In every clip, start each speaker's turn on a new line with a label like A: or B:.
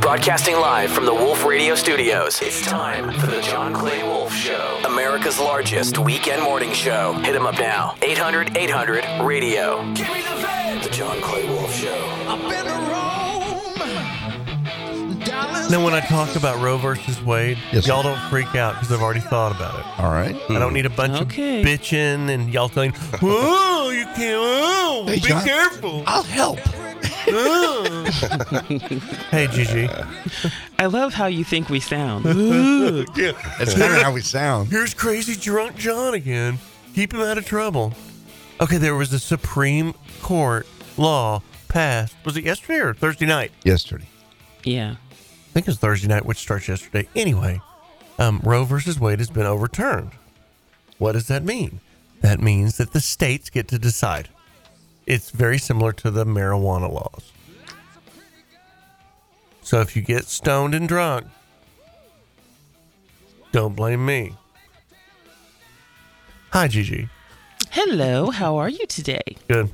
A: Broadcasting live from the Wolf Radio Studios, it's time for the John Clay Wolf Show, America's largest weekend morning show. Hit him up now. 800 800 radio.
B: Give me the van.
A: The John Clay Wolf Show.
B: I've been to Rome. Dallas.
C: Now, when I talk about Roe versus Wade,
D: Yes, sir.
C: y'all don't freak out because I've already thought about it.
D: All right.
C: I don't need a bunch
E: Okay.
C: of bitching and y'all telling, "Oh, you can't. Oh,
D: Hey,
C: be
D: John.
C: careful."
D: I'll help.
C: Oh. hey, Gigi.
E: I love how you think we sound.
D: That's kind of how we sound.
C: Here's crazy drunk John again. Keep him out of trouble. Okay, there was a Supreme Court law passed. Was it yesterday or Thursday night?
D: Yesterday.
E: yeah.
C: I think it was Thursday night, which starts yesterday. Anyway, um, Roe versus Wade has been overturned. What does that mean? That means that the states get to decide. It's very similar to the marijuana laws. So if you get stoned and drunk, don't blame me. Hi, Gigi.
E: Hello, how are you today?
C: Good.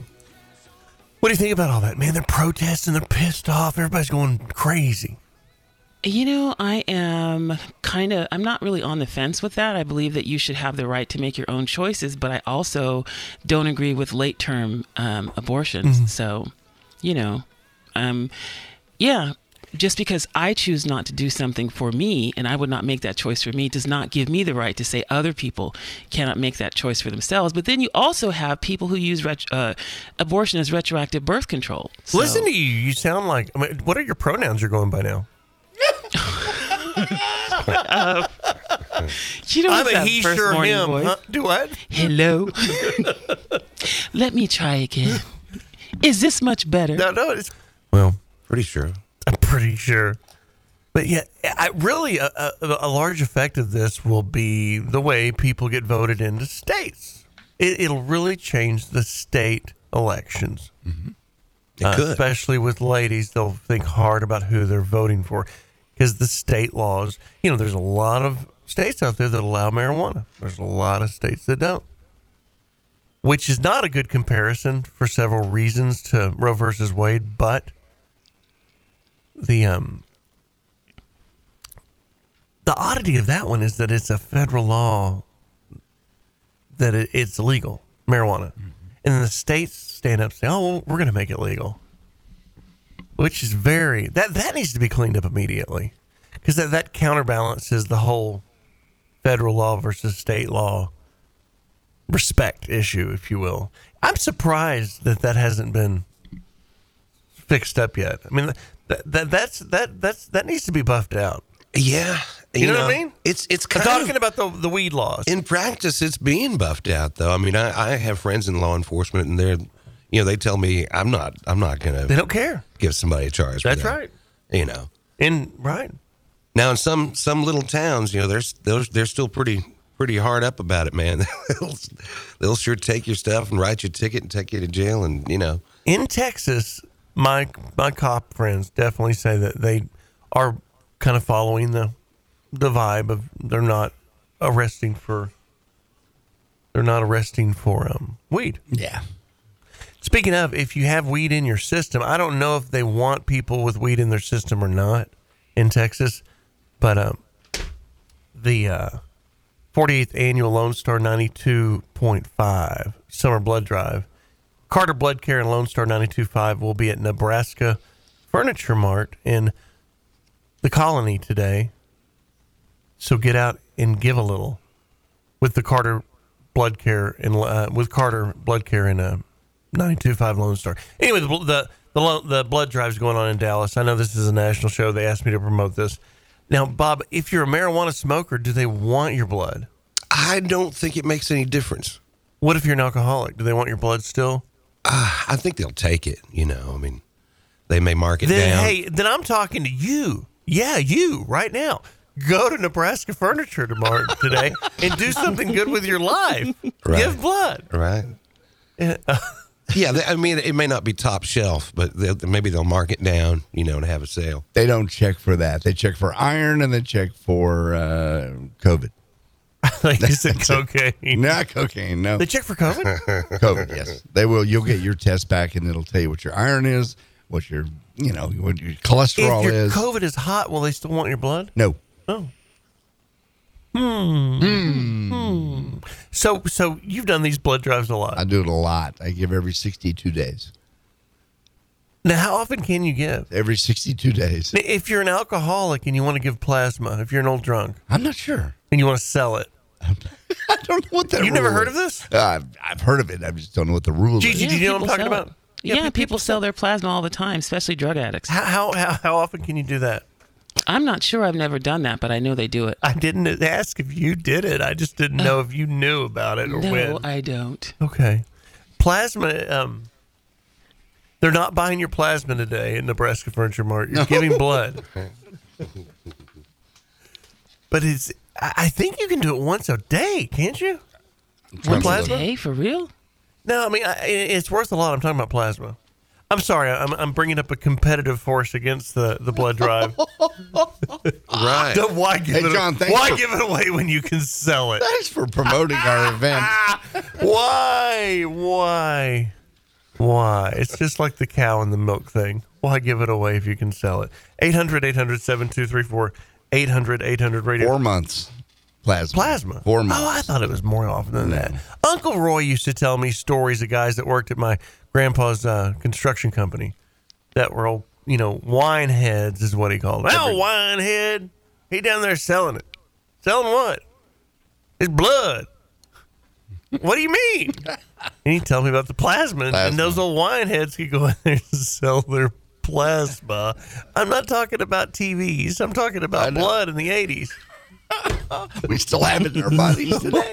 C: What do you think about all that, man? They're protesting. They're pissed off. Everybody's going crazy.
E: You know, I am kind of, I'm not really on the fence with that. I believe that you should have the right to make your own choices, but I also don't agree with late term um, abortions. So, you know, um, yeah, just because I choose not to do something for me and I would not make that choice for me does not give me the right to say other people cannot make that choice for themselves. But then you also have people who use ret- uh, abortion as retroactive birth control. So-
C: Listen to you. You sound like. I mean, what are your pronouns you're going by now?
E: Um, you know, it's that first morning voice.
C: huh? Do what?
E: Hello. Let me try again. Is this much better?
C: No, no. It's, well,
F: Pretty sure.
C: I'm pretty sure. But yeah, I, really, a, a, a large effect of this will be the way people get voted into states. It, it'll really change the state elections.
F: It
C: Uh,
F: could.
C: especially with ladies, they'll think hard about who they're voting for because the state laws, you know, there's a lot of states out there that allow marijuana, there's a lot of states that don't, which is not a good comparison for several reasons to Roe versus Wade, but the, um, the oddity of that one is that it's a federal law that it, it's legal marijuana,
F: Mm-hmm.
C: and then the states stand up and say, "Oh, well, we're going to make it legal," which is very that that needs to be cleaned up immediately because that that counterbalances the whole federal law versus state law respect issue, if you will. I'm surprised that that hasn't been fixed up yet. I mean, that, that that's that that's that needs to be buffed out.
F: yeah.
C: You know what I mean?
F: It's it's
C: I'm
F: kind of
C: talking about the the weed laws.
F: in practice it's being buffed out though. I mean, I, I have friends in law enforcement and they're you know, they tell me I'm not I'm not gonna
C: they don't care.
F: give somebody a charge. for
C: That's
F: that.
C: right.
F: You know.
C: And right.
F: Now in some some little towns, you know, they're they're, they're still pretty pretty hard up about it, man. they'll, they'll sure take your stuff and write you a ticket and take you to jail and you know.
C: in Texas, my my cop friends definitely say that they are kind of following the the vibe of they're not arresting for they're not arresting for um weed.
D: Yeah.
C: Speaking of, if you have weed in your system, I don't know if they want people with weed in their system or not in Texas, but um, the uh, 48th annual Lone Star 92.5 Summer Blood Drive, Carter Blood Care and Lone Star 92.5 will be at Nebraska Furniture Mart in the Colony today. So get out and give a little with the Carter Blood Care and uh, with Carter Blood Care and uh, 92.5 Lone Star. Anyway, the the the, lo- the blood drive's going on in Dallas. I know this is a national show. They asked me to promote this. Now, Bob, if you're a marijuana smoker, do they want your blood?
F: I don't think it makes any difference.
C: What if you're an alcoholic? Do they want your blood still?
F: I think they'll take it, you know. I mean, they may mark it
C: Then
F: down.
C: hey, then I'm talking to you. Yeah, you right now. Go to Nebraska Furniture tomorrow today and do something good with your life.
F: Right.
C: Give blood.
F: right? yeah, they, I mean, it may not be top shelf, but they'll, maybe they'll mark it down, you know, and have a sale.
D: They don't check for that. They check for iron and they check for uh, COVID.
C: Like you said, cocaine.
D: Not cocaine. No.
C: They check for COVID.
D: COVID. Yes. They will. You'll get your test back and it'll tell you what your iron is, what your you know what your cholesterol
C: if your
D: is.
C: COVID is hot, will they still want your blood?
D: no,
C: Oh. Hmm. Hmm. So, so you've done these blood drives a lot.
D: I do it a lot. I give every sixty-two days.
C: Now, how often can you give?
D: Every sixty-two days.
C: Now, If you're an alcoholic and you want to give plasma, if you're an old drunk
D: I'm not sure.
C: and you want to sell it,
D: I don't know what that.
C: You've never
D: rule
C: heard
D: is.
C: of this?
D: Uh, I've- I've heard of it. I just don't know what the rule
C: Gee,
D: is.
C: gee, Do you know what I'm
E: people
C: talking
E: sell it.
C: about? Yeah,
E: Yeah,
C: pe-
E: people, sell their plasma all the time, especially drug addicts.
C: how, how, how, how often can you do that?
E: I'm not sure I've never done that, but I know they do it.
C: I didn't ask if you did it. I just didn't know if you knew about it or
E: No,
C: when.
E: I don't.
C: Okay. Plasma, um, they're not buying your plasma today at Nebraska Furniture Mart. You're giving blood. But it's, I I think you can do it once a day, can't you? With plasma?
E: Hey, for real?
C: No, I mean, I, i- it's worth a lot. I'm talking about plasma. I'm sorry, I'm, I'm bringing up a competitive force against the, the blood drive.
F: Right.
C: Don't- why give,
D: Hey,
C: it,
D: John, thanks
C: why
D: for-
C: give it away when you can sell it?
D: Thanks for promoting our event.
C: Why? Why? Why? It's just like the cow and the milk thing. Why give it away if you can sell it? 800 800 7234 800 800 radio.
D: Four months. Plasma.
C: Plasma.
D: Four
C: Oh,
D: months.
C: I thought it was more often than that. Uncle Roy used to tell me stories of guys that worked at my grandpa's uh, construction company that were old, you know, wine heads is what he called them. Oh, wine head. He down there selling it. Selling what? His blood. What do you mean? and he'd tell me about the plasma, and-
D: Plasma.
C: and those old wine heads could go in there and sell their plasma. I'm not talking about TVs. I'm talking
D: I
C: about
D: know.
C: blood in the 80s.
D: we still have it in our bodies today.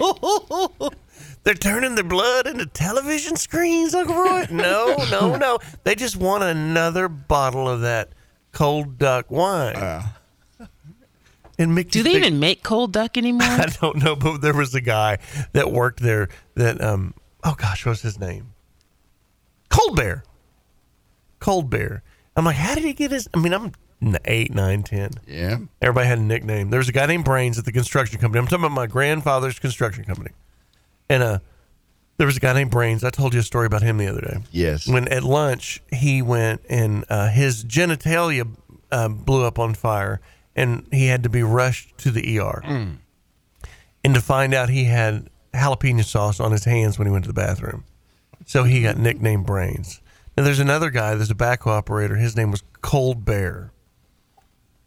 C: They're turning their blood into television screens, Uncle Roy. No, no, no. They just want another bottle of that cold duck wine.
D: Uh.
C: and Mickey,
E: Do they even make cold duck anymore?
C: I don't know, but there was a guy that worked there that um oh gosh, what's his name? Cold Bear. Cold Bear. I'm like, how did he get his I mean, I'm n- eight, nine, ten.
D: Yeah.
C: Everybody had a nickname. There was a guy named Brains at the construction company. I'm talking about my grandfather's construction company. And uh, there was a guy named Brains. I told you a story about him the other day.
D: Yes.
C: When at lunch, he went and uh, his genitalia uh, blew up on fire and he had to be rushed to the ER.
D: Mm.
C: And to find out he had jalapeno sauce on his hands when he went to the bathroom. So he got nicknamed Brains. Now there's another guy, there's a backhoe operator. His name was Cold Bear.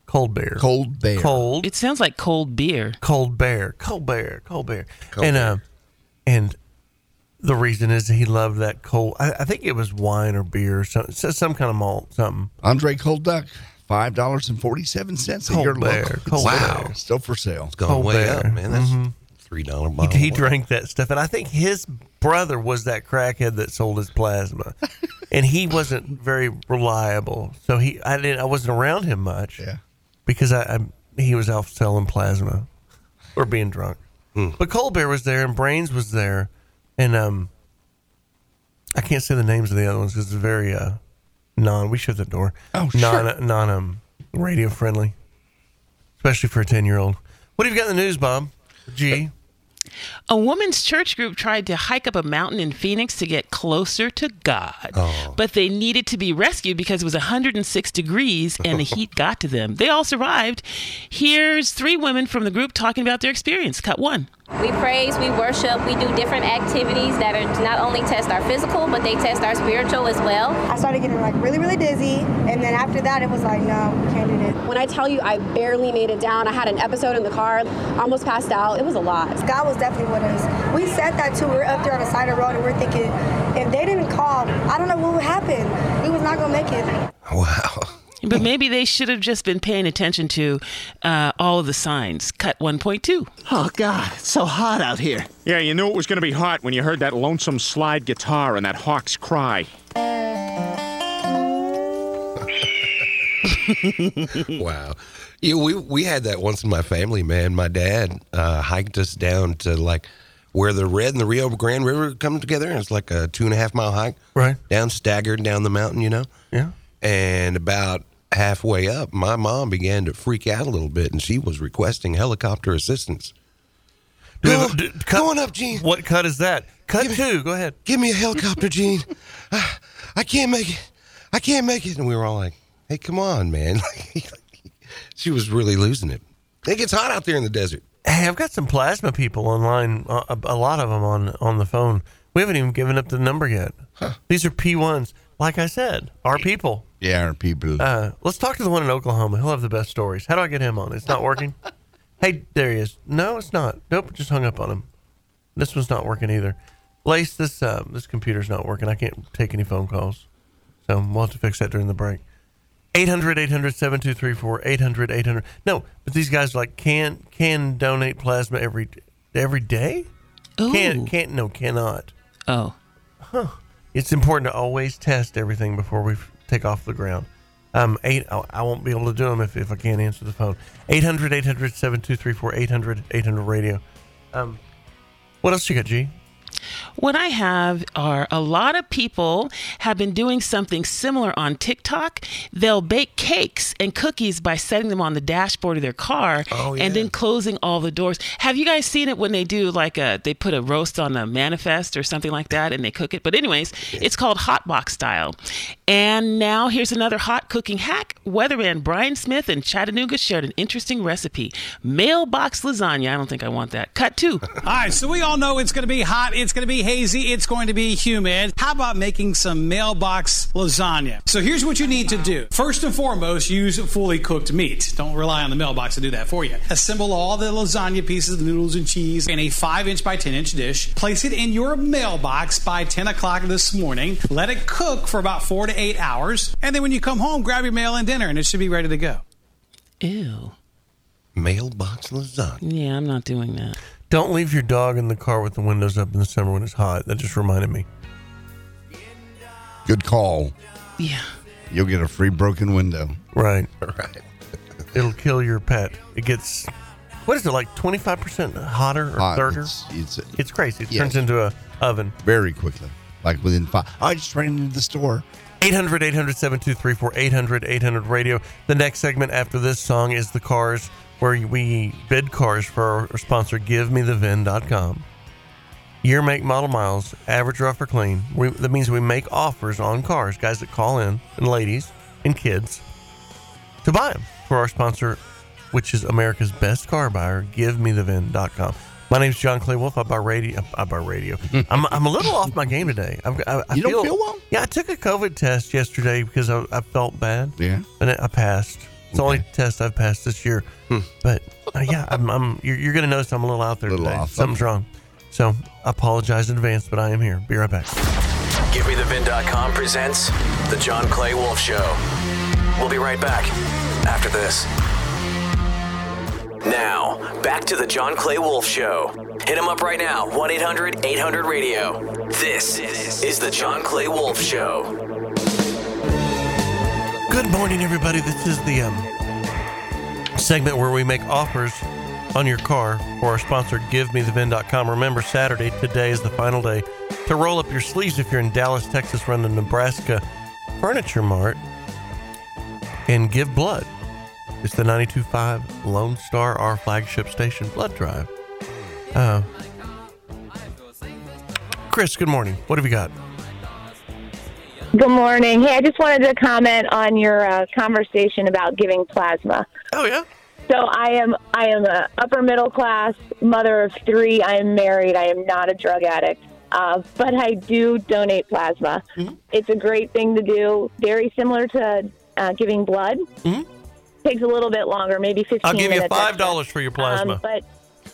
C: Cold Bear
D: Cold bear.
C: cold,
E: It sounds like cold beer.
C: cold bear, cold bear, cold bear,
F: Cold
C: and
F: bear.
C: um, and the reason is he loved that cold. I, I think it was wine or beer, or some so- some kind of malt, something.
D: Andre Cold Duck. Five dollars and forty-seven cents at
C: Cold
D: your
C: bear.
D: local.
C: Cold
D: wow,
F: bear.
D: still for sale.
F: Gone
C: Cold
F: way
C: Bear. Mm-hmm.
F: up, man. That's three dollar bottle.
C: He, he
F: of
C: drank that stuff, and I think his brother was that crackhead that sold his plasma, and he wasn't very reliable. So he, I didn't, I wasn't around him much.
D: Yeah.
C: because I, I he was out selling plasma or being drunk. But Colbert was there and Brains was there, and um, I can't say the names of the other ones because it's very uh, non. We shut the door.
D: Oh,
C: non non um radio friendly, especially for a ten year old. What have you got in the news, Bob? G.
E: A woman's church group tried to hike up a mountain in Phoenix to get closer to God, but they needed to be rescued because it was 106 degrees and the heat got to them. They all survived. Here's three women from the group talking about their experience. Cut one.
G: We praise, we worship, we do different activities that are not only test our physical, but they test our spiritual as well.
H: I started getting like really, really dizzy. And then after that, it was like, no, we can't do this.
G: When I tell you I barely made it down, I had an episode in the car, almost passed out. It was a lot.
H: God was definitely with us. We said that too. We We're up there on the side of the road and we're thinking, if they didn't call, I don't know what would happen. We was not gonna make it.
F: water. Wow.
E: But maybe they should have just been paying attention to uh, all of the signs. Cut 1.2.
I: Oh, God, it's so hot out here.
J: Yeah, you knew it was going to be hot when you heard that lonesome slide guitar and that hawk's cry.
F: Wow. Yeah, we we had that once in my family, man. My dad uh, hiked us down to like where the Red and the Rio Grande River come together, and it's like a two and a half mile hike.
C: Right.
F: Down, staggered down the mountain, you know.
C: Yeah.
F: And about halfway up, my mom began to freak out a little bit, and she was requesting helicopter assistance.
C: Do we
F: Go-
C: have a- do-
F: going up, Gene.
C: What cut is that? Cut
F: Give me-
C: two. Go ahead.
F: Give me a helicopter, Gene. I, I can't make it. I can't make it. And we were all like, hey, come on, man. she was really losing it. It gets hot out there in the desert.
C: Hey, I've got some plasma people online. uh, A, a lot of them on on the phone. We haven't even given up the number yet. These are P ones. Like I said, our people.
D: Yeah, our people.
C: Uh, let's talk to the one in Oklahoma. He'll have the best stories. How do I get him on? It's not working. hey, there he is. No, it's not. Nope, just hung up on him. This one's not working either. Lace, this um, this computer's not working. I can't take any phone calls. So we'll have to fix that during the break. 800 800 7234 800 800. No, but these guys like can can donate plasma every every day? Can
E: Ooh.
C: can't no cannot.
E: Oh.
C: Huh. It's important to always test everything before we f- take off the ground. Um, eight, I I won't be able to do them if, if I can't answer the phone. 800 800 7234 800 800 radio. Um, what else you got, G?
E: What I have are a lot of people have been doing something similar on TikTok. They'll bake cakes and cookies by setting them on the dashboard of their car and then closing all the doors. Have you guys seen it when they do like a they put a roast on a manifest or something like that and they cook it? But anyways, it's called hot box style. And now here's another hot cooking hack. Weatherman Brian Smith in Chattanooga shared an interesting recipe. Mailbox lasagna. I don't think I want that. Cut 2.
K: All right, so we all know it's going to be hot, it's going to be hazy, it's going to be humid. How about making some mailbox lasagna? So here's what you need to do. First and foremost, use fully cooked meat. Don't rely on the mailbox to do that for you. Assemble all the lasagna pieces, the noodles and cheese in a 5 inch by 10 inch dish. Place it in your mailbox by 10 o'clock this morning. Let it cook for about 4 to 8 hours. And then when you come home, grab your mail and dinner, and it should be ready to go.
E: Ew.
F: Mailbox lasagna.
E: Yeah, I'm not doing that.
C: Don't leave your dog in the car with the windows up in the summer when it's hot. That just reminded me.
D: Good call.
E: Yeah.
D: You'll get a free broken window.
C: Right.
F: Right.
C: It'll kill your pet. It gets, what is it, like 25% hotter or
D: Hot.
C: thicker?
D: It's- it's-
C: It's crazy. It
D: Yes.
C: turns into a oven.
D: Very quickly. Like within five. I just ran into the store.
C: 800 800 7234 800 800 radio. The next segment after this song is the cars, where we bid cars for our sponsor, GiveMeTheVIN.com. Year, make, model, miles, average, rough, or clean. We, that means we make offers on cars, guys that call in, and ladies, and kids, to buy them for our sponsor, which is America's best car buyer, GiveMeTheVIN.com. My name's John Clay Wolf. I buy radio. I buy radio. I'm, I'm a little off my game today. I've, got- I, I
D: You don't feel well?
C: Yeah, I took a COVID test yesterday because I, I felt bad.
D: Yeah.
C: And I passed. It's the only test I've passed this year.
D: Hmm.
C: But uh, yeah, I'm, I'm you're, you're going to notice I'm a little out there
D: Little
C: today.
D: off.
C: Something's wrong. So I apologize in advance, but I am here. Be right back.
A: GiveMeTheVIN.com presents The John Clay Wolf Show. We'll be right back after this. Now, back to The John Clay Wolf Show. Hit him up right now, 1 800 800 radio. This is The John Clay Wolf Show.
C: Good morning, everybody. This is the um, segment where we make offers on your car for our sponsor, GiveMeTheVIN.com. Remember, Saturday, today is the final day to roll up your sleeves if you're in Dallas, Texas, run to Nebraska Furniture Mart and give blood. It's the 92.5 Lone Star, our flagship station, Blood Drive. Uh, Chris, good morning. What have you got?
L: Good morning. Hey, I just wanted to comment on your uh, conversation about giving plasma.
C: Oh yeah.
L: So I am I am a upper middle class mother of three. I am married. I am not a drug addict, uh, but I do donate plasma.
C: Mm-hmm.
L: It's a great thing to do. Very similar to uh, giving blood.
C: Mhm.
L: Takes a little bit longer, maybe fifteen.
C: I'll give you
L: minutes
C: $5
L: extra.
C: for your plasma.
L: Um, but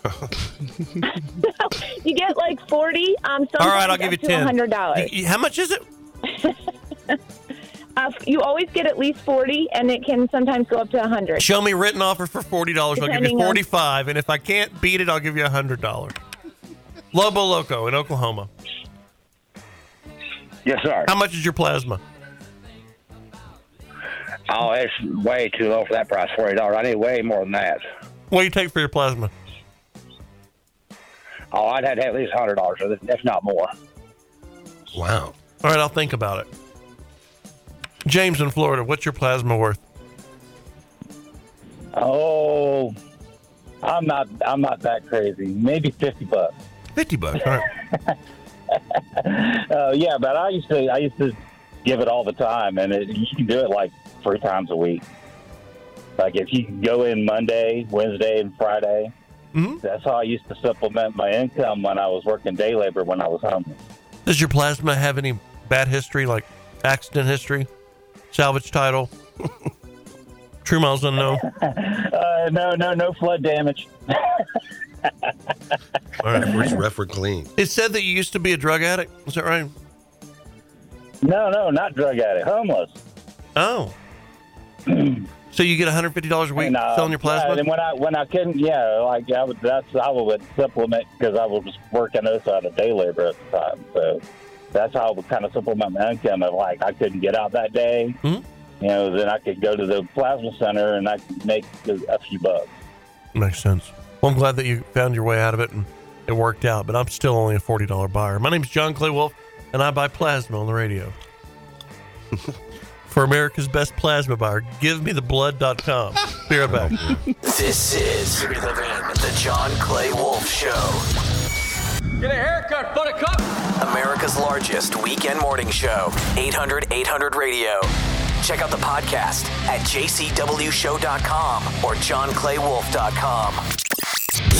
L: you get like forty. Um,
C: All right, I'll
L: sometimes
C: give
L: up
C: you
L: to
C: ten.
L: Hundred dollars.
C: You- you- How much is it?
L: Uh, you always get at least 40, and it can sometimes go up to 100.
C: Show me written offer for forty dollars. I'll give you
L: Depending on-
C: forty five, and if I can't beat it, I'll give you hundred dollars. Lobo Loco in Oklahoma.
M: Yes, sir.
C: How much is your plasma?
M: Oh, it's way too low for that price, forty dollars. I need way more than that.
C: What do you take for your plasma?
M: Oh, I'd have to have at least hundred dollars, if not more.
F: Wow.
C: All right, I'll think about it. James in Florida, what's your plasma worth?
N: Oh, I'm not. I'm not that crazy. Maybe fifty bucks.
C: Fifty bucks. All right.
N: Uh, yeah, but I used to. I used to give it all the time, and it, you can do it like three times a week. Like if you go in Monday, Wednesday, and Friday, that's how I used to supplement my income when I was working day labor when I was homeless.
C: Does your plasma have any bad history, like accident history, salvage title, true miles unknown?
N: Uh, no, no, no flood damage.
C: All right,
F: It's rough or clean.
C: It said that you used to be a drug addict. Is that right?
N: No, no, not drug addict. Homeless.
C: Oh. so you get $150 a week selling your plasma?
N: uh, Um, Yeah, and when I when I couldn't, yeah, like I would that's I would supplement because I was working this out of day labor at the time, so that's how I would kind of supplement my income. Of like I couldn't get out that day,
C: Hmm?
N: you know, then I could go to the plasma center and I could make a few bucks.
C: Makes sense. Well, I'm glad that you found your way out of it and it worked out, but I'm still only a $40 buyer. My name's John Clay Wolf, and I buy plasma on the radio. For America's best plasma buyer, give me the blood.com. Be right back.
A: This is Rhythm In, the John Clay Wolf Show. Get a haircut, buttercup. America's largest weekend morning show, 800 800 Radio. Check out the podcast at jcwshow.com or johnclaywolf.com.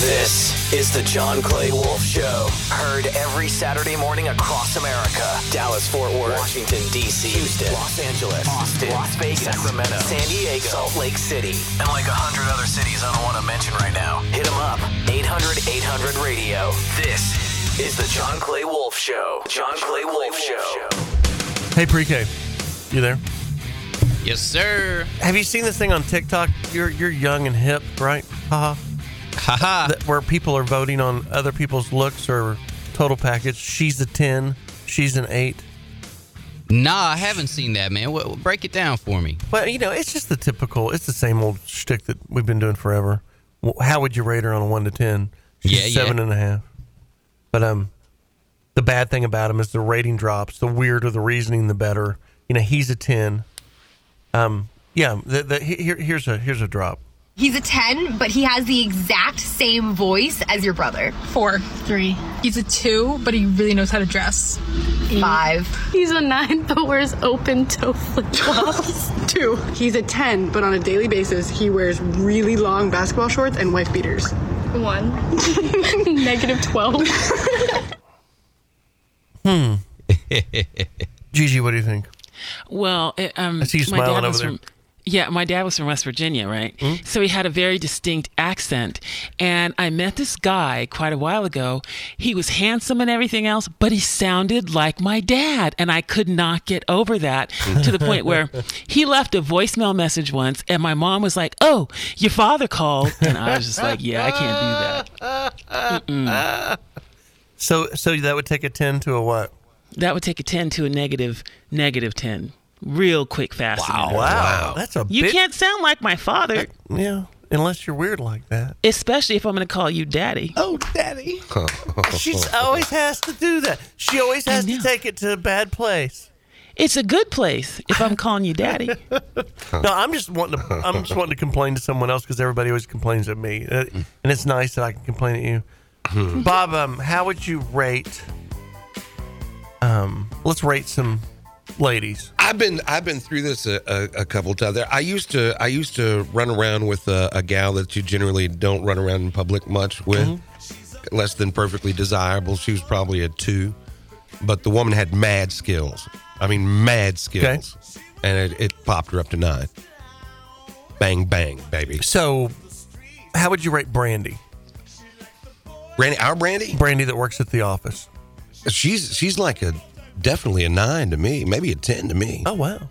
A: This is the John Clay Wolf Show. Heard every Saturday morning across America Dallas, Fort Worth, Washington, D.C., Houston, Los Angeles, Austin, Las Vegas, Sacramento, San Diego, Salt Lake City, and like a hundred other cities I don't want to mention right now. Hit them up 800 800 radio. This is the John Clay Wolf Show. John Clay Wolf Show.
C: Hey, Pre K, you there?
O: Yes, sir.
C: Have you seen this thing on TikTok? You're you're young and hip, right? Haha.
O: Haha.
C: That- Where people are voting on other people's looks or total package. She's a 10, she's an 8.
O: Nah, I haven't seen that, man. What, what- break it down for me.
C: But you know, it's just the typical. It's the same old shtick that we've been doing forever. Well, How would you rate her on a one to ten?
O: Yeah, yeah.
C: seven and a half. But um, the bad thing about him is the rating drops. The weirder the reasoning, the better. You know, he's a ten. Um, yeah. The, the, he- here, here's a here's a drop.
P: He's a 10, but he has the exact same voice as your brother. Four. Three. He's a two, but he really knows how to dress. Five.
Q: He's a nine, but wears open toe flip flops. Two. He's a ten, but on a daily basis, he wears really long basketball shorts and wife beaters. One. Negative twelve.
C: Hmm. Gigi, what do you think?
E: Well, it, um,
C: I see you
E: my
C: smiling
E: dad was
C: over there. Hmm?
E: From, yeah, my dad was from West Virginia, right? So he had a very distinct accent. And I met this guy quite a while ago. He was handsome and everything else, but he sounded like my dad. And I could not get over that to the point where he left a voicemail message once. And my mom was like, Oh, your father called. And I was just like, Yeah, I can't do that. Mm-mm.
C: So so that would take a ten to a what?
E: That would take a 10 to a negative, negative 10. Real quick, fast. and
C: Wow,
E: interval.
C: wow. That's a
E: You
C: big-
E: can't sound like my father,
C: Yeah, unless you're weird like that.
E: especially if I'm going to call you daddy.
C: Oh, daddy. She's always has to do that. She always has to take it to a bad place.
E: It's a good place if I'm calling you daddy.
C: No, I'm just wanting to. I'm just wanting to complain to someone else because everybody always complains at me, Uh, and it's nice that I can complain at you. Bob, um, how would you rate? Um, let's rate some ladies.
F: I've been I've been through this a, a, a couple times. There, I used to I used to run around with a, a gal that you generally don't run around in public much with,
C: Mm-hmm.
F: less than perfectly desirable. She was probably a two, but the woman had mad skills. I mean, mad skills, and it, it popped her up to nine. Bang bang, baby.
C: So, how would you rate Brandy?
F: Brandy, our Brandy,
C: Brandy that works at the office.
F: She's she's like a definitely a nine to me, maybe a ten to me.
C: Oh wow.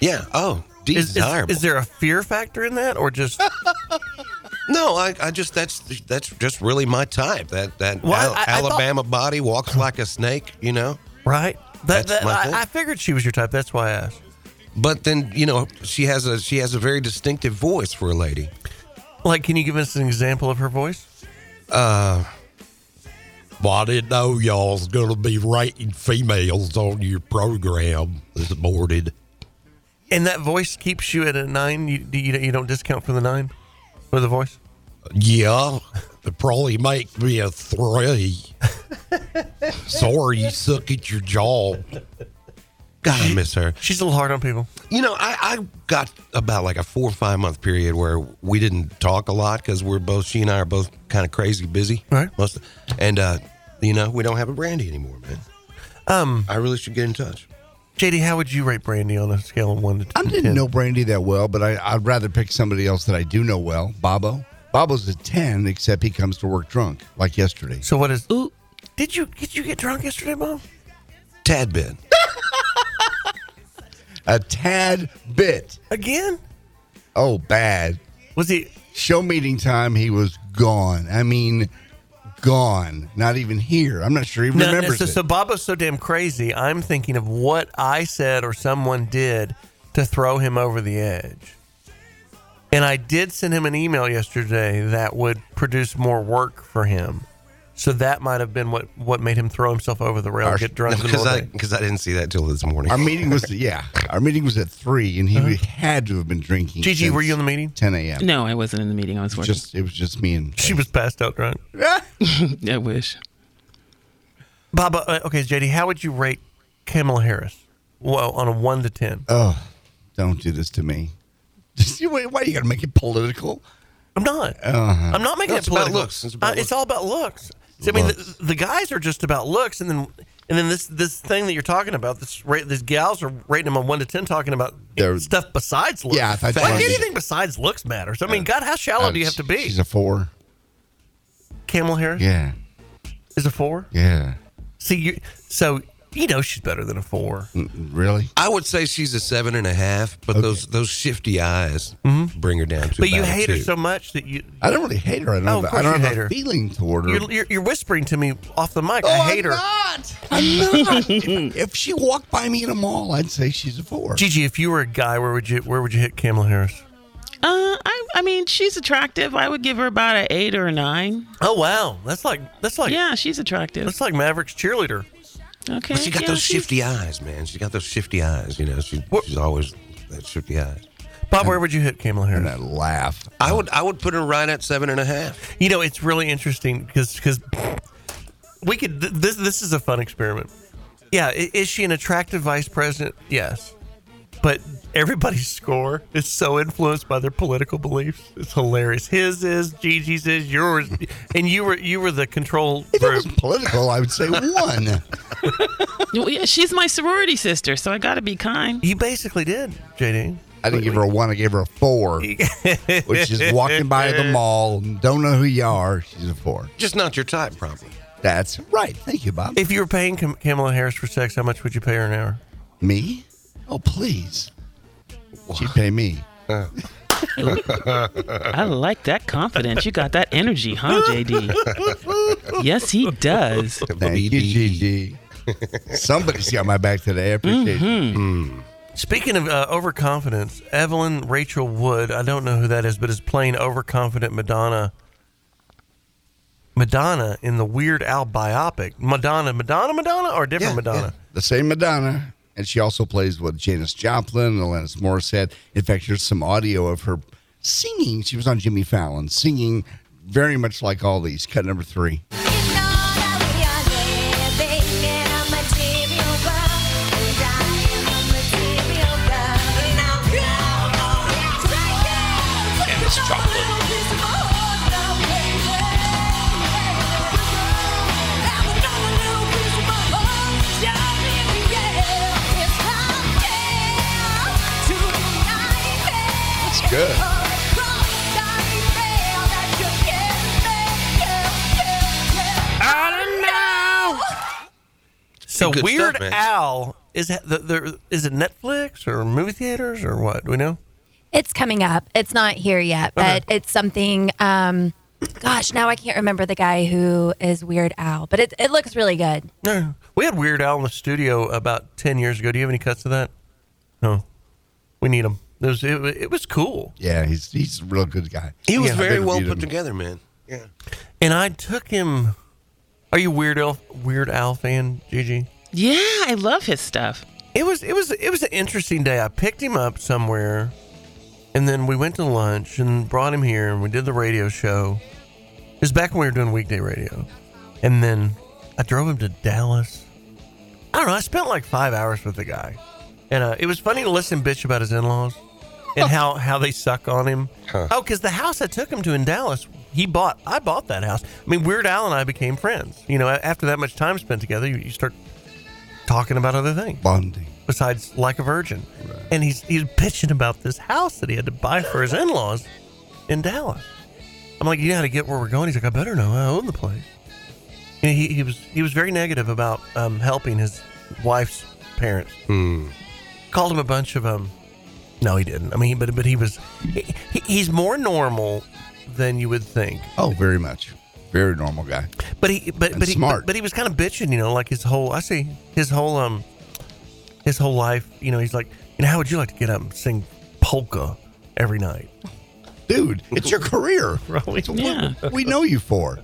F: Yeah. Oh,
C: Is- is-
F: desirable.
C: is there a fear factor in that, or just?
F: No, I, I just that's that's just really my type. That that
C: Well,
F: Al-
C: I- I thought-
F: Alabama body walks like a snake, you know.
C: Right.
F: That,
C: that- I- I figured she was your type. That's why I asked.
F: But then you know she has a she has a very distinctive voice for a lady.
C: Like, can you give us an example of her voice?
F: Uh, well, I didn't know y'all's gonna be rating females on your program this morning.
C: And that voice keeps you at a nine. You do- you, you don't discount for the nine with the voice.
F: Yeah, it probably make me a three. Sorry, you suck at your job. God, I miss her.
C: She's a little hard on people.
F: You know, I, I got about like a four or five month period where we didn't talk a lot because we're both, she and I are both kind of crazy busy.
C: Right.
F: Most, and, uh, you know, we don't have a brandy anymore, man.
C: Um,
F: I really should get in touch.
C: JD, how would you rate Brandy on a scale of one to ten?
D: I didn't know Brandy that well, but I, I'd rather pick somebody else that I do know well. Bobo. Bobo's a ten, except he comes to work drunk, like yesterday.
C: So what is? Ooh, did you did you get drunk yesterday, Mom?
F: Tad bit.
D: a tad bit.
C: Again?
D: Oh, bad.
C: Was he
D: show meeting time? He was gone. I mean, gone. Not even here. I'm not sure he
C: No, no,
D: remembers
C: so,
D: it.
C: so Baba's so damn crazy. I'm thinking of what I said or someone did to throw him over the edge. And I did send him an email yesterday that would produce more work for him. So that might have been what, what made him throw himself over the rail and get drunk. in the
F: Because
C: middle
F: I,
C: of the day.
F: 'cause I didn't see that till this morning.
D: Our meeting was yeah. Our meeting was at three, and he had to have been drinking.
C: Uh-huh. Gigi, were you in
D: since
C: the meeting?
D: 10 a.m.
E: No, I wasn't in the meeting. I was working.
D: Just it was just me and
C: she was passed out drunk.
E: I wish.
C: Baba, uh, okay, JD, how would you rate Kamala Harris? Well, on a one to ten.
D: Oh, don't do this to me. See, why, why you got to make it political?
C: I'm not.
D: Uh-huh.
C: I'm not making
D: No,
C: it
D: it's about
C: political.
D: looks. It's about
C: Uh, it's all about looks. So, I mean, the, the guys are just about looks, and then and then this this thing that you're talking about, this rate, these gals are rating them on one to ten, talking about stuff besides looks.
D: Yeah, I thought
C: like
D: she-
C: anything besides looks matters. I mean, God, how shallow do you have to be?
D: Oh, She's a four.
C: Camel hair
D: Yeah,
C: is a four.
D: yeah.
C: See you, so you know she's better than a four.
D: Mm, Really?
F: I would say she's a seven and a half, but those those shifty eyes bring her down to.
C: Mm-hmm. But you
F: about a
C: hate her
F: two.
C: so much that you.
D: I don't really hate her. I don't
C: Oh,
D: have-
C: of
D: I
C: course
D: don't
C: you
D: have a
C: hate her.
D: feeling toward her.
C: You're, you're, you're whispering to me off the mic. I
D: Oh,
C: hate
D: I'm
C: her.
D: Not. I'm not. if, if she walked by me in a mall, I'd say she's a four.
C: Gigi, if you were a guy, where would you where would you hit Kamala Harris?
E: Uh, I I mean, she's attractive. I would give her about an eight or a nine.
C: Oh wow, that's like that's like
E: yeah, she's attractive.
C: That's like Maverick's cheerleader.
E: Okay,
F: But she got
E: yeah,
F: those
E: she's-
F: shifty eyes, man. She's got those shifty eyes. You know, she, she's always that shifty eyes.
C: Bob, where would you hit Kamala Harris?
D: I laugh.
F: I would I would put her right at seven and a half.
C: You know, it's really interesting because because we could th- this this is a fun experiment. Yeah, i- is she an attractive vice president? Yes, but everybody's score is so influenced by their political beliefs. It's hilarious. His is, Gigi's is, yours, and you were you were the control group.
D: political, I would say one.
E: Well, yeah, she's my sorority sister, so I got to be kind.
C: You basically did, JD.
D: I didn't give her a one. I gave her a four, which is walking by the mall. Don't know who you are. She's a four.
F: Just not your type, probably.
D: That's right. Thank you, Bob.
C: If you were paying Cam- Kamala Harris for sex, how much would you pay her an hour?
D: Me? Oh, please. She'd pay me.
E: I like that confidence. You got that energy, huh, JD? yes, he does.
D: Thank you, GG. Somebody's got my back today. I appreciate it.
E: Mm-hmm.
C: Speaking of uh, overconfidence, Evelyn Rachel Wood, I don't know who that is, but is playing overconfident Madonna. Madonna in the Weird Al biopic. Madonna, Madonna, Madonna, or a different Madonna?
D: The same Madonna. And she also plays with Janis Joplin and Alanis Morissette. In fact, here's some audio of her singing. She was on Jimmy Fallon singing very much like all these. Cut number three.
B: And it's chocolate.
D: It's good.
C: So
F: Good stuff,
C: Weird
F: man.
C: Al is that the, the, is it Netflix or movie theaters or what? Do we know?
R: It's coming up. It's not here yet, but it's something. Um, gosh, now I can't remember the guy who is Weird Al, but it, it looks really good.
C: No. We had Weird Al in the studio about ten years ago. Do you have any cuts of that? No. We need them. It was it, it was cool.
D: Yeah, he's he's a real good guy.
F: He was
D: Yeah,
F: very
D: I've
F: well
D: interviewed
F: put
D: him.
F: together, man. Yeah.
C: And I took him. Are you Weird Al Weird Al fan, Gigi?
E: Yeah, I love his stuff.
C: It was it was it was an interesting day. I picked him up somewhere, and then we went to lunch and brought him here, and we did the radio show. It was back when we were doing weekday radio, and then I drove him to Dallas, I don't know. I spent like five hours with the guy, and uh, it was funny to listen bitch about his in laws and how how they suck on him. Oh, because the house I took him to in Dallas, he bought. I bought that house. I mean, Weird Al and I became friends. You know, a- after that much time spent together, you, you start talking about other things,
D: bonding.
C: Besides, like a virgin, and he's he's bitching about this house that he had to buy for his in laws in Dallas. I'm like, you know how to get where we're going? He's like, I better know. I own the place. You know, he, he was he was very negative about um, helping his wife's parents.
D: Hmm.
C: Called him a bunch of um. No, he didn't. I mean, but but he was he, he- he's more normal than you would think.
D: Oh, very much. Very normal guy.
C: But he but
D: And
C: but he,
D: smart.
C: But, but he was kind of bitching, you know, like his whole I see his whole um his whole life. You know, he's like, you know, how would you like to get up and sing polka every night?
D: Dude, it's your career.
C: It's
D: what we know you for.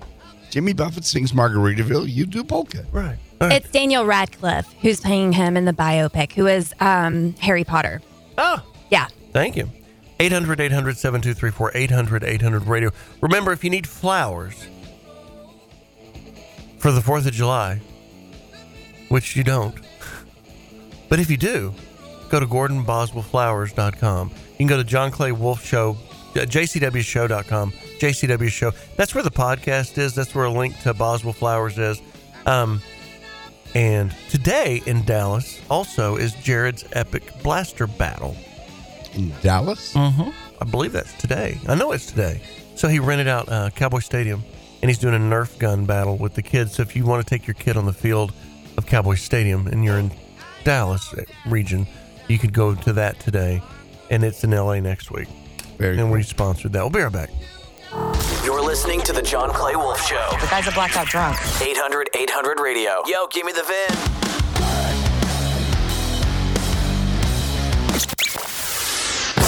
D: Jimmy Buffett sings Margaritaville. You do polka.
C: Right.
R: It's Daniel Radcliffe who's playing him in the biopic, who is um, Harry Potter.
C: Oh.
R: Yeah.
C: Thank you. 800 800 7234 800 800 radio. Remember, if you need flowers for the 4th of July, which you don't, but if you do, go to GordonBoswellFlowers.com. You can go to John Clay Wolf Show, uh, JCWShow.com, JCW Show. That's where the podcast is. That's where a link to Boswell Flowers is. Um, and today in Dallas also is Jared's Epic Blaster Battle.
D: In Dallas?
C: Mm-hmm. I believe that's today. I know it's today. So he rented out uh, Cowboy Stadium and he's doing a Nerf gun battle with the kids. So if you want to take your kid on the field of Cowboy Stadium and you're in Dallas uh, region, you could go to that today. And it's in LA next week. and we sponsored that. We'll be right back.
A: You're listening to The John Clay Wolf Show. The guy's a blackout drunk. 800 800 radio. Yo, give me the VIN.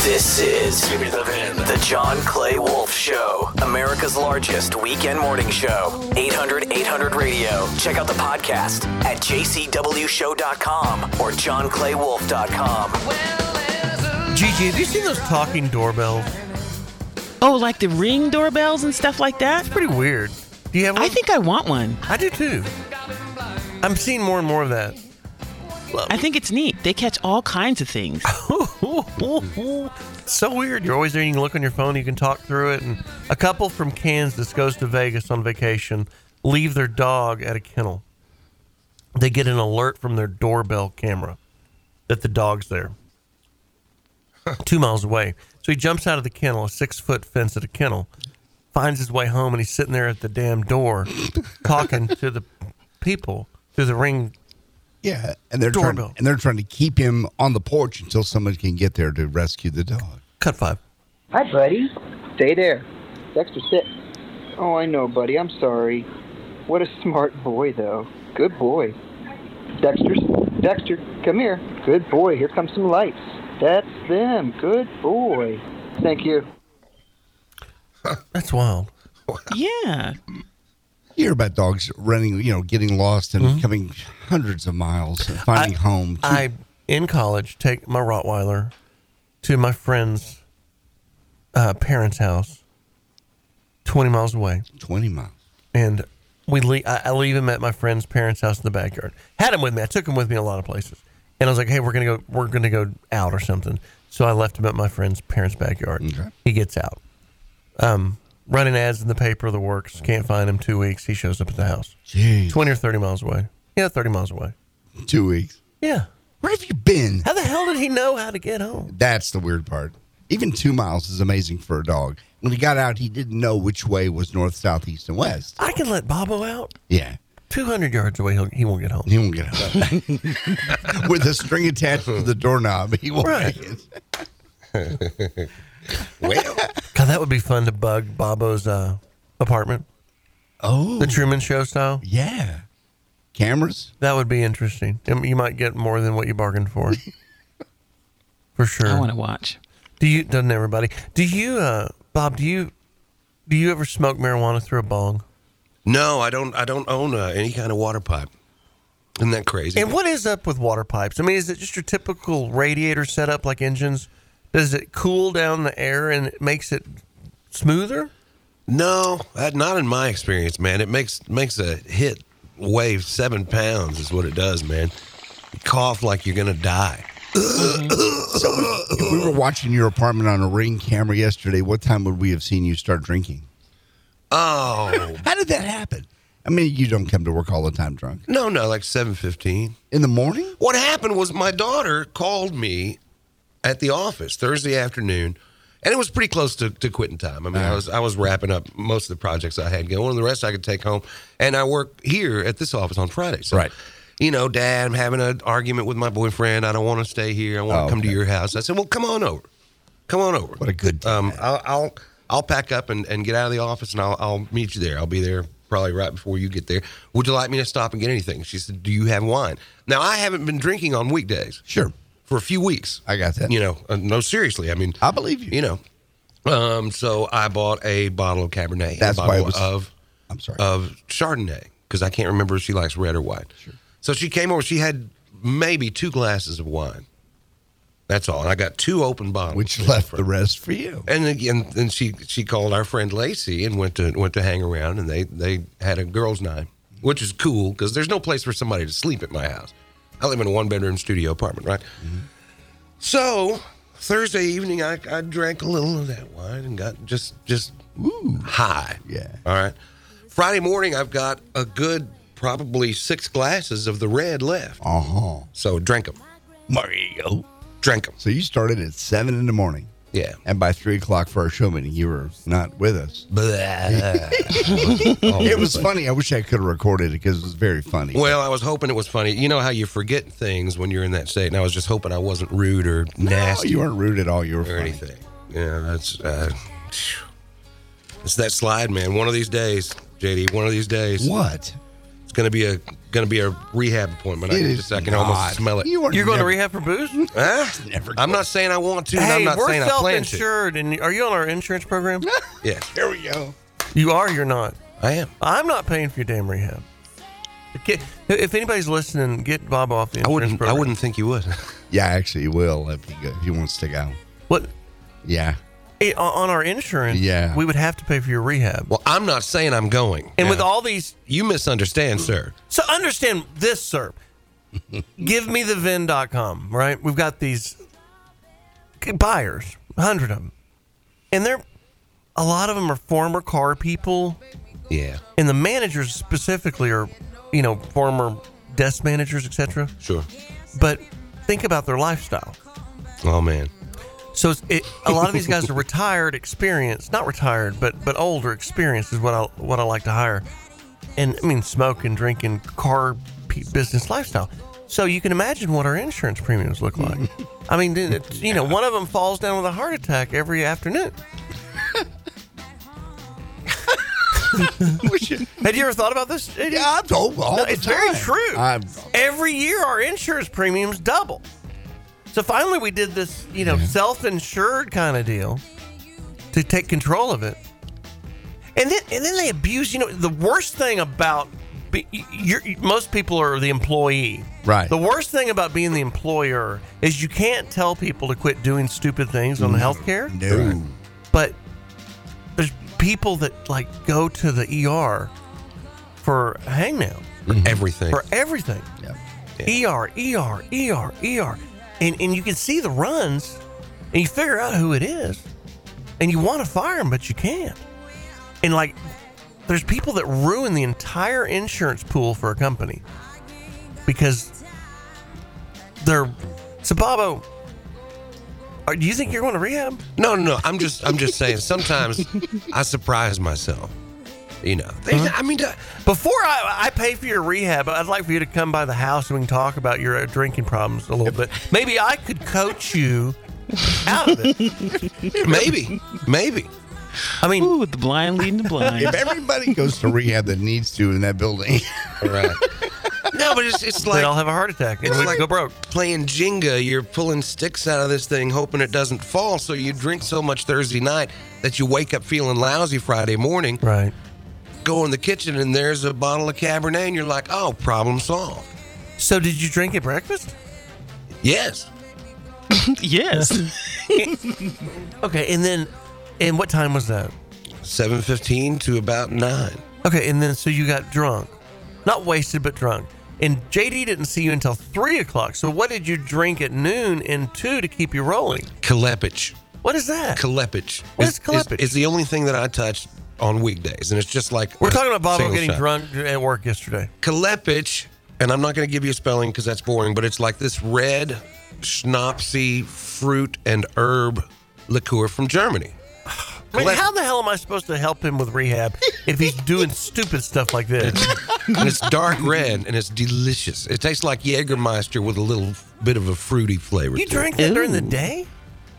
A: This is Give Me the VIN. The John Clay Wolf Show. America's largest weekend morning show. 800 800 radio. Check out the podcast at jcwshow.com or johnclaywolf.com.
C: Gigi, have you seen those talking doorbells?
E: Oh, like the ring doorbells and stuff like that? It's
C: pretty weird. Do you have one?
E: I think I want one.
C: I do too. I'm seeing more and more of that.
E: I think it's neat. They catch all kinds of things.
C: so weird. You're always there. You can look on your phone. You can talk through it. And a couple from Kansas goes to Vegas on vacation. Leave their dog at a kennel. They get an alert from their doorbell camera that the dog's there, two miles away. So he jumps out of the kennel, a six foot fence at a kennel, finds his way home, and he's sitting there at the damn door, talking to the people through the ring.
D: Yeah, Uh, And they're
C: doorbell.
D: trying, and they're trying to keep him on the porch until someone can get there to rescue the dog.
C: Cut five.
S: Hi, buddy. Stay there. It's extra sit. Oh, I know, buddy. I'm sorry. What a smart boy, though. Good boy. Dexter, Dexter, come here. Good boy. Here comes some lights. That's them. Good boy. Thank you.
C: That's wild.
E: Yeah.
D: You hear about dogs running, you know, getting lost and coming hundreds of miles and finding home.
C: Mm-hmm. I in college take my Rottweiler to my friend's uh, parents' house, twenty miles away.
D: Twenty miles.
C: And we leave. I, I leave him at my friend's parents' house in the backyard. Had him with me. I took him with me a lot of places. And I was like, "Hey, we're gonna go. We're gonna go out or something." So I left him at my friend's parents' backyard. He gets out. Um, running ads in the paper, the works. Can't find him. Two weeks. He shows up at the house. Twenty or thirty miles away. Yeah, thirty miles away.
D: Two weeks.
C: Yeah.
D: Where have you been?
C: How the hell did he know how to get home?
D: That's the weird part. Even two miles is amazing for a dog. When he got out, he didn't know which way was north, south, east, and west.
C: I can let Bobo out.
D: Yeah.
C: 200 yards away, he'll, he won't get home.
D: He won't get home. With a string attached to the doorknob, he won't
C: Right.
D: make it.
C: well, God, that would be fun to bug Bobo's uh, apartment.
D: Oh,
C: the Truman Show style.
D: Yeah, cameras.
C: That would be interesting. I mean, You might get more than what you bargained for, for sure. I want
E: to watch.
C: Do you? Doesn't everybody? Do you, uh, Bob? Do you? Do you ever smoke marijuana through a bong?
F: No, I don't. I don't own uh, any kind of water pipe. Isn't that crazy?
C: And what is up with water pipes? I mean, is it just your typical radiator setup like engines? Does it cool down the air and it makes it smoother?
F: No, that, not in my experience, man. It makes makes a hit wave seven pounds is what it does, man. cough like you're gonna die.
D: so if, if we were watching your apartment on a ring camera yesterday, what time would we have seen you start drinking?
F: Oh,
D: how did that happen? I mean, you don't come to work all the time drunk.
F: No, no, like seven fifteen
D: in the morning.
F: What happened was my daughter called me at the office Thursday afternoon, and it was pretty close to, to quitting time. I mean, I was I was wrapping up most of the projects I had going. The rest I could take home, and I work here at this office on Friday. So, right. You know, Dad, I'm having an argument with my boyfriend. I don't want to stay here. I want
D: Oh,
F: to come to your house. I said, Well, come on over. Come on over. What
D: a good.
F: Um, I'll, I'll I'll pack up and, and get out of the office, and I'll I'll meet you there. I'll be there probably right before you get there. Would you like me to stop and get anything? She said, Do you have wine? Now I haven't been drinking on weekdays.
D: Sure.
F: For a few weeks.
D: I got that.
F: You know, uh, no, seriously. I mean,
D: I believe you.
F: You know, um, so I bought a bottle of Cabernet.
D: That's
F: a
D: why
F: bottle
D: it was-
F: Of,
D: I'm sorry.
F: Of Chardonnay because I can't remember if she likes red or white. Sure. So she came over. She had maybe two glasses of wine. That's all. And I got two open bottles.
D: Which left the rest for you.
F: And again, then she she called our friend Lacey and went to went to hang around, and they they had a girls' night, which is cool because there's no place for somebody to sleep at my house. I live in a one bedroom studio apartment, right?
D: Mm-hmm.
F: So Thursday evening, I, I drank a little of that wine and got just just high.
D: Yeah.
F: All right. Friday morning, I've got a good probably six glasses of the red left.
D: Uh huh.
F: So drink them.
D: Mario.
F: Drank them.
D: So you started at seven in the morning.
F: Yeah.
D: And by three o'clock for our show meeting, you were not with us. it was funny. I wish I could have recorded it because it was very funny.
F: Well, I was hoping it was funny. You know how you forget things when you're in that state, and I was just hoping I wasn't rude or nasty.
D: you weren't rude at all. You were
F: or
D: funny.
F: anything. Yeah, that's uh, phew. it's that slide, man. One of these days, JD. One of these days.
D: What?
F: It's gonna be a gonna be a rehab appointment. I,
C: It
F: can
C: is
F: just, I can
C: not.
F: almost smell it.
C: You are You're going to never- rehab for booze?
F: Huh? I'm not saying I want to. and
C: hey,
F: I'm not
C: we're
F: saying I plan to.
C: self-insured, and are you on our insurance program?
F: Yeah.
D: Here we go.
C: You are. You're not.
F: I am.
C: I'm not paying for your damn rehab. Get- If anybody's listening, get Bob off the
F: I
C: insurance
F: wouldn't.
C: program.
F: I wouldn't think you would.
D: Yeah, actually, you will if you, go- if you want to stick out.
C: What?
D: Yeah.
C: Eh, on on our insurance,
F: Yeah.
C: we would have to pay for your rehab.
F: Well, I'm not saying I'm going.
C: And with all these,
F: you misunderstand, sir.
C: So understand this, sir. Give me the VIN.com, right? We've got these buyers, a hundred of them. And they're, a lot of them are former car people.
F: Yeah.
C: And the managers specifically are, you know, former desk managers, etc.
F: Sure.
C: But think about their lifestyle.
F: Oh man.
C: So it's, it, a lot of these guys are retired, experienced, not retired, but but older, experienced is what I what I like to hire. And I mean, smoking, drinking, car pe- business lifestyle. So you can imagine what our insurance premiums look like. I mean, dude, it's- you know, one of them falls down with a heart attack every afternoon. Had you ever thought about this? Yeah,
D: I'm told all the
C: It's very
D: time.
C: true.
D: I'm-
C: Every year, our insurance premiums double. So finally, we did this, you know, self-insured kind of deal to take control of it. And then, and then they abuse. You know, the worst thing about be, you're, most people are the employee.
D: Right.
C: The worst thing about being the employer is you can't tell people to quit doing stupid things on
D: No.
C: healthcare.
D: Mm. No. Right.
C: But there's people that like go to the ER for hangnail
F: For
D: Mm-hmm.
F: everything.
C: for everything. ER, ER, ER, ER. And, and you can see the runs and you figure out who it is and you want to fire them, but you can't. And like, there's people that ruin the entire insurance pool for a company because they're. So, Bobo, are, do you think you're going to rehab?
F: No, no, no. I'm just, I'm just saying. Sometimes I surprise myself. You know, There's- I mean,
C: before I, I pay for your rehab, I'd like for you to come by the house and we can talk about your uh, drinking problems a little bit. Maybe I could coach you out of it.
F: maybe, maybe.
C: I mean,
E: Ooh, the blind leading the blind.
D: If everybody goes to rehab that needs to in that building,
F: right? No, but it's, it's like
C: I'll have a heart attack. and
F: It's
C: we
F: like
C: go broke.
F: Playing Jenga, you're pulling sticks out of this thing, hoping it doesn't fall. So you drink so much Thursday night that you wake up feeling lousy Friday morning.
C: Right.
F: Go in the kitchen and there's a bottle of Cabernet, and you're like, oh, problem solved.
C: So did you drink at breakfast?
F: Yes.
E: yes.
C: okay, and then, and what time was that?
F: Seven fifteen to about nine.
C: Okay, and then so you got drunk, not wasted but drunk, And JD didn't see you until three o'clock. So what did you drink at noon and two to keep you rolling?
F: Kalepich.
C: What is that?
F: Kalepich.
C: What is
F: It's-
C: Kalepich?
F: It's, it's the only thing that I touch on weekdays, and it's just like
C: We're
F: a
C: talking about Bobo
F: single
C: getting
F: shot.
C: drunk at work yesterday.
F: Kalepich, and I'm not going to give you a spelling because that's boring, but it's like this red schnapsy fruit and herb liqueur from Germany.
C: I mean, how the hell am I supposed to help him with rehab if he's doing stupid stuff like this?
F: and it's dark red and it's delicious. It tastes like Jägermeister with a little bit of a fruity flavor.
C: You
F: to it.
C: drank that during the day?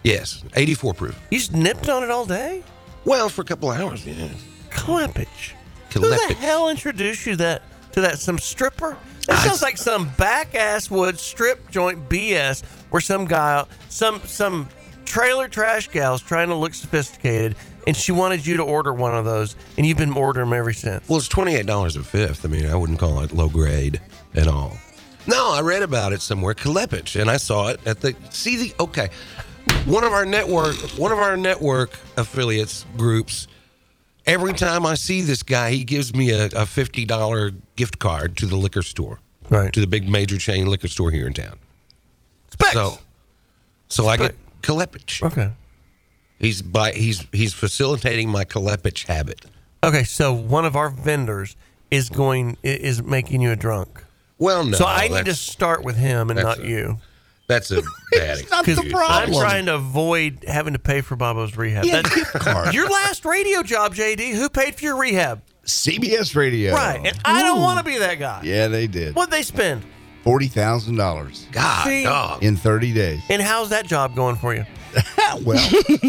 F: Yes, 84 proof.
C: You just nipped on it all day?
F: Well, for a couple hours, yeah.
C: Clappage. Who the
F: Kalepich.
C: hell introduced you that to that? Some stripper? That sounds like some back ass wood strip joint BS where some guy, some some trailer trash gal's trying to look sophisticated, and she wanted you to order one of those, and you've been ordering them ever since.
F: Well, it's $28 a fifth. I mean, I wouldn't call it low grade at all. No, I read about it somewhere, Kalepich, and I saw it at the see the okay. One of our network, one of our network affiliates groups. Every time I see this guy, he gives me a, a fifty dollar gift card to the liquor store,
C: right?
F: To the big major chain liquor store here in town. So, so I get Kalepich.
C: Okay.
F: He's by he's he's facilitating my Kalepich habit.
C: Okay, so one of our vendors is going i- is making you a drunk.
F: Well, no,
C: So I need to
F: that's-
C: start with him and
F: that's
C: not
F: a-
C: you.
F: That's a bad excuse.
C: I'm trying to avoid having to pay for Bobo's rehab.
F: Yeah,
C: That's-
F: gift card.
C: Your last radio job, JD, who paid for your rehab?
D: CBS Radio.
C: Right. And I don't
D: Ooh.
C: want to be that guy.
D: Yeah, they did.
C: What'd they spend?
D: Forty thousand dollars.
C: God, See? dog.
D: In thirty days.
C: And how's that job going for you?
D: well,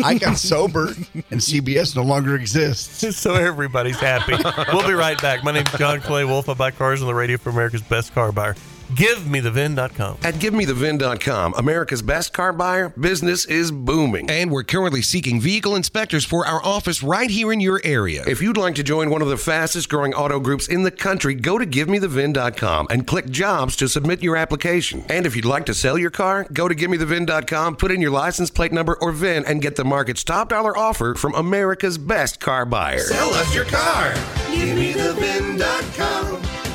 D: I got sober, and CBS no longer exists.
C: so everybody's happy. We'll be right back. My name's John Clay Wolf. I buy cars on the radio for America's best car buyer. Give me the VIN.com.
F: At GiveMeTheVIN.com, America's best car buyer, business is booming. And we're currently seeking vehicle inspectors for our office right here in your area. If you'd like to join one of the fastest growing auto groups in the country, go to GiveMeTheVIN.com and click jobs to submit your application. And if you'd like to sell your car, go to GiveMeTheVIN.com, put in your license plate number or VIN, and get the market's top dollar offer from America's best car buyer.
B: us your car.
F: Give me the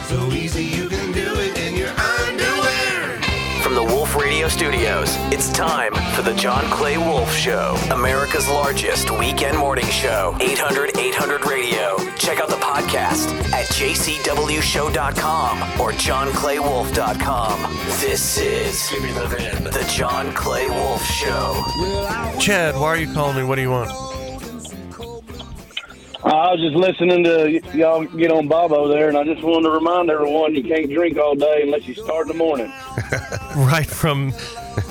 B: So easy you can do it in your underwear.
A: From the Wolf Radio Studios, it's time for the John Clay Wolf Show, America's largest weekend morning show. 800 800 radio. Check out the podcast at jcwshow.com or johnclaywolf.com. This is the John Clay Wolf Show.
C: Chad, why are you calling me? What do you want?
T: I was just listening to y- y'all get on Bobo there, and I just wanted to remind everyone you can't drink all day unless you start in the morning.
C: Right from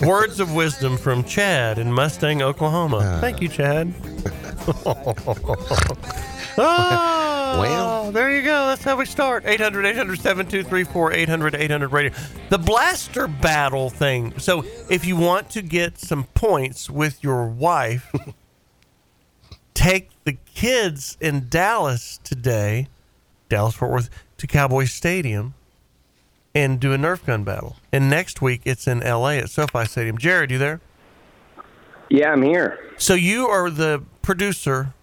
C: words of wisdom from Chad in Mustang, Oklahoma.
F: Uh,
C: Thank you, Chad. Ah,
B: Well.
C: there you go. That's how we start. 800 800 7234 800 800 radio. The blaster battle thing. So, if you want to get some points with your wife, take the kids in Dallas today, Dallas Fort Worth, to Cowboy Stadium and do a Nerf gun battle. And next week it's in LA at SoFi Stadium. Jared, you there?
T: Yeah, I'm here.
C: So you are the producer,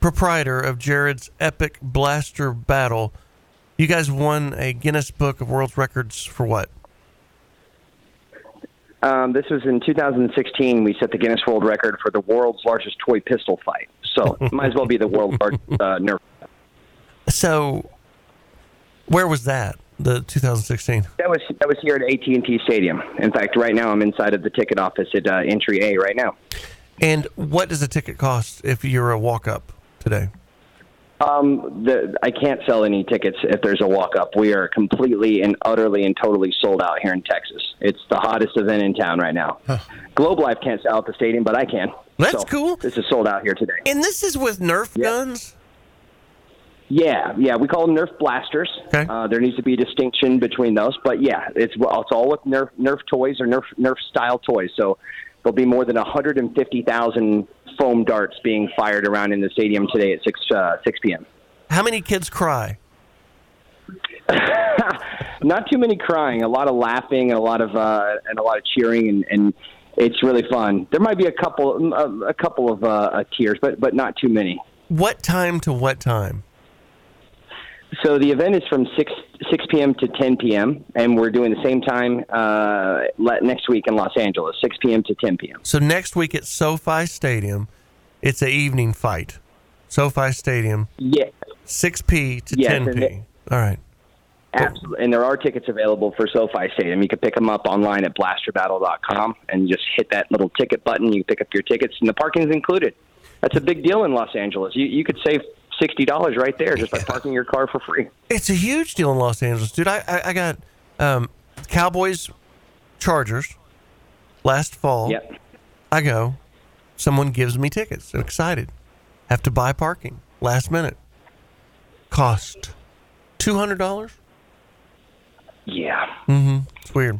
C: proprietor of Jared's Epic Blaster Battle. You guys won a Guinness Book of World Records for what?
U: Um, this was in 2016. We set the Guinness World Record for the world's largest toy pistol fight. So it might as well be the world's largest uh, Nerf.
C: So where was that? The 2016.
U: That was that was here at AT&T Stadium. In fact, right now I'm inside of the ticket office at uh, entry A right now.
C: And what does a ticket cost if you're a walk up today?
U: Um, the, I can't sell any tickets if there's a walk up. We are completely and utterly and totally sold out here in Texas. It's the hottest event in town right now. Globe Life can't sell out the stadium, but I can.
C: That's
U: So
C: cool.
U: This is sold out here today.
C: And this is with Nerf guns?
U: Yeah, yeah, we call them Nerf blasters. Uh, there needs to be a distinction between those, but yeah, it's well, it's all with Nerf Nerf toys or Nerf Nerf style toys. So there'll be more than 150,000 foam darts being fired around in the stadium today at six uh, six p.m.
C: How many kids cry?
U: Not too many crying, a lot of laughing, a lot of uh, and a lot of cheering, and, and it's really fun. There might be a couple a, a couple of uh, uh, tears, but but not too many.
C: What time to what time?
U: So the event is from six 6 p.m. to 10 p.m. And we're doing the same time uh, le- next week in Los Angeles, 6 p.m. to 10 p.m.
C: So next week at SoFi Stadium, it's an evening fight. SoFi Stadium.
U: Yeah.
C: 6p to
U: Yes,
C: 10p.
U: and it-
C: All right.
U: Absolutely. And there are tickets available for SoFi Stadium. You can pick them up online at blasterbattle.com and just hit that little ticket button. You pick up your tickets, and the parking is included. That's a big deal in Los Angeles. You, you could save $60 right there just by parking your car for free.
C: It's a huge deal in Los Angeles, dude. I I, I got um, Cowboys, Chargers, last fall.
U: Yep.
C: I go. Someone gives me tickets. I'm excited. Have to buy parking last minute. Cost two hundred dollars.
U: Yeah.
C: Mm-hmm. It's weird.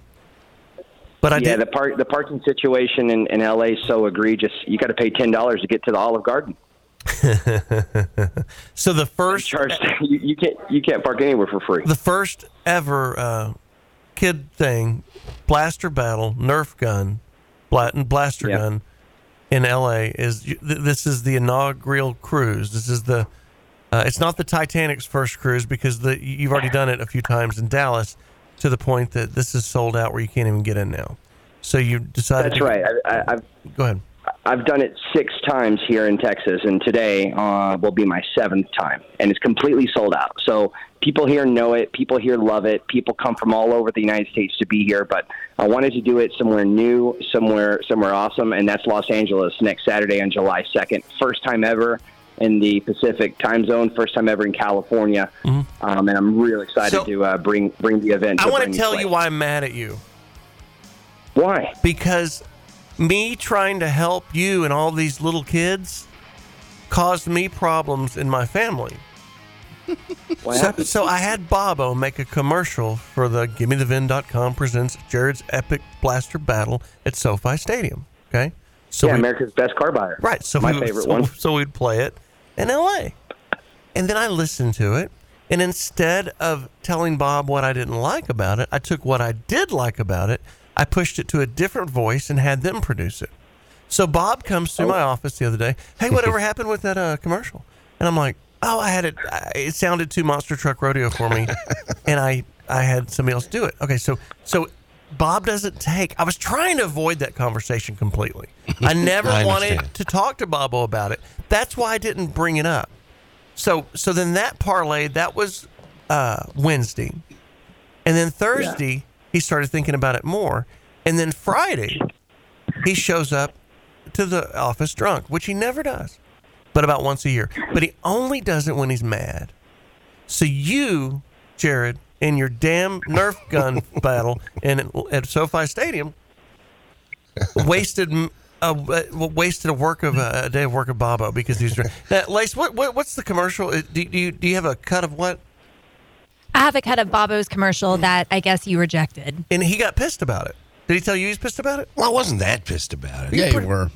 C: But I
U: yeah,
C: did.
U: the park the parking situation in, in LA is so egregious. You got to pay ten dollars to get to the Olive Garden.
C: so the first
U: charge you, you can't you can't park anywhere for free.
C: The first ever uh, kid thing, blaster battle, Nerf gun, bla- blaster
G: Yeah.
C: gun in L.A. is th- this is the inaugural cruise. This is the uh, it's not the Titanic's first cruise because the you've already done it a few times in Dallas to the point that this is sold out where you can't even get in now. So you decided.
U: That's
C: to-
U: right. I, I, I've
C: go ahead.
U: I've done it six times here in Texas, and today uh, will be my seventh time, and it's completely sold out. So people here know it. People here love it. People come from all over the United States to be here, but I wanted to do it somewhere new, somewhere somewhere awesome, and that's Los Angeles next Saturday on July second. First time ever in the Pacific time zone. First time ever in California, um, and I'm really excited to uh, bring bring the event.
C: Mm-hmm. I
U: a
C: want
U: brand
C: to
U: new
C: tell
U: place.
C: you why I'm mad at you.
U: Why?
C: Because me trying to help you and all these little kids caused me problems in my family. so, so I had Bobo make a commercial for the GimmeTheVin.com presents Jared's Epic Blaster Battle at SoFi Stadium. Okay. So
U: yeah,
C: we-
U: America's best car buyer.
C: Right. So
U: my
C: we,
U: favorite
C: so,
U: one.
C: So we'd play it in L.A. And then I listened to it, and instead of telling Bob what I didn't like about it, I took what I did like about it. I pushed it to a different voice and had them produce it. So Bob comes
U: Oh.
C: to my office the other day. Hey, whatever happened with that uh, commercial? And I'm like, oh, I had it. I- It sounded too monster truck rodeo for me, and I I had somebody else do it. Okay, so so Bob doesn't take. I was trying to avoid that conversation completely. I never
F: I
C: wanted
F: understand.
C: to talk to Bobo about it. That's why I didn't bring it up. So so then that parlay that was uh, Wednesday, and then Thursday he started thinking about it more, and then Friday he shows up to the office drunk, which he never does, but about once a year. But he only does it when he's mad. So you, Jared, in your damn Nerf gun battle in at SoFi Stadium, wasted m- a, a- wasted a work of a, a day of work of Bobo because he's drunk. Now, Lace, what, what what's the commercial? Uh, Do, do you do you have a cut of what?
R: I have a cut of Bobo's commercial that I guess you rejected.
C: And he got pissed about it. Did he tell you he's pissed about it?
F: Well, I wasn't that pissed about it.
C: Yeah, you
F: were.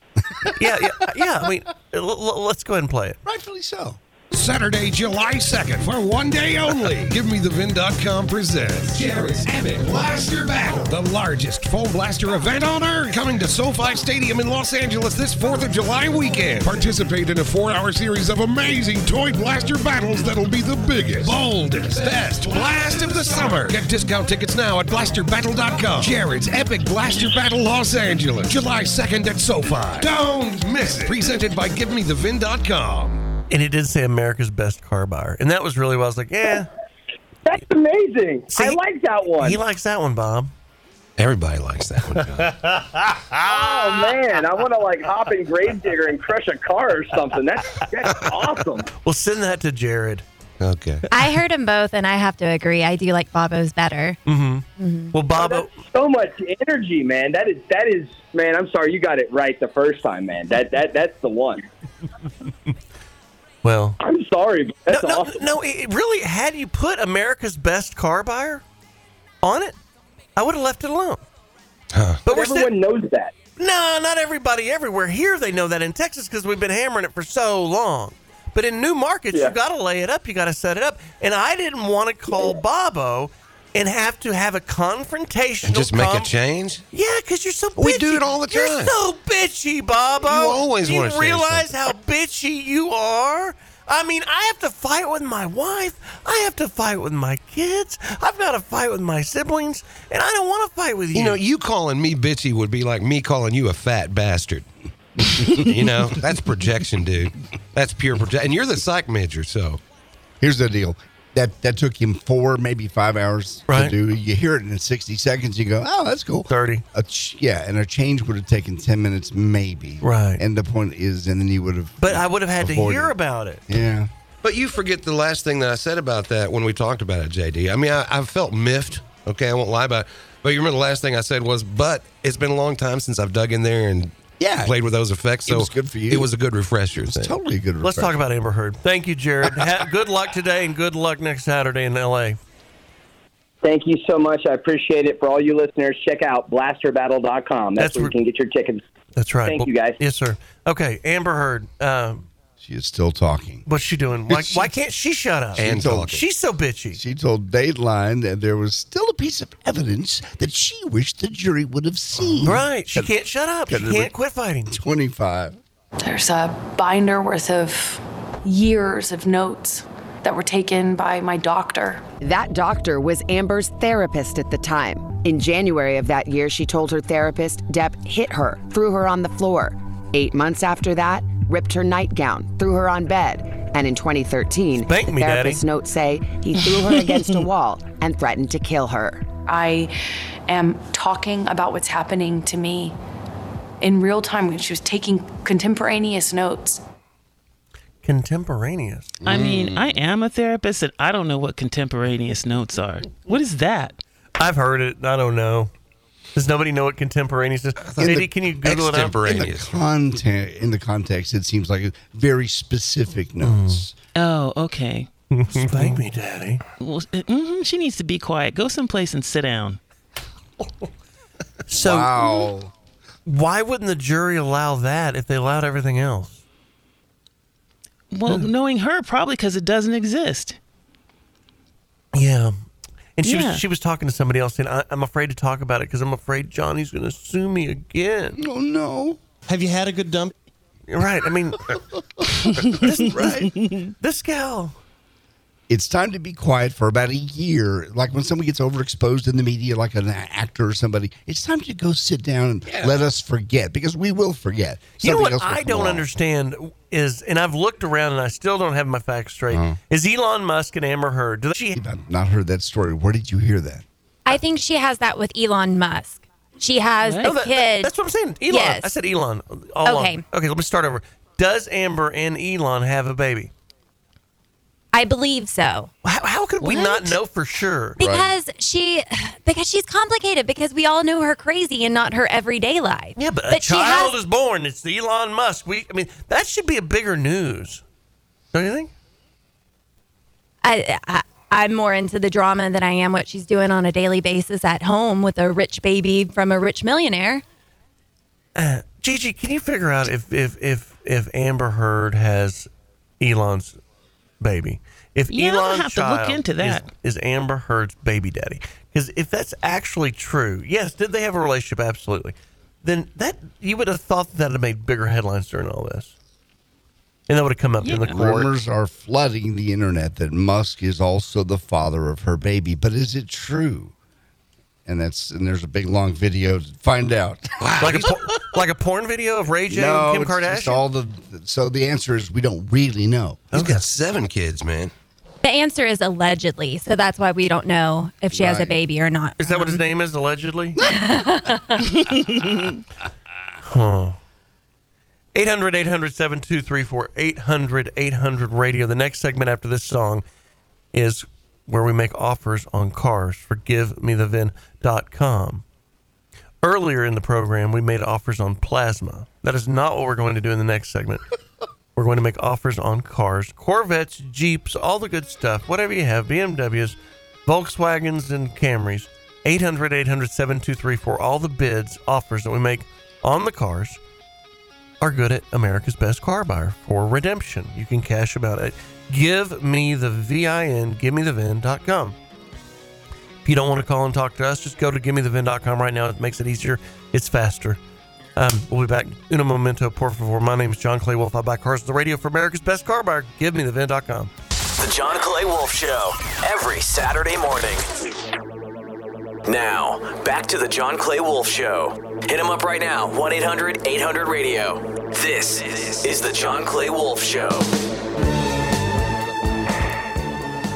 C: yeah, yeah, yeah. I mean, l- l- let's go ahead and play it.
G: Rightfully so. Saturday, July 2nd, for one day only. Give me the VIN.com presents Jared's Epic Blaster Battle, the largest full blaster event on earth, coming to SoFi Stadium in Los Angeles this 4th of July weekend. Participate in a four hour series of amazing toy blaster battles that'll be the biggest, boldest, best blast of the summer. Get discount tickets now at blasterbattle.com. Jared's Epic Blaster Battle Los Angeles, July 2nd at SoFi. Don't miss it. Presented by GiveMeTheVIN.com.
C: And it did say America's best car buyer, and that was really what I was like, eh, yeah.
V: That's amazing. I like that one.
C: He likes that one, Bob.
F: Everybody likes that one.
V: oh man, I want to like hop in Gravedigger and crush a car or something. That's that's awesome.
C: Well, send that to Jared.
F: Okay.
R: I heard them both, and I have to agree. I do like Bobo's better.
C: Mm-hmm.
R: Mhm.
C: Well, Bobo,
V: Oh, So much energy, man. That is that is man. I'm sorry, you got it right the first time, man. That that that's the one.
C: Well,
V: I'm sorry, but that's
C: no,
V: awesome.
C: no, it it really. Had you put America's best car buyer on it, I would have left it alone. But, everyone
V: knows that.
C: No, not everybody everywhere. Here they know that in Texas because we've been hammering it for so long. But in new markets, you got to lay it up. You got to set it up. And I didn't want to call Bobo and have to have a confrontational.
F: Just make a
C: con-
F: change.
C: Yeah, because you're so bitchy.
F: We do it all the
C: You're
F: time.
C: so bitchy, Bobo.
F: You always
C: Do you
F: wanna say
C: realize
F: something.
C: how bitchy you are? I mean, I have to fight with my wife. I have to fight with my kids. I've got to fight with my siblings, and I don't want to fight with you.
F: You know, you calling me bitchy would be like me calling you a fat bastard. you know, that's projection, dude. That's pure projection. And you're the psych major, so.
D: Here's the deal. That that took him four, maybe five hours
F: Right.
D: to do. You hear it in 60 seconds. You go, oh, that's cool.
C: 30.
D: A ch- yeah, and a change would have taken 10 minutes, maybe.
C: Right.
D: And the point is, and then you would have.
C: But I would have had
D: Avoid
C: to hear
D: it.
C: about it.
D: Yeah.
F: But you forget the last thing that I said about that when we talked about it, JD. I mean, I, I felt miffed. Okay, I won't lie about it. But you remember the last thing I said was, but it's been a long time since I've dug in there and
D: yeah.
F: played with those effects. So
C: It was good for you.
F: It was a good refresher. It was
D: totally good
C: Let's talk about Amber Heard. Thank you, Jared. ha- good luck today, and good luck next Saturday in L.A.
M: Thank you so much. I appreciate it. For all you listeners, check out blasterbattle.com. That's,
C: That's
M: where
C: re-
M: you can get your tickets.
C: That's right.
M: Thank
C: Well,
M: you, guys.
C: Yes, sir. Okay, Amber Heard. Um,
D: she is still talking.
C: What's she doing? Why, why can't she shut up?
D: And talking.
C: she's so bitchy.
D: She told Dateline that there was still a piece of evidence that she wished the jury would have seen.
C: Right. She can't shut up. She can't quit fighting.
D: 25.
H: There's a binder worth of years of notes that were taken by my doctor.
I: That doctor was Amber's therapist at the time. In January of that year, she told her therapist Depp hit her, threw her on the floor. Eight months after that, ripped her nightgown, threw her on bed. And in 2013,
H: me,
I: the
H: Daddy.
I: therapist's notes say he threw her against a wall and threatened to kill her.
H: I am talking about what's happening to me in real time when she was taking contemporaneous notes.
C: Contemporaneous.
E: I mean, I am a therapist and I don't know what contemporaneous notes are. What is that?
C: I've heard it. I don't know. Does nobody know what contemporaneous is? JD,
D: the-
C: can you Google it up?
D: In the content, in the context, it seems like very specific
C: Mm.
D: notes.
E: Oh, okay.
C: Spank me, Daddy.
E: Well, hmm she needs to be quiet. Go someplace and sit down.
C: So, why wouldn't the jury allow that if they allowed everything else?
E: Well,
C: Mm.
E: knowing her, probably because it doesn't exist.
C: Yeah. And she
E: Yeah.
C: was she was talking to somebody else, and I, I'm afraid to talk about it because I'm afraid Johnny's going to sue me again.
D: Oh no!
C: Have you had a good dump? Right. I mean, this, right. this gal.
D: It's time to be quiet for about a year. Like when someone gets overexposed in the media, like an actor or somebody, it's time to go sit down and let us forget because we will forget.
C: You know
D: Something
C: what
D: else will
C: I
D: come
C: don't
D: along.
C: understand is, and I've looked around and I still don't have my facts straight.
D: Uh-huh.
C: Is Elon Musk and Amber Heard? Do she,
D: Not heard that story. Where did you hear that?
R: I think she has that with Elon Musk. She has
C: No,
R: a
C: that-
R: kid.
C: that's what I'm saying. Elon.
R: Yes.
C: I said Elon. All along.
R: Okay.
C: Okay. Let me start over. Does Amber and Elon have a baby?
R: I believe so.
C: How, how could We not know for sure
R: Because she, because she's complicated. Because we all know her crazy and not her everyday life.
C: Yeah, but, a child is born. It's the Elon Musk. We, I mean, that should be a bigger news. Don't you think?
R: I, I, I'm more into the drama than I am what she's doing on a daily basis at home with a rich baby from a rich millionaire.
C: Uh, Gigi, can you figure out if if if if Amber Heard has Elon's baby? If
E: Yeah, I'm gonna
C: Elon's
E: have to look
C: child
E: into
C: is-
E: that.
C: is Amber Heard's baby daddy? Because if that's actually true, yes, did they have a relationship? Absolutely. Then that you would have thought that would have made bigger headlines during all this, and that would have come up in the court.
D: Rumors are flooding the internet that Musk is also the father of her baby, but is it true? And that's and there's a big long video to find out.
C: like a por- like a porn video of Ray J
D: no,
C: and Kim
D: it's
C: Kardashian.
D: just all the. So the answer is we don't really know.
F: He's got seven kids, man.
R: The answer is allegedly, so that's why we don't know if she has a
C: Right.
R: baby or not.
C: Is that what his name is allegedly?
B: Huh.
C: 800 800 7234 800 800 radio. The next segment after this song is where we make offers on cars. ForgiveMeTheVin.com. Earlier in the program, we made offers on plasma. That is not what we're going to do in the next segment. we're going to make offers on cars, Corvettes, Jeeps, all the good stuff, whatever you have, BMWs, Volkswagens, and Camrys. 800 800 7234. All the bids, offers that we make on the cars are good at America's Best Car Buyer for redemption. You can cash about it. Give me the VIN, give me the VIN.com. If you don't want to call and talk to us, just go to give me the VIN.com right now. It makes it easier, it's faster. Um, we'll be back in a momento, por favor. My name is John Clay Wolf. I buy cars on the radio for America's best car buyer. Give me the VIN.com.
A: The John Clay Wolf Show, every Saturday morning. Now, back to the John Clay Wolf Show. Hit him up right now, 1 800 800 radio. This is the John Clay Wolf Show.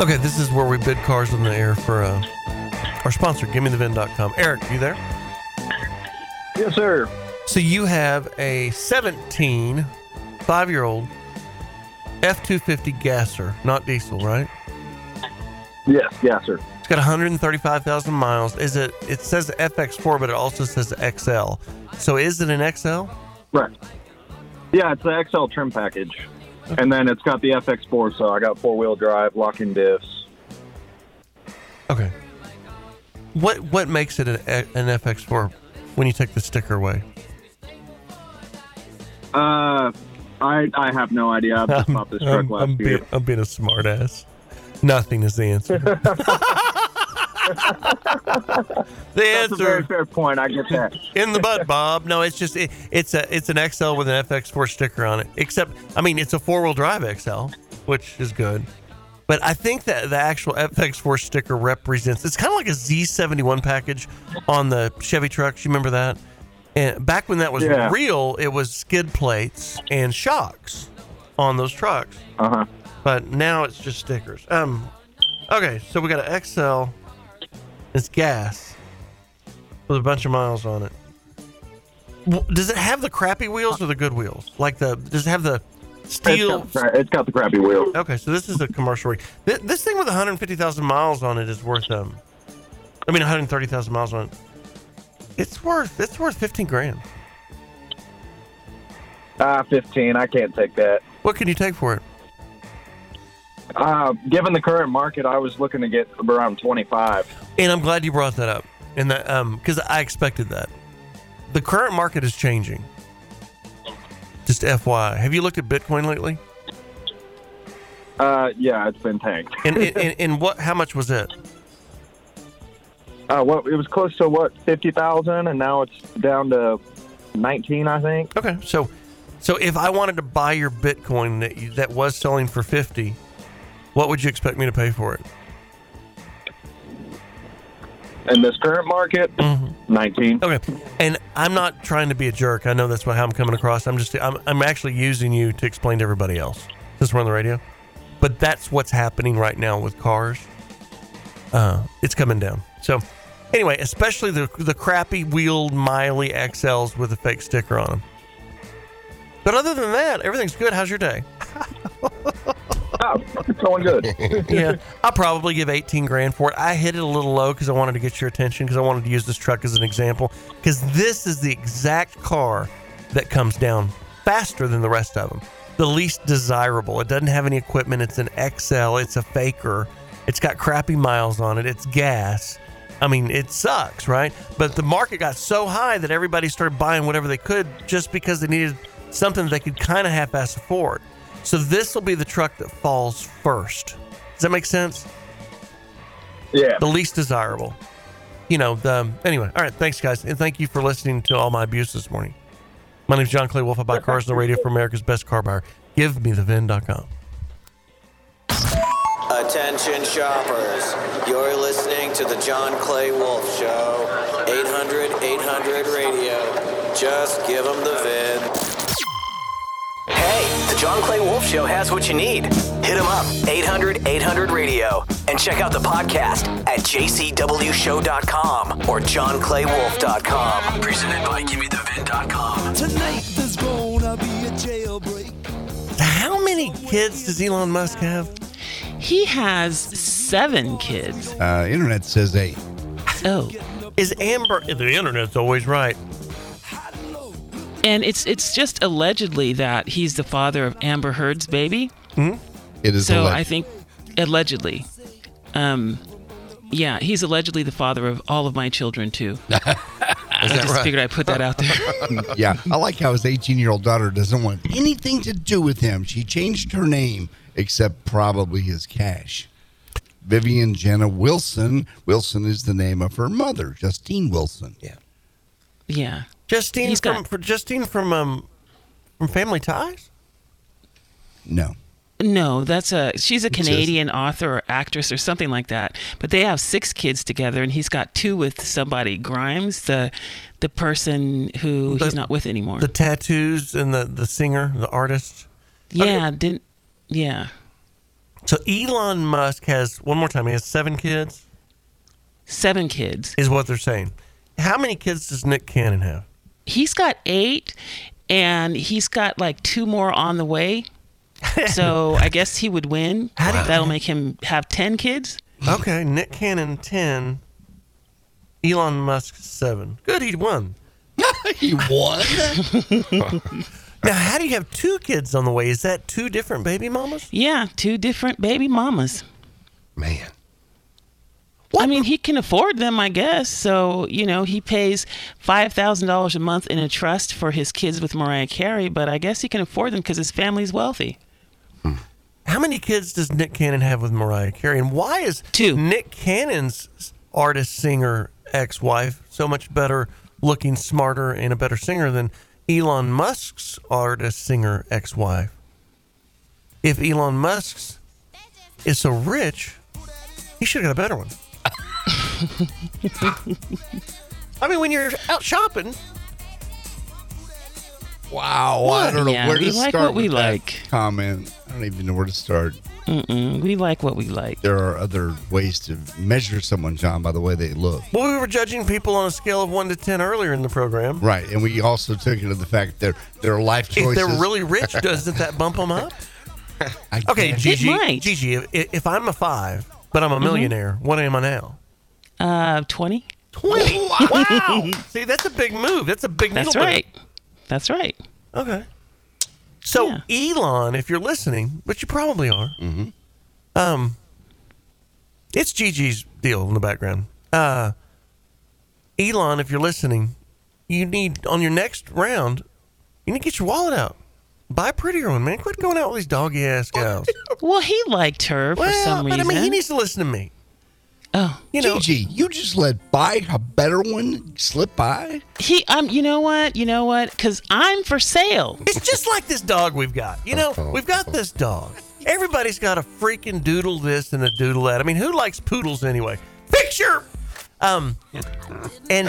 C: Okay, this is where we bid cars on the air for uh, our sponsor, GiveMeTheVIN.com. Eric, you there?
J: Yes, sir.
C: So you have a 17, five year old F 250 gasser, not diesel, right?
J: Yes, yes, sir.
C: It's got 135,000 miles. Is it? It says FX4, but it also says XL. So is it an XL?
J: Right. Yeah, it's the XL trim package. And then it's got the FX4, so I got four wheel drive, locking diffs.
C: Okay. What what makes it an, an FX4 when you take the sticker away?
J: Uh, I I have no idea. I just bought this truck
C: I'm,
J: last
C: I'm
J: year.
C: being, I'm being a smartass. Nothing is the answer. the
J: That's
C: answer.
J: a very fair point. I get that.
C: In the butt, Bob. No, it's just it, it's a it's an XL with an FX4 sticker on it. Except, I mean, it's a four wheel drive XL, which is good. But I think that the actual FX4 sticker represents it's kind of like a Z71 package on the Chevy trucks. You remember that? And back when that was
J: Yeah.
C: real, it was skid plates and shocks on those trucks.
J: Uh huh.
C: But now it's just stickers. Um, okay, so we got an XL. It's gas with a bunch of miles on it. W- Does it have the crappy wheels or the good wheels? Like the does it have the steel?
J: It's got, the cra- it's got the crappy wheel.
C: Okay, so this is a commercial. rig. Th- This thing with 150,000 miles on it is worth um, I mean 130,000 miles on it. It's worth it's worth 15 grand.
J: Ah, fifteen. I can't take that.
C: What can you take for it?
J: Uh, given the current market, I was looking to get around twenty-five.
C: And I'm glad you brought that up. And that um because I expected that. The current market is changing. Just FYI. Have you looked at Bitcoin lately?
J: Uh, yeah, it's been tanked.
C: And and, and, and what how much was it?
J: Uh, what it was close to what fifty thousand, and now it's down to nineteen, I think.
C: Okay, so so if I wanted to buy your Bitcoin that you, that was selling for 50, what would you expect me to pay for it?
J: In this current market,
C: Mm-hmm.
J: nineteen.
C: Okay, and I'm not trying to be a jerk. I know that's what, how I'm coming across. I'm just I'm, I'm actually using you to explain to everybody else since we're on the radio. But that's what's happening right now with cars. Uh, it's coming down. So anyway, especially the the crappy wheeled Miley XLs with a fake sticker on them. But other than that, everything's good. How's your day?
J: Oh, it's going good.
C: yeah, I'll probably give 18 grand for it. I hit it a little low because I wanted to get your attention because I wanted to use this truck as an example because this is the exact car that comes down faster than the rest of them. The least desirable. It doesn't have any equipment. It's an XL. It's a faker. It's got crappy miles on it. It's gas. I mean, it sucks, right? But the market got so high that everybody started buying whatever they could just because they needed something that they could kind of half-ass afford. So this will be the truck that falls first. Does that make sense?
J: Yeah.
C: The least desirable. You know, the anyway. All right, thanks guys, and thank you for listening to all my abuse this morning. My name's John Clay Wolf. I buy cars on the radio for America's best car buyer. Give me the VIN.com.
A: Attention shoppers, you're listening to the John Clay Wolf Show. 800 800 radio. Just give them the vid. Hey, the John Clay Wolf Show has what you need. Hit him up, 800 800 radio. And check out the podcast at jcwshow.com or johnclaywolf.com. Presented by GimmeTheVin.com.
B: Tonight there's gonna be a jailbreak.
C: How many kids does Elon Musk have?
E: He has seven kids.
D: Uh, internet says eight.
E: Oh.
C: Is Amber the internet's always right.
E: And it's it's just allegedly that he's the father of Amber Heard's baby.
C: Hmm?
D: It is
E: so
D: alleged.
E: I think allegedly. Um yeah, he's allegedly the father of all of my children too. I
D: that
E: just
D: right?
E: figured I'd put that out there.
D: yeah, I like how his 18 year old daughter doesn't want anything to do with him. She changed her name, except probably his cash. Vivian Jenna Wilson. Wilson is the name of her mother, Justine Wilson. Yeah.
E: Yeah.
C: Justine
E: He's
C: from
E: got-
C: for Justine from um from Family Ties.
D: No.
E: No, that's a she's a
C: It's just-
E: Canadian author or actress or something like that. But they have six kids together, and he's got two with somebody Grimes, the the person who he's not with anymore.
C: The tattoos and the the singer, the artist.
E: yeah, didn't yeah
C: So Elon Musk has one more time. He has seven kids.
E: Seven kids
C: is what they're saying. How many kids does Nick Cannon have?
E: he's got eight, and he's got like two more on the way. So I guess he would win. That'll make him have ten kids.
C: Okay, Nick Cannon ten, Elon Musk seven. Good, he won.
D: he won.
C: now, how do you have two kids on the way? Is that two different baby mamas?
E: Yeah, two different baby mamas.
F: Man.
E: I mean, he can afford them, I guess. So, you know, he pays $5,000 a month in a trust for his kids with Mariah Carey, but I guess he can afford them because his family's wealthy.
C: How many kids does Nick Cannon have with Mariah Carey, and why is two. Nick Cannon's artist singer ex wife so much better looking, smarter, and a better singer than Elon Musk's artist singer ex wife? If Elon Musk's is so rich, he should have got a better one. I mean, when you're out shopping,
D: Wow. Oh, I
C: What?
D: don't know
C: Yeah,
D: where
C: we
D: to
C: like
D: start.
C: what we
D: with that
C: like.
D: Comment. I don't even know where to start.
E: Mm-mm, we like what we like.
D: There are other ways to measure someone, John, by the way they look.
C: well, we were judging people on a scale of one to ten earlier in the program.
D: Right. And we also took into the fact that their life choices.
C: If they're really rich, doesn't that bump them up? okay,
D: guess.
C: Gigi,
D: It might. Mm-hmm.
C: Gigi, if, if I'm a five, but I'm a
E: Mhm.
C: millionaire, what am I now?
E: Uh, 20?
C: 20. Wow. See, that's a big move. That's a big
E: That's
C: needle mover.
E: right. That's right.
C: Okay. So, Elon, if you're listening, which you probably are,
D: Mm-hmm.
C: um, it's Gigi's deal in the background. Uh, Elon, if you're listening, you need on your next round, you need to get your wallet out. Buy a prettier one, man. Quit going out with these doggy ass gals.
E: Well, he liked her for some
C: but I mean, he
E: reason.
C: needs to listen to me.
E: Oh,
C: you know,
D: Gigi, you just let by a better one slip by.
E: He, um, you know what? You know what? Because I'm for sale.
C: It's just like this dog we've got. You know,
D: Oh.
C: we've got this dog. Everybody's got a freaking doodle this and a doodle that. I mean, who likes poodles anyway? Picture. Um, and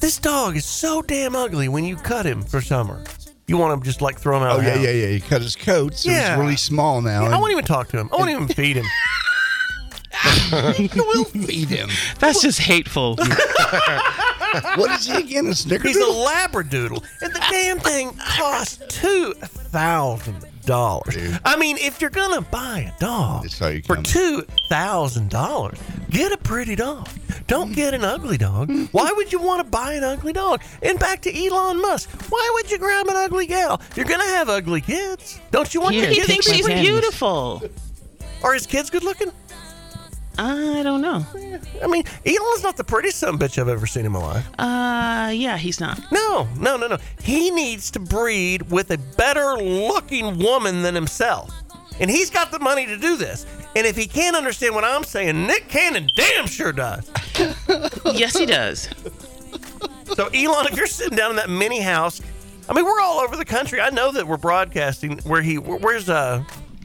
C: this dog is so damn ugly when you cut him for summer. You want to just like throw him out.
D: Oh,
C: of the
D: yeah,
C: house.
D: yeah, yeah. He cut his coat, so
C: Yeah.
D: it's really small now.
C: I won't even talk to him. I won't even feed him.
D: we'll feed him.
E: That's just hateful.
D: what is he again? A snickerdoodle?
C: He's a labradoodle. And the damn thing costs two thousand dollars. I mean, if you're gonna buy a dog for two thousand dollars, get a pretty dog. Don't get an ugly dog. Why would you want to buy an ugly dog? And back to Elon Musk. Why would you grab an ugly gal? You're gonna have ugly kids. Don't you want
E: Here,
C: your kids
E: take
C: to
E: my
C: be pretty?
E: hand. beautiful?
C: Are his kids good looking?
E: I don't know.
C: I mean, Elon's not the prettiest son of a bitch I've ever seen in my life.
E: Uh, yeah, he's not.
C: No, no, no, no. He needs to breed with a better looking woman than himself. And he's got the money to do this. And if he can't understand what I'm saying, Nick Cannon damn sure does.
E: yes, he does.
C: So, Elon, if you're sitting down in that mini house, I mean, we're all over the country. I know that we're broadcasting. Where he, where- where's uh,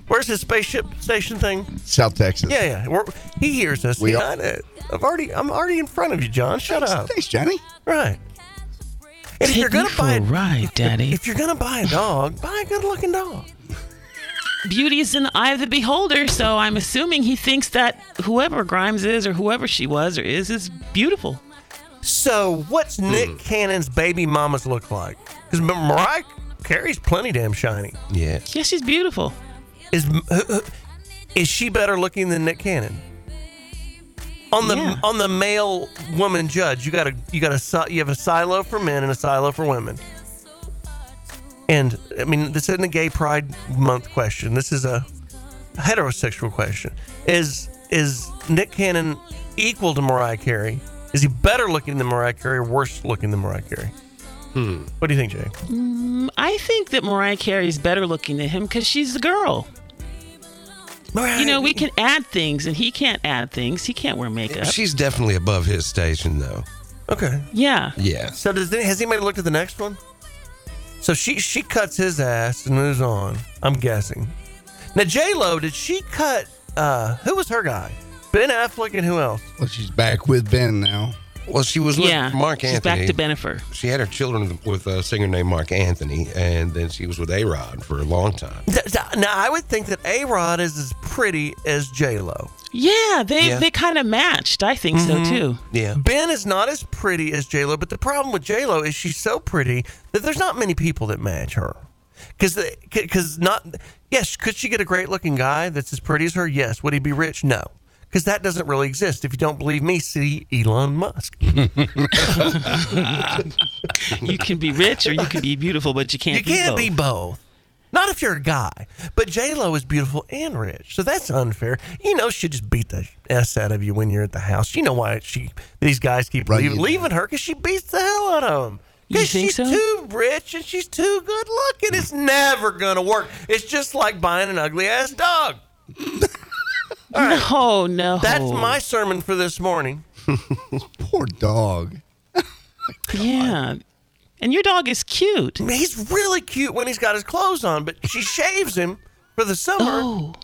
C: where's his spaceship station thing?
D: South Texas.
C: Yeah, yeah. We're, he hears us.
D: We
C: He-
D: all-
C: I, I've already, I'm already in front of you, John. Shut up.
D: Thanks, Johnny.
C: Right. And if you're gonna buy a
E: right, Daddy.
C: If you're gonna buy a dog, buy a good-looking dog.
E: Beauty is in the eye of the beholder, so I'm assuming he thinks that whoever Grimes is or whoever she was or is is beautiful.
C: So, what's Nick Cannon's baby mamas look like? Because Mariah Carey's plenty damn shiny.
F: Yeah.
E: Yeah, she's beautiful.
C: Is uh, is she better looking than Nick Cannon? On the
E: Yeah.
C: on the male woman judge, you got a you got a si- you have a silo for men and a silo for women. And I mean, this isn't a gay pride month question. This is a heterosexual question. Is is Nick Cannon equal to Mariah Carey? Is he better looking than Mariah Carey or worse looking than Mariah Carey? Hmm. What do you think, Jay?
E: Mm, I think that Mariah Carey's better looking than him because she's a girl. You know, we can add things, and he can't add things. He can't wear makeup.
F: She's definitely above his station, though.
C: Okay.
E: Yeah.
F: Yeah.
C: So does any, has anybody looked at the next one? So she she cuts his ass and moves on. I'm guessing. Now J Lo, did she cut? uh Who was her guy? Ben Affleck and who else?
D: Well, she's back with Ben now.
F: Well, she was with
D: Yeah,
F: Mark
D: she's back
F: Anthony.
D: to
E: Benifer.
F: She had her children with a singer named Mark Anthony, and then she was with A Rod for a long time.
C: Th- th- Now I would think that A Rod is as pretty as J Lo.
E: Yeah, they
C: Yeah. Mm-hmm.
E: they kind of matched. I think so too.
F: Yeah.
C: Ben is not as pretty as J Lo, but the problem with J Lo is she's so pretty that there's not many people that match her. Because because not yes, could she get a great looking guy that's as pretty as her? Yes. Would he be rich? No. Because that doesn't really exist. If you don't believe me, see Elon Musk.
E: you can be rich or you can be beautiful, but you can't.
C: You can't be both. Not if you're a guy. But J Lo is beautiful and rich, so that's unfair. You know, she just beat the s out of you when you're at the house. You know why she these guys keep
D: Right.
C: leaving, leaving her because she beats the hell out of them. Because she's too rich and she's too good looking. It's never gonna work. It's just like buying an ugly ass dog.
E: Oh no.
C: That's my sermon for this morning.
D: Poor dog.
E: Yeah. And your dog is cute.
C: He's really cute when he's got his clothes on, but she shaves him for the summer.
E: Oh.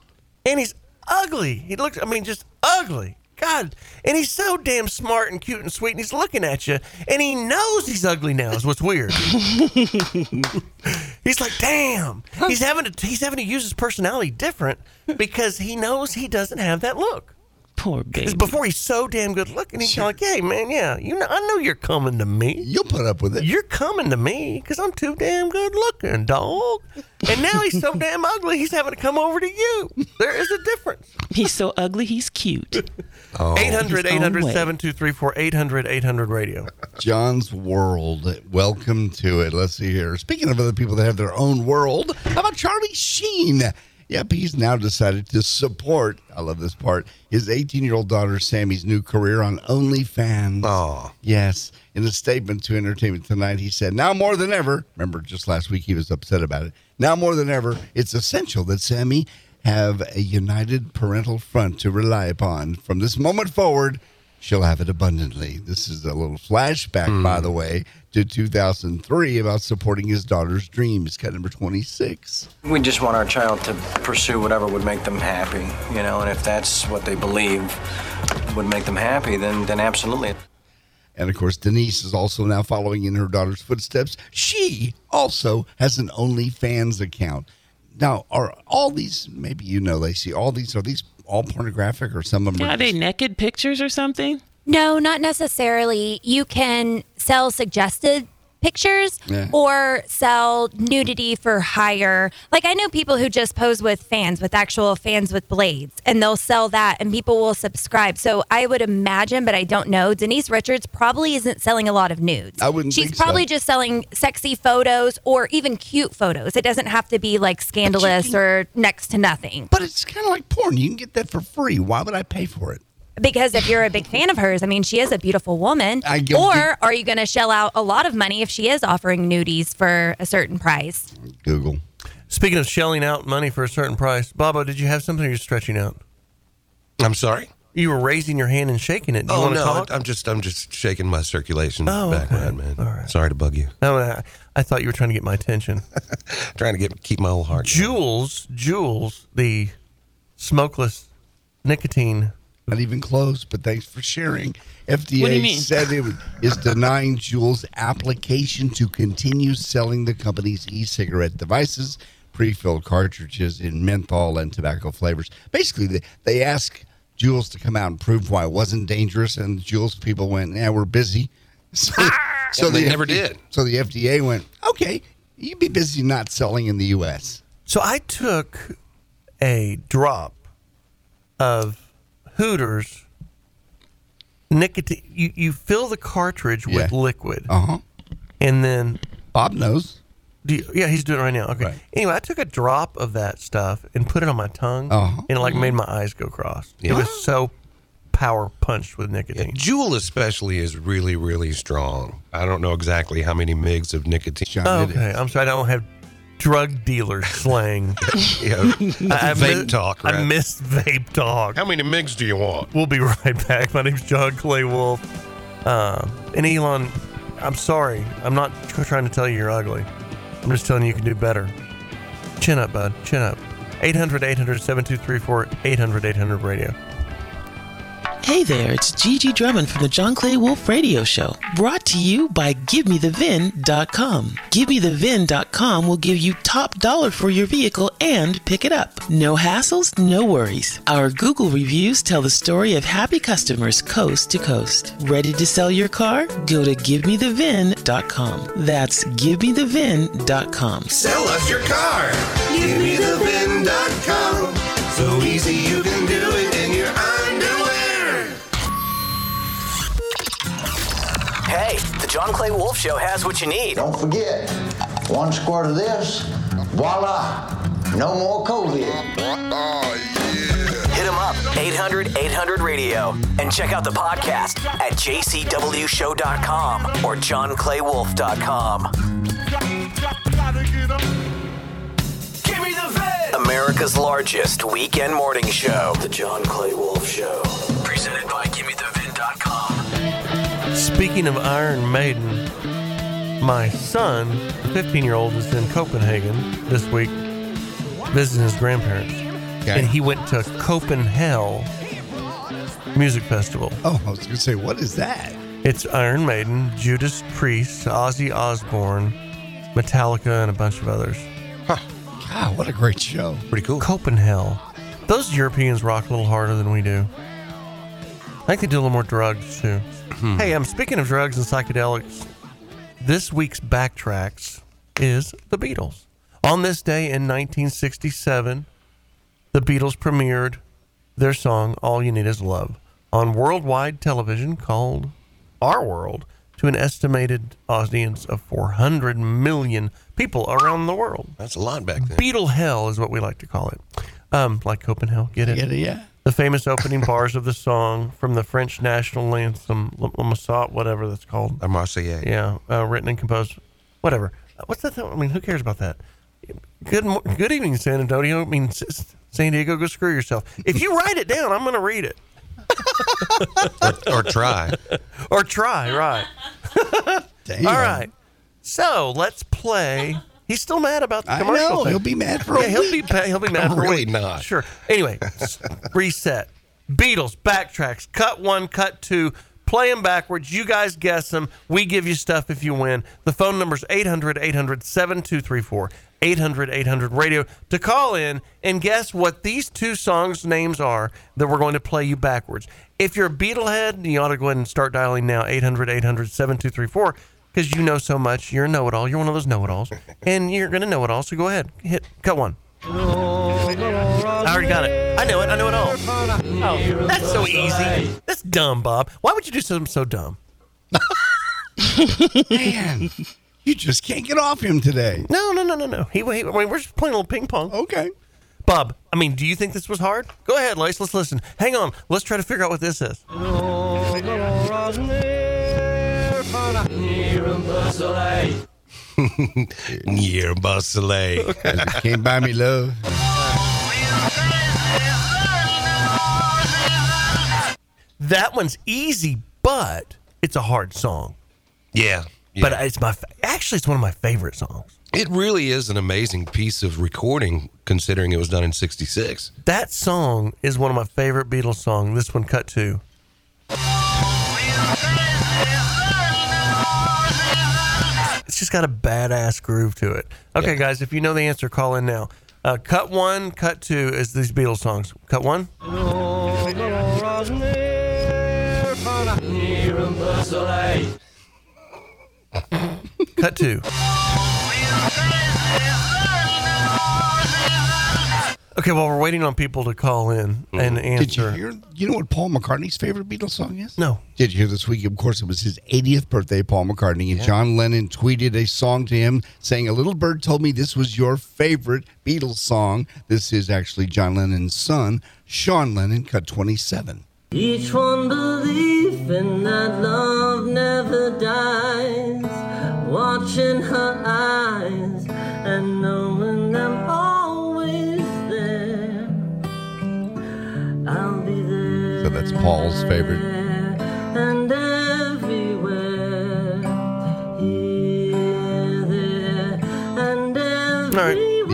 C: And he's ugly. He looks, I mean, just ugly. God. And he's so damn smart and cute and sweet, and he's looking at you, and he knows he's ugly now, is what's weird. he's like, damn. He's having to he's having to use his personality different because he knows he doesn't have that look.
E: Poor
C: Because before he's so damn good looking, he's like, "Hey man, yeah, you know, I know you're coming to me. You'll put up with it. You're coming to me because I'm too damn good looking, dog. And now he's so damn ugly, he's having to come over to you. There is a difference.
E: He's so ugly, he's cute.
F: Oh.
C: 800
D: His own
C: 800
D: way.
C: 7234 800 800 radio.
D: John's world. Welcome to it. Let's see here. Speaking of other people that have their own world, how about Charlie Sheen? Yep, he's now decided to support, I love this part, his 18 year old daughter Sammy's new career on OnlyFans. Oh. Yes. In a statement to Entertainment Tonight, he said, Now more than ever, remember just last week he was upset about it. Now more than ever, it's essential that Sammy have a united parental front to rely upon. From this moment forward, She'll have it abundantly. This is a little flashback, by the way, to 2003 about supporting his daughter's dreams. Cut number 26.
K: We just want our child to pursue whatever would make them happy, you know, and if that's what they believe would make them happy, then, then absolutely.
D: And of course, Denise is also now following in her daughter's footsteps. She also has an OnlyFans account. Now, are all these, maybe you know, Lacey, all these, are these all pornographic or some of them
E: Yeah,
D: are
E: are they naked pictures or something?
R: No, not necessarily. You can sell suggested pictures
D: Yeah.
R: or sell nudity for hire. Like I know people who just pose with fans, with actual fans with blades, and they'll sell that and people will subscribe. So I would imagine, but I don't know. Denise Richards probably isn't selling a lot of nudes.
D: I wouldn't
R: She's
D: think so.
R: probably just selling sexy photos or even cute photos. It doesn't have to be like scandalous or next to nothing.
D: But it's kind of like porn. You can get that for free. Why would I pay for it?
R: because if you're a big fan of hers, I mean, she is a beautiful woman.
D: I get-
R: or are you going to shell out a lot of money if she is offering nudies for a certain price?
D: Google.
C: Speaking of shelling out money for a certain price, Bobo, did you have something or you're stretching out?
F: I'm sorry?
C: You were raising your hand and shaking it. Do you
F: oh
C: want to
F: no,
C: talk?
F: I- I'm just I'm just shaking my circulation
C: Oh,
F: back,
C: okay.
F: around, man. Sorry to bug you.
C: No, Oh, I, I thought you were trying to get my attention.
F: trying to get keep my whole heart.
C: Jules, Jules, the smokeless nicotine.
D: Not even close, but thanks for sharing. FDA
C: What do you mean?
D: said it is denying Juul's application to continue selling the company's e-cigarette devices, pre-filled cartridges in menthol and tobacco flavors. Basically, they, they asked Juul's to come out and prove why it wasn't dangerous, and Juul's people went, "Yeah, we're busy." So,
F: And they
D: the
F: never
D: FDA
F: did.
D: So the FDA went, "Okay, you'd be busy not selling in the U.S."
C: So I took a drop of Hooters nicotine. You, you fill the cartridge with liquid.
D: Uh-huh.
C: And then
D: Bob knows.
C: Do you, yeah, he's doing it right now. Okay. Anyway, I took a drop of that stuff and put it on my tongue,
F: Uh-huh.
C: and it like made my eyes go cross.
F: Yeah.
C: It was so power punched with nicotine.
F: Juul especially is really really strong. I don't know exactly how many migs of nicotine.
C: Oh, okay, I'm sorry, I don't have drug dealer slang.
F: Yeah, vape talk,
C: I
F: right?
C: missed vape talk.
F: How many migs do you want?
C: We'll be right back. My name's John Clay Wolf. Uh, and Elon, I'm sorry. I'm not tr- trying to tell you you're ugly. I'm just telling you you can do better. Chin up, bud. Chin up. 800 800 7234 800 800 radio.
E: Hey there, it's Gigi Drummond from the John Clay Wolf Radio Show, brought to you by GiveMeTheVIN.com. GiveMeTheVIN.com will give you top dollar for your vehicle and pick it up. No hassles, no worries. Our Google reviews tell the story of happy customers coast to coast. Ready to sell your car? Go to GiveMeTheVIN.com. That's GiveMeTheVIN.com.
B: Sell us your car. Give me the VIN.com. So easy you can do it in your underwear.
A: Hey, the John Clay Wolf Show has what you need.
L: Don't forget, one squirt of this, voila, no more COVID.
A: Hit him up, 800 800 radio, and check out the podcast at jcwshow.com or johnclaywolf.com.
B: Give me the VIN.
A: America's largest weekend morning show, The John Clay Wolf Show, presented by GimmeTheVin.com.
C: Speaking of Iron Maiden, my son, the 15 year old, is in Copenhagen this week visiting his grandparents. And he went to Copenhagen Music Festival.
D: Oh, I was going to say, what is that?
C: It's Iron Maiden, Judas Priest, Ozzy Osbourne, Metallica, and a bunch of others.
D: God, what a great show.
C: Pretty cool. Copenhagen. Those Europeans rock a little harder than we do. I think they do a little more drugs too. Hey, I'm speaking of drugs and psychedelics. This week's backtracks is the Beatles. On this day in 1967, the Beatles premiered their song "All You Need Is Love" on worldwide television, called "Our World," to an estimated audience of 400 million people around the world.
F: That's a lot back then.
C: Beetle hell is what we like to call it. Um, like Copenhagen, get it?
F: Get it, yeah.
C: The famous opening bars of the song from the French national anthem, La La Marseillaise, whatever that's called.
F: La Marseillaise.
C: Yeah, uh, written and composed, whatever. Uh, What's that? Thing? I mean, who cares about that? Good, mo- good evening, San Antonio. I mean, S- S- San Diego, go screw yourself. If you write it down, I'm going to read it.
F: or, or try.
C: or try, right.
F: Damn.
C: All right. So let's play. He's still mad about the
F: I
C: commercial.
F: know.
C: thing.
F: He'll be mad for a
C: yeah, he'll
F: week.
C: Be, pa- he'll be mad
F: I'm
C: for a
F: really
C: week.
F: not.
C: Sure. Anyway, s- reset. Beatles, backtracks, cut one, cut two. Play them backwards. You guys guess them. We give you stuff if you win. The phone number's 800 800 7234. 800 800 radio to call in and guess what these two songs' names are that we're going to play you backwards. If you're a Beatlehead, you ought to go ahead and start dialing now 800 800 7234 because you know so much. You're a know it all. You're one of those know it alls. and you're going to know it all. So go ahead, hit cut one. I already got it. I know it. I know it all. Oh, that's so easy. That's dumb, Bob. Why would you do something so dumb?
D: Man, you just can't get off him today.
C: No, no, no, no, no. He, he, I mean, we're just playing a little ping pong.
D: Okay.
C: Bob, I mean, do you think this was hard? Go ahead, Lace. Let's listen. Hang on. Let's try to figure out what this is.
F: Near Busley.
D: Can't buy me love.
C: That one's easy, but it's a hard song.
F: Yeah.
C: But it's my fa- actually it's one of my favorite songs.
F: It really is an amazing piece of recording considering it was done in 66.
C: That song is one of my favorite Beatles songs. This one, cut two. It's just got a badass groove to it. Okay, guys, if you know the answer, call in now. Uh, cut one, cut two is these Beatles songs. Cut one. Cut two. Okay, well, we're waiting on people to call in and answer.
D: Did you hear? You know what Paul McCartney's favorite Beatles song is?
C: No.
D: Did you hear this week? Of course, it was his 80th birthday, Paul McCartney, and John Lennon tweeted a song to him saying, "A little bird told me this was your favorite Beatles song." This is actually John Lennon's son, Sean Lennon, cut 27.
B: Each one belief in that love never dies. Watching her eyes and knowing I'm always there. I'll be there
D: So that's Paul's favorite.
B: and every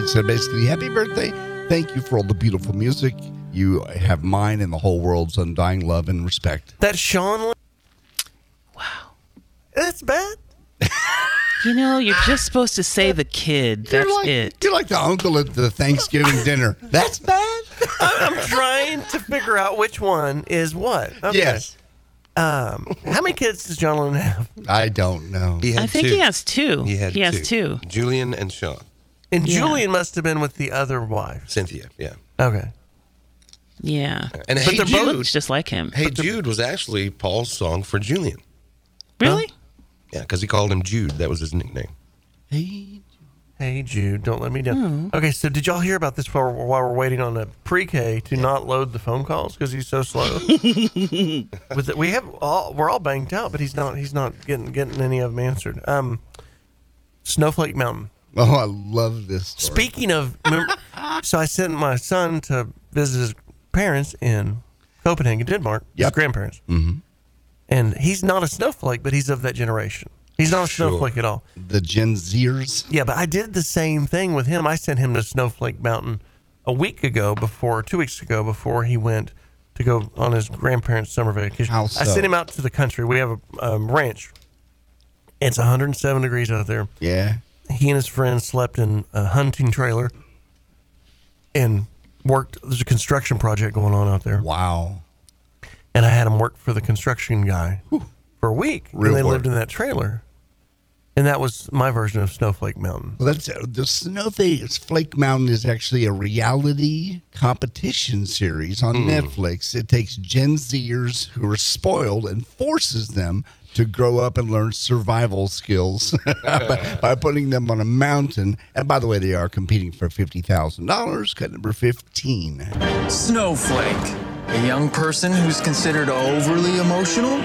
D: said basically, Happy birthday. Thank you for all the beautiful music. You have mine and the whole world's undying love and respect.
C: That's Sean. Wow. That's bad.
E: You know, you're just supposed to say the kid.
D: You're
E: That's
D: like-
E: it.
D: You're like the uncle at the Thanksgiving dinner. That's bad.
C: I'm, I'm trying to figure out which one is what.
D: Yes.
C: Um, how many kids does John Lennon have?
D: I don't know.
F: He had
C: I think
F: two.
C: he has two.
F: He, had
C: He has two.
F: Julian and Sean.
C: And
F: Yeah.
C: Julian must have been with the other wife.
F: Cynthia, yeah.
C: Okay.
E: Yeah. but
F: And Hey
E: they're
F: Jude,
E: both looks just like him.
F: Hey Jude was actually Paul's song for Julian.
E: Really?
F: Yeah, because he called him Jude. That was his nickname.
C: Hey Jude, don't let me down. Okay, so did y'all hear about this while, while we're waiting on a pre-K to not load the phone calls because he's so slow? With the, we have all we're all banked out, but he's not he's not getting getting any of them answered. Um, Snowflake Mountain.
D: Oh, I love this.
C: Speaking of, remember- so I sent my son to visit his parents in Copenhagen, Denmark. His grandparents,
D: Mm-hmm.
C: and he's not a snowflake, but he's of that generation. He's not a snowflake at all.
D: The Gen Zers.
C: Yeah, but I did the same thing with him. I sent him to Snowflake Mountain a week ago before, two weeks ago before he went to go on his grandparents' summer vacation.
D: How
C: I
D: so?
C: sent him out to the country. We have a um, ranch. It's 107 degrees out there.
D: Yeah.
C: He and his friend slept in a hunting trailer and worked. There's a construction project going on out there.
D: Wow.
C: And I had him work for the construction guy for a week.
D: Real
C: and they
D: work.
C: lived in that trailer. And that was my version of Snowflake Mountain.
D: Well, that's uh, the Snowflake Flake Mountain is actually a reality competition series on
C: Mm.
D: Netflix. It takes Gen Zers who are spoiled and forces them to grow up and learn survival skills by, by putting them on a mountain. And by the way, they are competing for fifty thousand dollars. Cut number fifteen.
K: Snowflake, a young person who's considered overly emotional,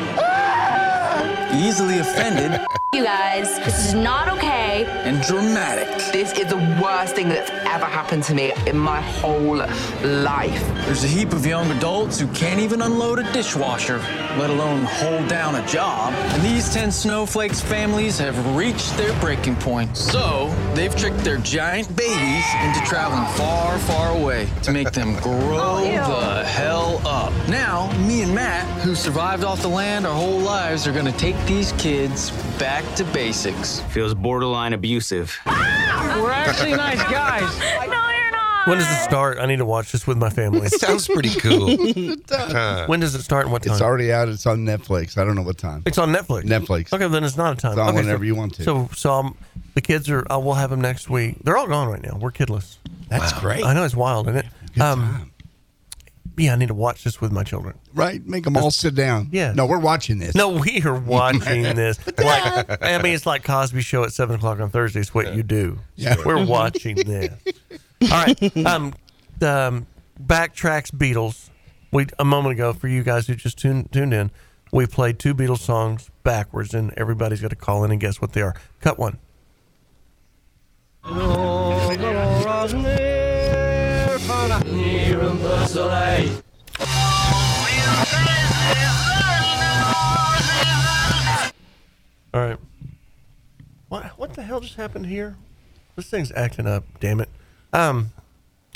K: easily offended,
N: You guys, this is not okay.
K: and dramatic.
N: This is the worst thing that's ever happened to me in my whole life.
K: There's a heap of young adults who can't even unload a dishwasher, let alone hold down a job. And these 10 snowflakes families have reached their breaking point. So they've tricked their giant babies into traveling far, far away to make them
N: Oh,
K: grow the hell up. Now, me and Matt, who survived off the land our whole lives, are gonna take these kids back to basics.
O: Feels borderline abusive.
K: We're actually nice guys.
C: When does it start? I need to watch this with my family.
D: It sounds pretty cool. It does.
C: when does it start and what time?
D: It's already out. It's on Netflix. I don't know what time.
C: It's on Netflix.
D: Netflix.
C: Okay, then it's not a time.
D: It's on
C: okay,
D: whenever
C: so,
D: you want to.
C: So, so um, the kids are. I will have them next week. They're all gone right now. We're kidless.
D: That's Wow. great.
C: I know it's wild, isn't it? Um, yeah, I need to watch this with my children.
D: Right? Make them all sit down. Yeah. No, we're watching this.
C: No, we are watching this. Like, I mean, it's like Cosby Show at seven o'clock on Thursday. It's what you do.
D: Yeah. Mm-hmm.
C: we're watching this. All right. Um, um, backtracks Beatles. We a moment ago for you guys who just tuned tuned in, we played two Beatles songs backwards, and everybody's got to call in and guess what they are. Cut one. All right. What what the hell just happened here? This thing's acting up. Damn it. Um.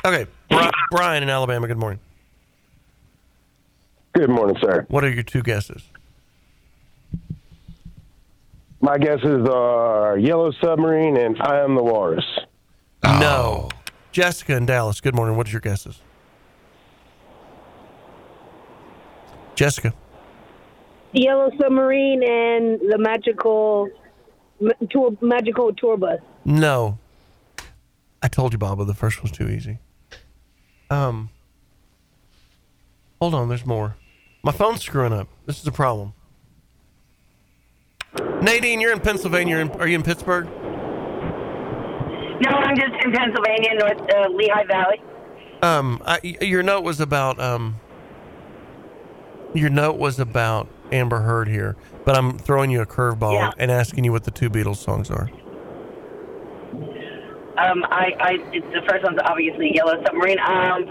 C: Okay, Bri- Brian in Alabama. Good morning.
W: Good morning, sir.
C: What are your two guesses?
W: My guesses are uh, Yellow Submarine and I Am the Walrus.
C: No. Oh. Jessica in Dallas. Good morning. What are your guesses? Jessica.
X: The Yellow Submarine and the magical ma- tour, magical tour bus.
C: No. I told you, Baba. The first one's too easy. Um. Hold on. There's more. My phone's screwing up. This is a problem. Nadine, you're in Pennsylvania. You're in, are you in Pittsburgh?
Y: No, I'm just in Pennsylvania, North uh, Lehigh Valley.
C: Um, I, y- your note was about um. Your note was about Amber Heard here, but I'm throwing you a curveball
Y: Yeah.
C: and asking you what the two Beatles songs are.
Y: Um, I, I, it's- the first one's obviously Yellow Submarine. Um,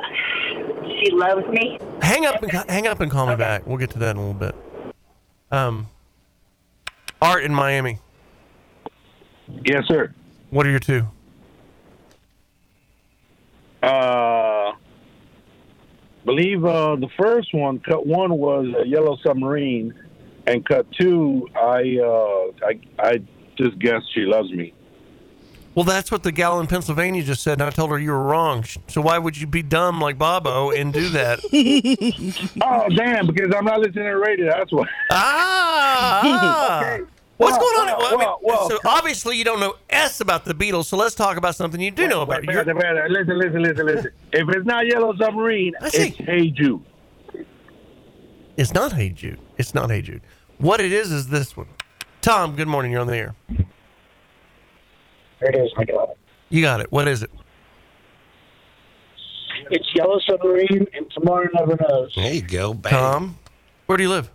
Y: she loves me.
C: Hang up and ca- hang up and call me back. We'll get to that in a little bit. Um, Art in Miami.
W: Yes, sir.
C: What are your two?
P: Uh, believe uh, the first one, cut one was a Yellow Submarine, and cut two, I uh, I, I just guessed she loves me.
C: Well, that's what the gal in Pennsylvania just said, and I told her you were wrong. So why would you be dumb like Bobo and do that?
P: oh damn! Because I'm not listening to the radio. That's why.
C: Ah!
P: Okay.
C: What's
P: Well,
C: going on?
P: well,
C: I mean,
P: well, well.
C: so obviously you don't know S about the Beatles, so let's talk about something you do know about.
P: Wait, wait, wait, wait. Listen, listen, listen, listen. If it's not Yellow Submarine, it's Hey Jude.
C: It's not Hey Jude. It's not Hey Jude. What it is is this one. Tom, good morning. You're on the air.
Q: There it is, my God.
C: You got it. What is it?
Q: It's Yellow Submarine and Tomorrow Never Knows.
F: There you go, bang.
C: Tom, where do you live?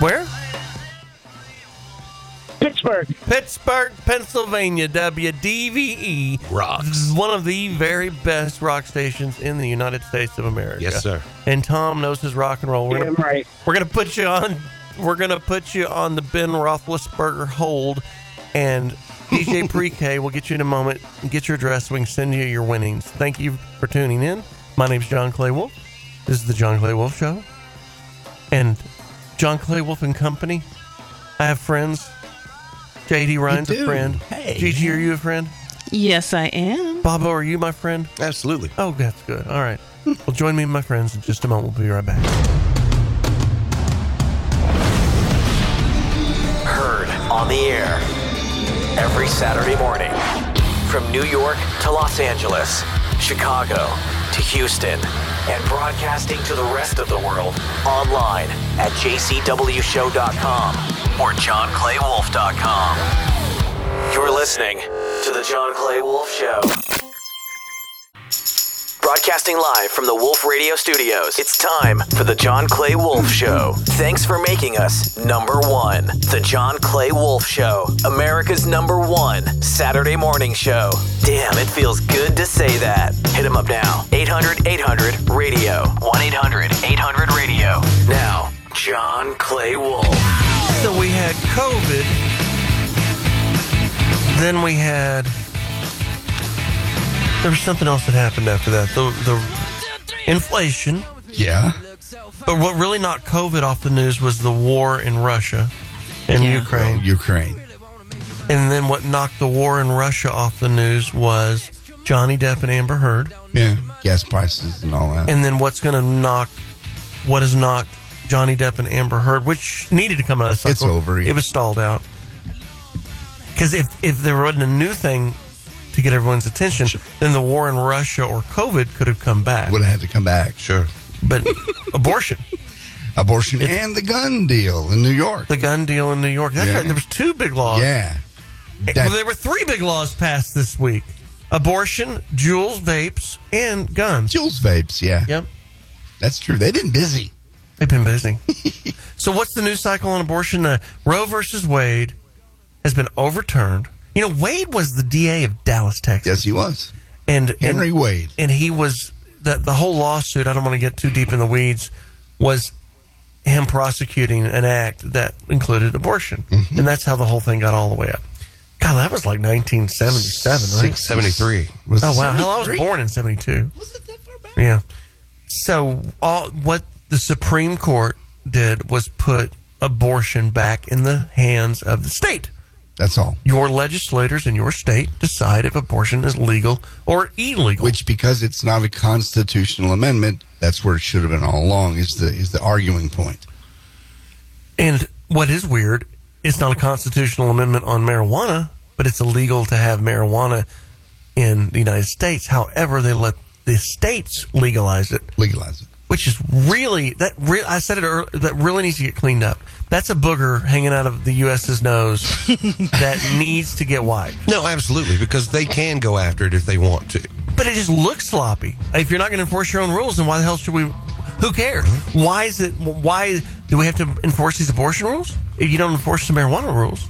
C: Where?
Q: Pittsburgh.
C: Pittsburgh, Pennsylvania, WDVE. Rocks. E. One of the very best rock stations in the United States of America.
F: Yes, sir.
C: And Tom knows his rock and roll. We're gonna,
Q: Damn right.
C: We're gonna put you on. We're gonna put you on the Ben Roethlisberger hold, and DJ Pre-K will get you in a moment. Get your address. So we can send you your winnings. Thank you for tuning in. My name's John Clay Wolf. This is the John Clay Wolf Show, and John Clay Wolf and Company. I have friends. JD Ryan's a
E: do?
C: friend.
E: Hey.
C: Gigi, are you a friend?
E: Yes, I am.
C: Bobo, are you my friend?
F: Absolutely.
C: Oh, that's good. All right. well, join me and my friends in just a moment. We'll be right back.
A: Heard on the air every Saturday morning from New York to Los Angeles, Chicago to Houston, and broadcasting to the rest of the world online at jcwshow.com or johnclaywolf.com. You're listening to The John Clay Wolf Show. Broadcasting live from the Wolf Radio Studios, it's time for The John Clay Wolf Show. Thanks for making us number one. The John Clay Wolf Show, America's number one Saturday morning show. Damn, it feels good to say that. Hit him up now. 800 800 radio. 1 800 800 radio. Now, John Clay Wolf.
C: So we had COVID. Then we had. There was something else that happened after that. The the inflation.
D: Yeah.
C: But what really knocked COVID off the news was the war in Russia and Ukraine.
D: Oh, Ukraine.
C: And then what knocked the war in Russia off the news was Johnny Depp and Amber Heard.
D: Yeah. Gas prices and all that.
C: And then what's going to knock, what has knocked Johnny Depp and Amber Heard, which needed to come out of the cycle.
D: It's over, yeah.
C: It was stalled out. Because if, if there wasn't a new thing to get everyone's attention, then the war in Russia or COVID could have come back.
D: Would have had to come back.
F: Sure.
C: But abortion.
D: Abortion and the gun deal in New York.
C: The gun deal in New York. That's
D: Yeah.
C: right. There was two big laws.
D: Yeah.
C: Eh,
D: That-
C: well, there were three big laws passed this week: abortion, Jules vapes, and guns.
D: Jules vapes. Yeah.
C: Yep.
D: That's true. They've been busy.
C: They've been busy. so, what's the news cycle on abortion? Uh, Roe versus Wade has been overturned. You know, Wade was the DA of Dallas, Texas.
D: Yes, he was.
C: And
D: Henry
C: and-
D: Wade.
C: and he was the the whole lawsuit. I don't want to get too deep in the weeds. Was him prosecuting an act that included abortion,
D: Mm-hmm.
C: and that's how the whole thing got all the way up. God, that was like 1977, right?
F: Six- 73. Was it
C: oh wow! Hell, I was
F: 73?
C: born in 72. Was it that far back? Yeah. So all what the Supreme Court did was put abortion back in the hands of the state.
D: That's all.
C: Your legislators in your state decide if abortion is legal or illegal.
D: Which, because it's not a constitutional amendment, that's where it should have been all along. Is the is the arguing point?
C: And what is weird, it's not a constitutional amendment on marijuana, but it's illegal to have marijuana in the United States. However, they let the states legalize it.
D: Legalize it.
C: Which is really that. Re- I said it earlier. That really needs to get cleaned up. That's a booger hanging out of the U.S.'s nose that needs to get wiped.
F: No, absolutely, because they can go after it if they want to.
C: But it just looks sloppy. If you're not going to enforce your own rules, then why the hell should we? Who cares? Why is it? Why do we have to enforce these abortion rules if you don't enforce the marijuana rules?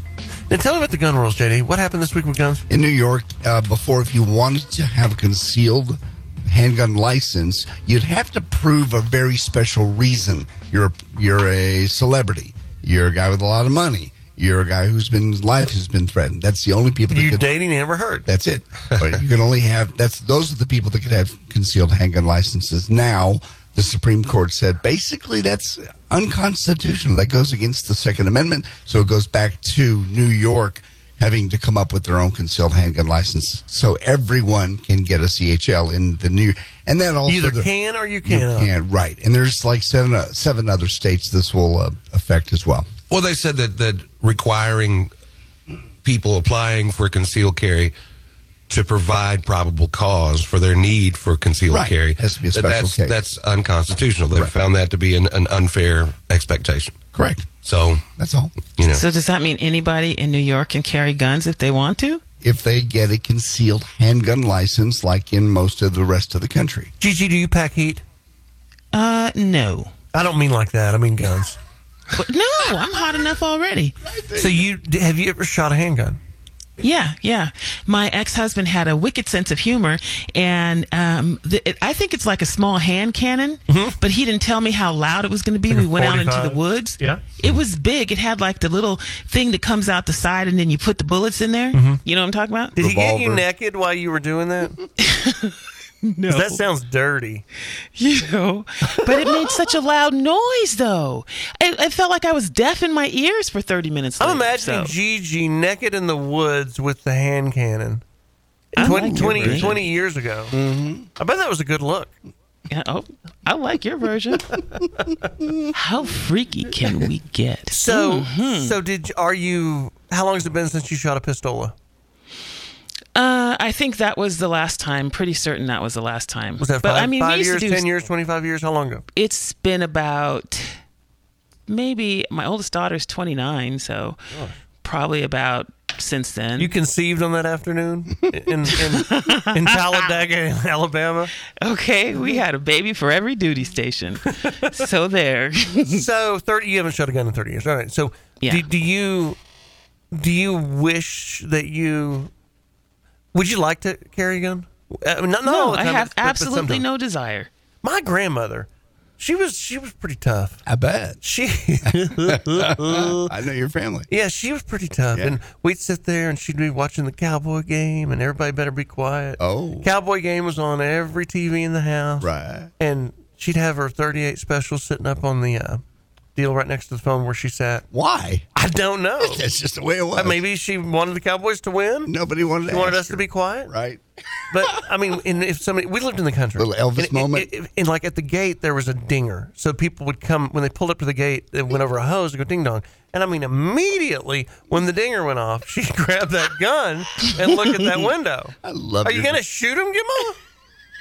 C: Now tell me about the gun rules, JD. What happened this week with guns?
D: In New York, uh, before, if you wanted to have a concealed handgun license, you'd have to prove a very special reason. You're you're a celebrity. You're a guy with a lot of money. You're a guy who's been whose life has been threatened. That's the only people that
C: You
D: could,
C: dating never hurt.
D: That's it. But you can only have that's those are the people that could have concealed handgun licenses. Now the Supreme Court said basically that's unconstitutional. That goes against the Second Amendment. So it goes back to New York having to come up with their own concealed handgun license. So everyone can get a CHL in the new and that also
C: You either
D: the-
C: can or you
D: you
C: cannot.
D: can't, right. And there's like seven uh, seven other states this will uh, affect as well.
F: Well, they said that that requiring people applying for concealed carry to provide probable cause for their need for concealed
D: Right.
F: carry
D: Has to be a
F: that
D: special
F: that's,
D: case.
F: that's unconstitutional. They found that to be an, an unfair expectation.
D: Correct.
F: So
D: that's all.
F: You know,
E: So does that mean anybody in New York can carry guns if they want to?
D: If they get a concealed handgun license, like in most of the rest of the country,
C: Gigi, do you pack heat?
E: Uh, no.
C: I don't mean like that. I mean guns.
E: But no, I'm hot enough already.
C: so you d- have you ever shot a handgun?
E: Yeah, yeah. My ex-husband had a wicked sense of humor, and um, the, it, I think it's like a small hand cannon. But he didn't tell me how loud it was going to be.
C: Mm-hmm. Like a
E: we went out into
C: 45?
E: the woods.
C: Yeah.
E: it was big. It had like the little thing that comes out the side, and then you put the bullets in there.
C: Mhm.
E: You know what I'm talking about?
C: Did he get you naked while you were doing that? 'Cause That sounds dirty.
E: You know, but it made such a loud noise, though. It, it felt like I was deaf in my ears for 30 minutes.
C: I'm
E: later,
C: imagining
E: so.
C: Gigi naked in the woods with the hand cannon.
E: I
C: 20,
E: like your
C: 20
E: version. Mm-hmm.
C: 20 years ago. I bet that was a good look.
E: Yeah, oh, I like your version. How freaky can we get? Mm-hmm.
C: So, so did you- are you? How long has it been since you shot a pistola?
E: Uh, I think that was the last time. Pretty certain that was the last time.
C: Was that
E: but
C: five,
E: I mean, we
C: five
E: used
C: years,
E: to do,
C: ten years, twenty-five years? How long ago?
E: It's been about maybe my oldest daughter's 29, so probably about since then.
C: Oh. You conceived on that afternoon in in, in Talladega, Alabama.
E: okay, we had a baby for every duty station. so there.
C: so thirty. You haven't shot a gun in thirty years. All right. So
E: Yeah.
C: do, do you do you wish that you would you like to carry a gun? I mean, not, not all
E: no,
C: the
E: I
C: time,
E: have
C: but- but
E: absolutely
C: sometimes.
E: no desire.
C: My grandmother, she was she was pretty tough.
D: I bet
C: she.
D: I know your family.
C: Yeah, she was pretty tough,
D: Yeah.
C: and we'd sit there and she'd be watching the cowboy game, and everybody better be quiet.
D: Oh,
C: cowboy game was on every TV in the house,
D: Right.
C: And she'd have her thirty-eight special sitting up on the uh, deal right next to the phone where she sat.
D: Why?
C: I don't know.
D: That's just the way it was.
C: Uh, Maybe she wanted the Cowboys to win.
D: Nobody wanted.
C: She
D: to
C: wanted
D: ask
C: us to
D: her.
C: be quiet,
D: right?
C: But I mean, and if somebody, we lived in the country.
D: Little Elvis
C: And it-
D: moment.
C: it- it- and like at the gate, there was a dinger, so people would come when they pulled up to the gate. They went over a hose and go ding dong. And I mean, immediately when the dinger went off, she grabbed that gun and looked at that window. I
D: love
C: Are you
D: your-
C: gonna shoot him, Gimmo?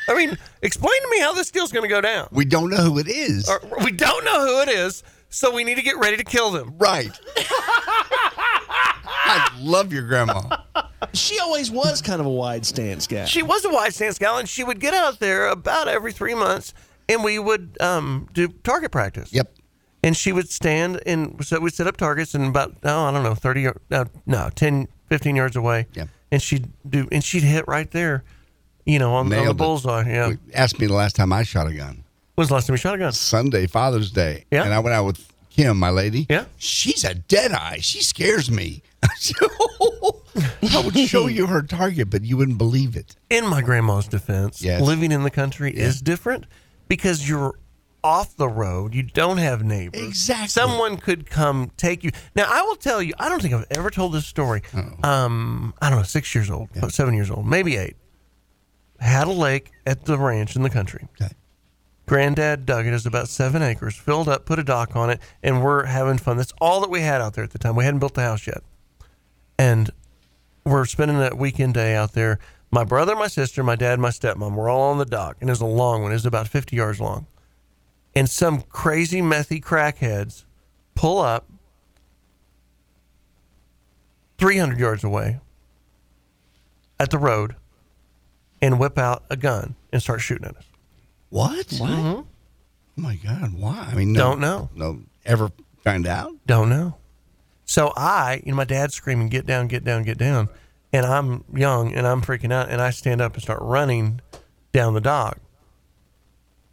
C: I mean, explain to me how this deal's gonna go down.
D: We don't know who it is.
C: Or, we don't know who it is, so we need to get ready to kill them.
D: Right. I love your grandma.
G: She always was kind of a wide stance guy.
C: She was a wide stance gal, and she would get out there about every three months, and we would um, do target practice.
D: Yep.
C: And she would stand, and so we'd set up targets, and about, oh, I don't know, 30, or, no, no, 10, 15 yards away. Yep. And she'd do, and she'd hit right there, you know, on, on
D: Nailed
C: the
D: it.
C: bullseye. Yeah. When's
D: Asked me the last time I shot a gun.
C: the last time you shot a gun?
D: Sunday, Father's Day.
C: Yeah.
D: And I went out with Kim, my lady.
C: Yeah.
D: She's a dead eye. She scares me. I would show you her target, but you wouldn't believe it.
C: In my grandma's defense,
D: Yes.
C: living in the country is different because you're off the road. You don't have neighbors.
D: Exactly.
C: Someone could come take you. Now, I will tell you, I don't think I've ever told this story. Um, I don't know, six years old, seven years old, maybe eight. Had a lake at the ranch in the country. Granddad dug it. It was about seven acres, filled up, put a dock on it, and we're having fun. That's all that we had out there at the time. We hadn't built the house yet. And we're spending that weekend day out there. My brother, my sister, my dad, my stepmom, we're all on the dock. And it was a long one. It was about 50 yards long. And some crazy methy crackheads pull up 300 yards away at the road and whip out a gun and start shooting at us.
D: What? What?
C: Mhm.
D: Oh my God. Why? I mean, no,
C: Don't know.
D: No, ever find out?
C: Don't know. So I, you know, my dad's screaming, "Get down! Get down! Get down!" And I'm young, and I'm freaking out, and I stand up and start running down the dock.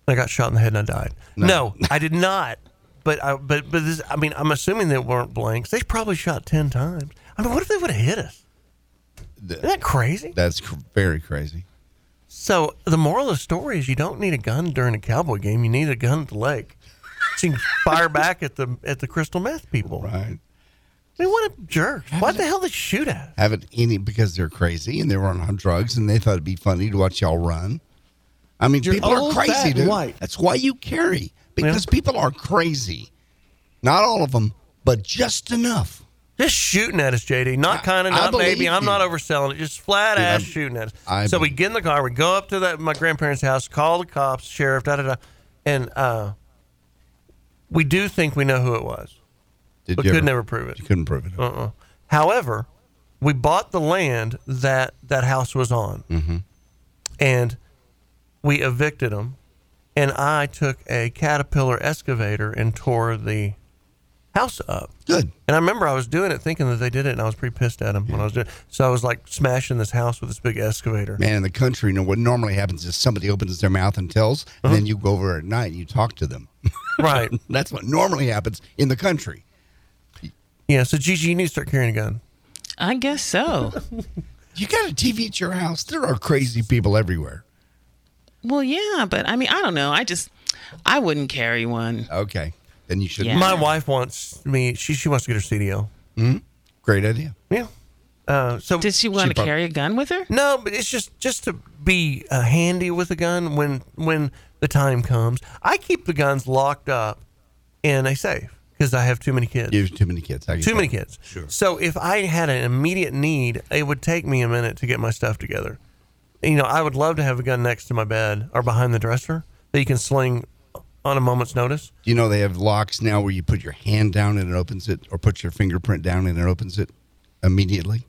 C: I got shot in the head and I died. No, I did not. But I, but but this, I mean, I'm assuming they weren't blanks. They probably shot ten times. I mean, what if they would have hit us? Isn't that crazy?
D: That's cr- very crazy.
C: So the moral of the story is you don't need a gun during a cowboy game. You need a gun at the lake. So you can fire back at the at the crystal meth people.
D: Right.
C: I mean, what a jerk! Why the hell they shoot at? us?
D: Haven't any because they're crazy and they were on drugs and they thought it'd be funny to watch y'all run. I mean,
G: You're
D: people are
G: old, fat,
D: crazy,
G: and
D: dude.
G: white.
D: That's why you carry because people are crazy. Not all of them, but just enough.
C: Just shooting at us, JD. Not kind of,
D: I
C: not
D: believe
C: maybe. I'm
D: you.
C: not overselling it. Just flat
D: Dude,
C: ass
D: I'm-
C: shooting at us.
D: I
C: so we get in the car. We go up to that my grandparents' house. Call the cops, sheriff, da da da, and uh, we do think we know who it was,
D: Did
C: but
D: you
C: could
D: ever-
C: never prove it.
D: You couldn't prove it.
C: Uh-uh. However, we bought the land that that house was on,
D: Mhm.
C: and we evicted them. And I took a caterpillar excavator and tore the house up.
D: Good.
C: And I remember I was doing it thinking that they did it, and I was pretty pissed at them when I was doing. it. So I was like smashing this house with this big excavator.
D: Man, in the country, you know what normally happens is somebody opens their mouth and tells,
C: Uh-huh.
D: and then you go over at night and you talk to them.
C: Right.
D: That's what normally happens in the country.
C: Yeah. So Gigi, you need to start carrying a gun.
E: I guess so.
D: you got a TV at your house. There are crazy people everywhere.
E: Well, yeah, but I mean, I don't know. I just, I wouldn't carry one.
D: Okay, then you should.
C: My wife wants me. She she wants to get her CDL.
D: Mm-hmm. Great idea.
C: Yeah. Uh, so
E: Does she want to carry a gun with her?
C: No, but it's just just to be uh, handy with a gun when when the time comes. I keep the guns locked up in a safe because I have too many kids.
D: You have too many kids. I get
C: too many
D: that.
C: kids. So if I had an immediate need, it would take me a minute to get my stuff together. You know, I would love to have a gun next to my bed or behind the dresser that you can sling on a moment's notice.
D: You know they have locks now where you put your hand down and it opens it, or put your fingerprint down and it opens it immediately.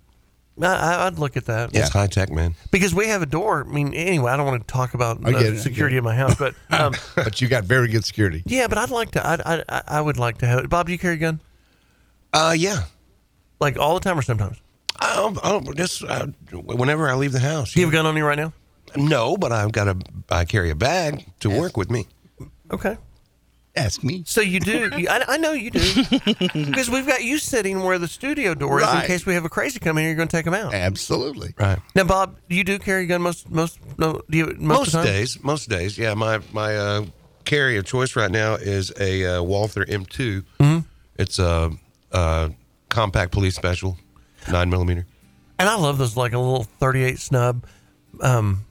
C: I- I, I'd look at that.
D: That's
F: high tech, man.
C: Because we have a door. I mean, anyway, I don't want to talk about
D: I get it, I
C: the
D: get
C: security
D: it.
C: of my house, but um,
D: But you got very good security.
C: yeah, but I'd like to. I'd, I'd, I I would like to have it. Bob, do you carry a gun?
F: Uh, yeah.
C: Like all the time or sometimes?
F: I, I just uh whenever I leave the house. Do
C: you have a gun on you right now?
F: No, but I've got a. I carry a bag to work with me.
C: Okay.
D: Ask me.
C: So you do. you- I, I know you do. Because we've got you sitting where the studio door is in
F: Right.
C: case we have a crazy come in here, you're going to take them out.
D: Absolutely.
F: Right.
C: Now, Bob, you do carry a gun most most no, do you, most, of the
F: Most
C: time?
F: days, most days, yeah. My my uh, carry of choice right now is a uh, Walther M2.
C: Mhm.
F: It's a, uh compact police special, nine millimeter.
C: And I love those like a little thirty-eight snub, um,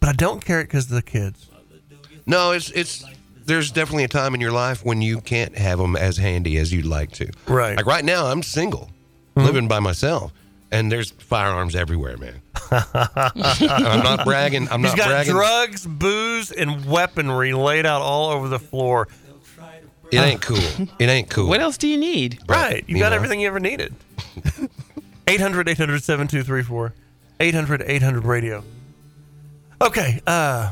C: but I don't carry it because of the kids.
F: No, it's it's. There's definitely a time in your life when you can't have them as handy as you'd like to.
C: Right. Mm-hmm.
F: Like right now, I'm single, living by myself, and there's firearms everywhere, man. I'm not bragging. I'm
C: He's
F: not
C: got
F: bragging.
C: drugs, booze, and weaponry laid out all over the floor.
F: It ain't cool. It ain't cool.
E: What else do you need?
C: Right. You, got
F: know?
C: everything you ever needed. 800 800 7234. 800 800 radio. Okay. Uh,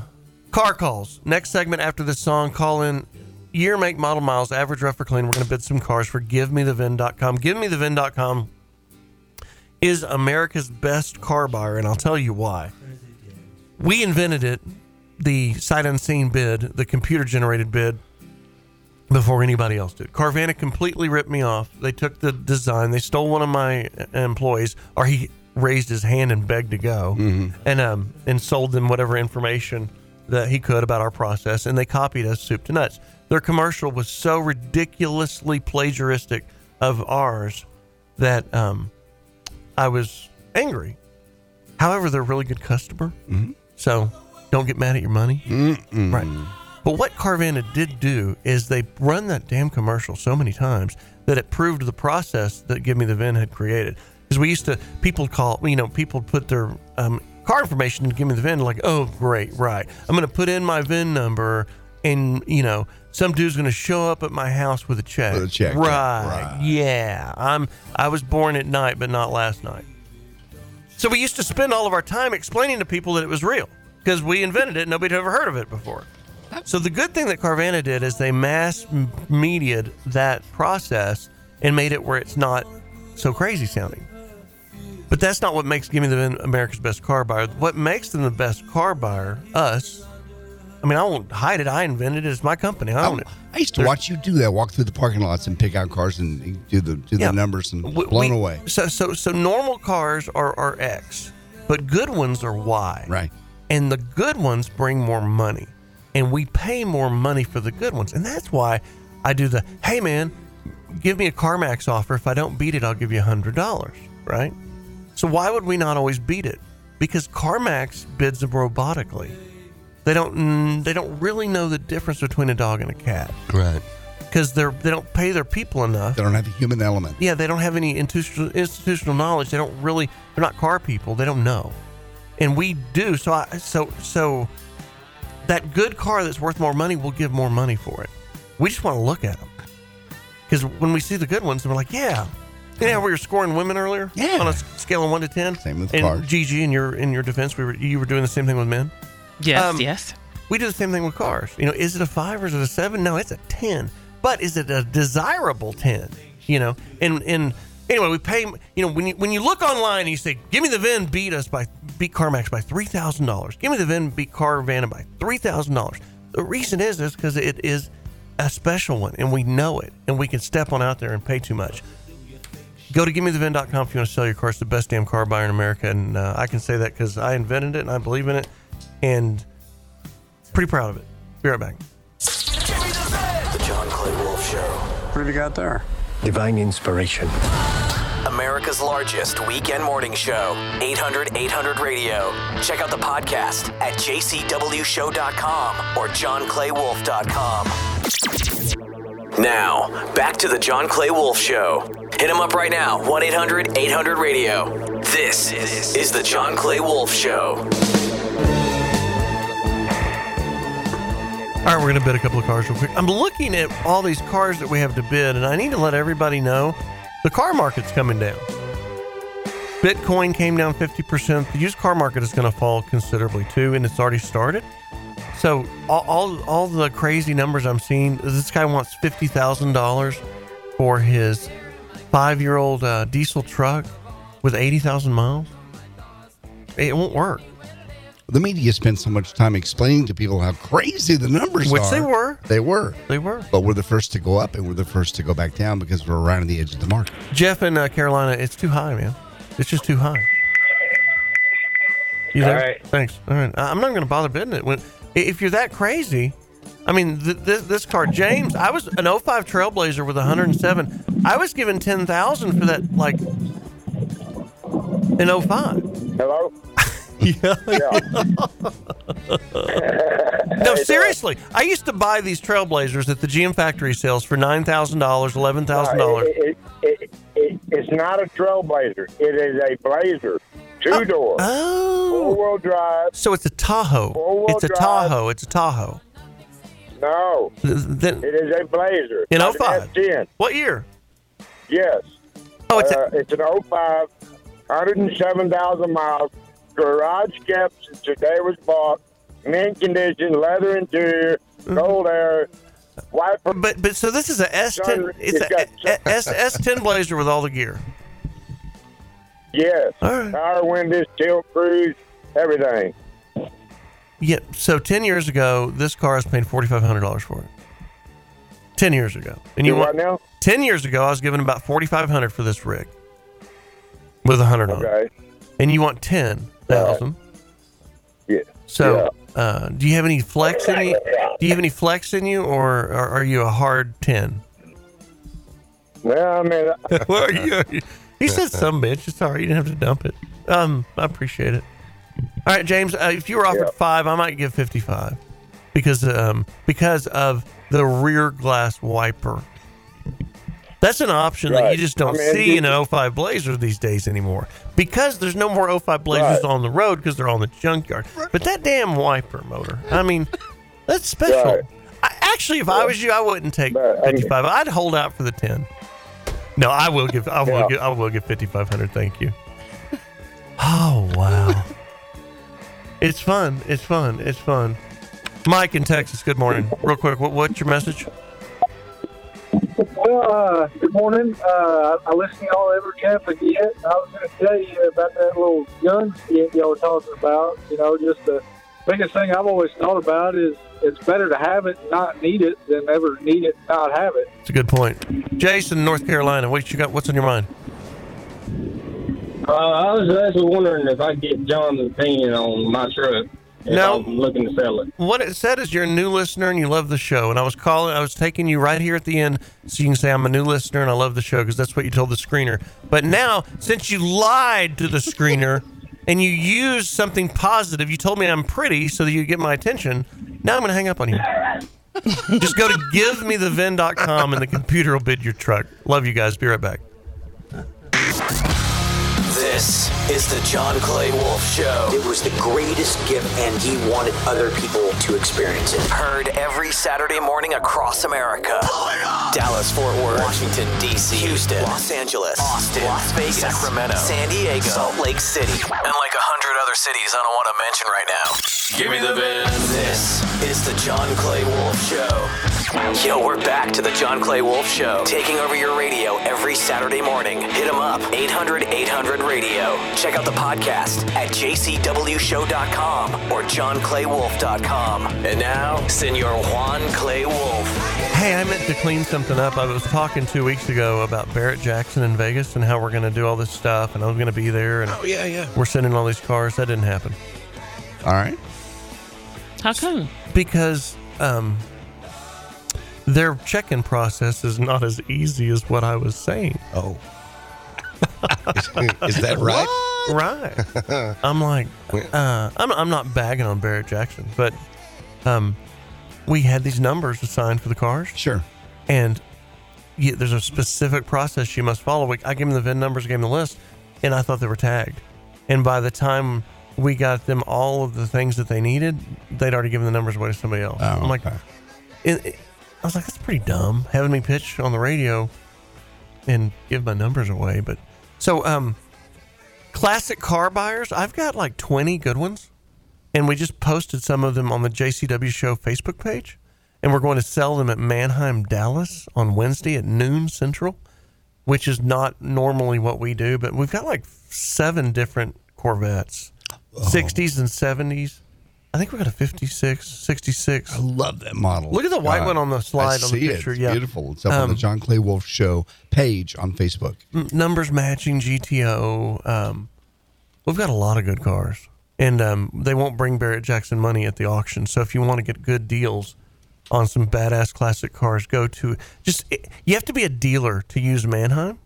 C: car calls. Next segment after this song, call in year, make, model, miles, average, rough, or clean. We're going to bid some cars for GiveMeTheVIN.com. GiveMeTheVIN.com is America's best car buyer, and I'll tell you why. We invented it, the sight unseen bid, the computer generated bid, before anybody else did. Carvana completely ripped me off. They took the design. They stole one of my employees, or he raised his hand and begged to go, and um and sold them whatever information that he could about our process, and they copied us soup to nuts. Their commercial was so ridiculously plagiaristic of ours that um, I was angry. However, they're a really good customer, so don't get mad at your money. Right. But what Carvana did do is they run that damn commercial so many times that it proved the process that Give Me the VIN had created. Because we used to, people call, you know, people put their um, car information to Give Me the VIN, like, oh, great, right. I'm going to put in my VIN number, and, you know, some dude's going to show up at my house with a check.
D: With a check, yeah,
C: Right. Yeah. I'm, I was born at night, but not last night. So we used to spend all of our time explaining to people that it was real because we invented it. Nobody had ever heard of it before. So the good thing that Carvana did is they mass m- mediaed that process and made it where it's not so crazy sounding. But that's not what makes Gimme the Vin America's best car buyer. What makes them the best car buyer, us, I mean, I won't hide it. I invented it. It's my company. I own it.
D: I used to watch you do that. Walk through the parking lots and pick out cars and do the do
C: Yeah.
D: the numbers and
C: W-
D: blown
C: we-
D: away.
C: So so so normal cars are, are X, but good ones are Y.
D: Right.
C: And the good ones bring more money. And we pay more money for the good ones. And that's why I do the hey man, give me a CarMax offer. If I don't beat it, I'll give you a hundred dollars. Right? So why would we not always beat it? Because CarMax bids them robotically. They don't mm, they don't really know the difference between a dog and a cat.
F: Right.
C: Because they're they don't pay their people enough.
D: They don't have a human element.
C: Yeah, they don't have any institutional, institutional knowledge. They don't really. They're not car people. They don't know, and we do. So I so so that good car that's worth more money, we'll give more money for it. We just want to look at them because when we see the good ones, we're like, yeah. You know, how we were scoring women earlier yeah. on a s- scale of one to ten. Same with and
D: cars.
C: GG, in your in your defense, we were you were doing the same thing with men.
E: Yes,
C: um,
E: yes.
C: We do the same thing with cars. You know, is it a five or is it a seven? No, it's a ten. But is it a desirable ten? You know, and and anyway, we pay. You know, when you when you look online, and you say, "Give me the VIN, beat us by beat CarMax by three thousand dollars. Give me the VIN, beat Carvana by three thousand dollars." The reason is is because it is a special one, and we know it, and we can step on out there and pay too much. Go to gimmethevin.com if you want to sell your car. It's the best damn car buyer in America. And uh, I can say that because I invented it and I believe in it. And pretty proud of it. Be right back.
A: The John Clay Wolf Show.
M: What have you got there? Divine inspiration.
A: America's largest weekend morning show. 800 800 radio. Check out the podcast at jcwshow.com or johnclaywolf.com. Now, back to the John Clay Wolf Show. Hit him up right now 1 800 800 radio. This is the John Clay Wolf Show.
C: All right, we're going to bid a couple of cars real quick. I'm looking at all these cars that we have to bid, and I need to let everybody know the car market's coming down. Bitcoin came down 50%. The used car market is going to fall considerably too, and it's already started. So, all, all, all the crazy numbers I'm seeing this guy wants $50,000 for his five year old uh, diesel truck with 80,000 miles. It won't work.
D: The media spent so much time explaining to people how crazy the numbers
C: Which
D: are.
C: they were.
D: They were.
C: They were.
D: But we're the first to go up and we're the first to go back down because we're around the edge of the market.
C: Jeff in uh, Carolina, it's too high, man. It's just too high. You there?
S: All right.
C: Thanks. All right. I- I'm not going to bother bidding it. When, i- if you're that crazy, I mean, th- this, this car, James, I was an 05 Trailblazer with 107. I was given 10000 for that, like, an 05.
S: Hello?
C: yeah. No,
S: Hey,
C: seriously. I used to buy these Trailblazers at the GM factory sales for $9,000, $11,000.
S: Uh, It, it, it, it, it's not a trailblazer. It is a blazer. Two door.
C: Oh.
S: Four wheel drive.
C: So it's a Tahoe.
S: Four-wheel
C: It's a
S: drive.
C: Tahoe. It's a Tahoe.
S: No.
C: Th- then-
S: It is a blazer.
C: In
S: Not an
C: 05.
S: F10.
C: What year?
S: Yes.
C: Oh,
S: it's, uh, it's an 05, 107,000 miles, garage kept since the day it was bought, mint condition, leather interior, cold air, wiper.
C: Mm-hmm. But but so this is a S10. It's a S S10 Blazer with all the gear.
S: Yes.
C: All right.
S: Power windows, tilt cruise, everything.
C: Yeah. So ten years ago, this car was paying forty five hundred dollars for it. Ten years ago,
S: Do
C: want
S: what now?
C: Ten years ago, I was given about forty five hundred for this rig with a hundred on
S: Okay.
C: it, and you want ten thousand.
S: Yeah.
C: So, uh, do you have any flex in you? Do you have any flex in you, or, or are you a hard ten?
S: Well, I mean,
C: Well, you- he said some bitch. It's all right. You didn't have to dump it. Um, I appreciate it. All right, James. Uh, if you were offered five, I might give fifty-five because um because of the rear glass wiper. That's an option that you
S: Right.
C: just don't
S: I mean,
C: see
S: you-
C: in an 05 Blazer these days anymore because there's no more 05 Blazers
S: Right.
C: on the road because they're on the junkyard. But that damn wiper motor, I mean, that's special. I, actually, if I was you, I wouldn't take 55. I'd hold out for the 10. No, I will give. I will.
S: Yeah.
C: Give, I will give fifty five hundred. Thank you. Oh wow, it's fun. It's fun. It's fun. Mike in Texas. Good morning. Real quick, what, what's your message?
T: Well, uh, good morning. Uh, I listen to y'all every chance I get. I was going to tell you about that little gun skit y'all were talking about. You know, just the biggest thing I've always thought about is it's better to have it and not need it than ever need it and not have it.
C: It's a good point. Jason, North Carolina, what you got? What's on your mind?
H: Uh, I was just wondering if I could get John's opinion on my truck. If
C: No.
H: I'm looking to sell it.
C: What it said is you're a new listener and you love the show. And I was calling, I was taking you right here at the end so you can say I'm a new listener and I love the show because that's what you told the screener. But now, since you lied to the screener and you used something positive, you told me I'm pretty so that you get my attention. Now I'm going to hang up on you. Just go to givemethevin.com and the computer will bid your truck. Love you guys. Be right back.
A: This is the John Clay Wolf Show. It was the greatest gift, and he wanted other people to experience it. Heard every Saturday morning across America Dallas, Fort Worth, Washington, D.C., Houston, Los Angeles, Austin, Las Vegas, Sacramento, San Diego, Salt Lake City, and like a hundred other cities I don't want to mention right now. Give me the van. This is the John Clay Wolf Show. Yo, we're back to the John Clay Wolf Show, taking over your radio every Saturday morning. Hit 'em up, 800 800 radio. Check out the podcast at jcwshow.com or johnclaywolf.com. And now, Senor Juan Clay Wolf.
C: Hey, I meant to clean something up. I was talking two weeks ago about Barrett Jackson in Vegas and how we're going to do all this stuff, and I was going to be there. And
F: Oh, yeah, yeah.
C: We're sending all these cars. That didn't happen.
D: All right.
E: How come?
C: Because um, their check-in process is not as easy as what I was saying.
F: Oh, is that right?
C: Right. I'm like, uh, I'm, I'm not bagging on Barrett Jackson, but um, we had these numbers assigned for the cars.
D: Sure.
C: And yeah, there's a specific process you must follow. We, I gave him the VIN numbers, gave him the list, and I thought they were tagged. And by the time we got them all of the things that they needed, they'd already given the numbers away to somebody else.
F: Oh,
C: I'm like, it, it- I was like, that's pretty dumb having me pitch on the radio and give my numbers away. But so, um, classic car buyers, I've got like 20 good ones, and we just posted some of them on the JCW Show Facebook page, and we're going to sell them at Manheim, Dallas on Wednesday at noon Central, which is not normally what we do, but we've got like seven different Corvettes,
D: Oh.
C: 60s and 70s. I think we got a 56, 66. I
D: love that model.
C: Look at the white
D: God.
C: one on the
D: Uh, I
C: slide on
D: see
C: the
D: it.
C: picture.
D: It's
C: yeah,
D: beautiful. It's up on the
C: Um,
D: John Clay Wolf Show page on Facebook.
C: M- numbers matching GTO. Um, we've got a lot of good cars, and um, they won't bring Barrett Jackson money at the auction. So if you want to get good deals on some badass classic cars, go to just it, you have to be a dealer to use Manheim.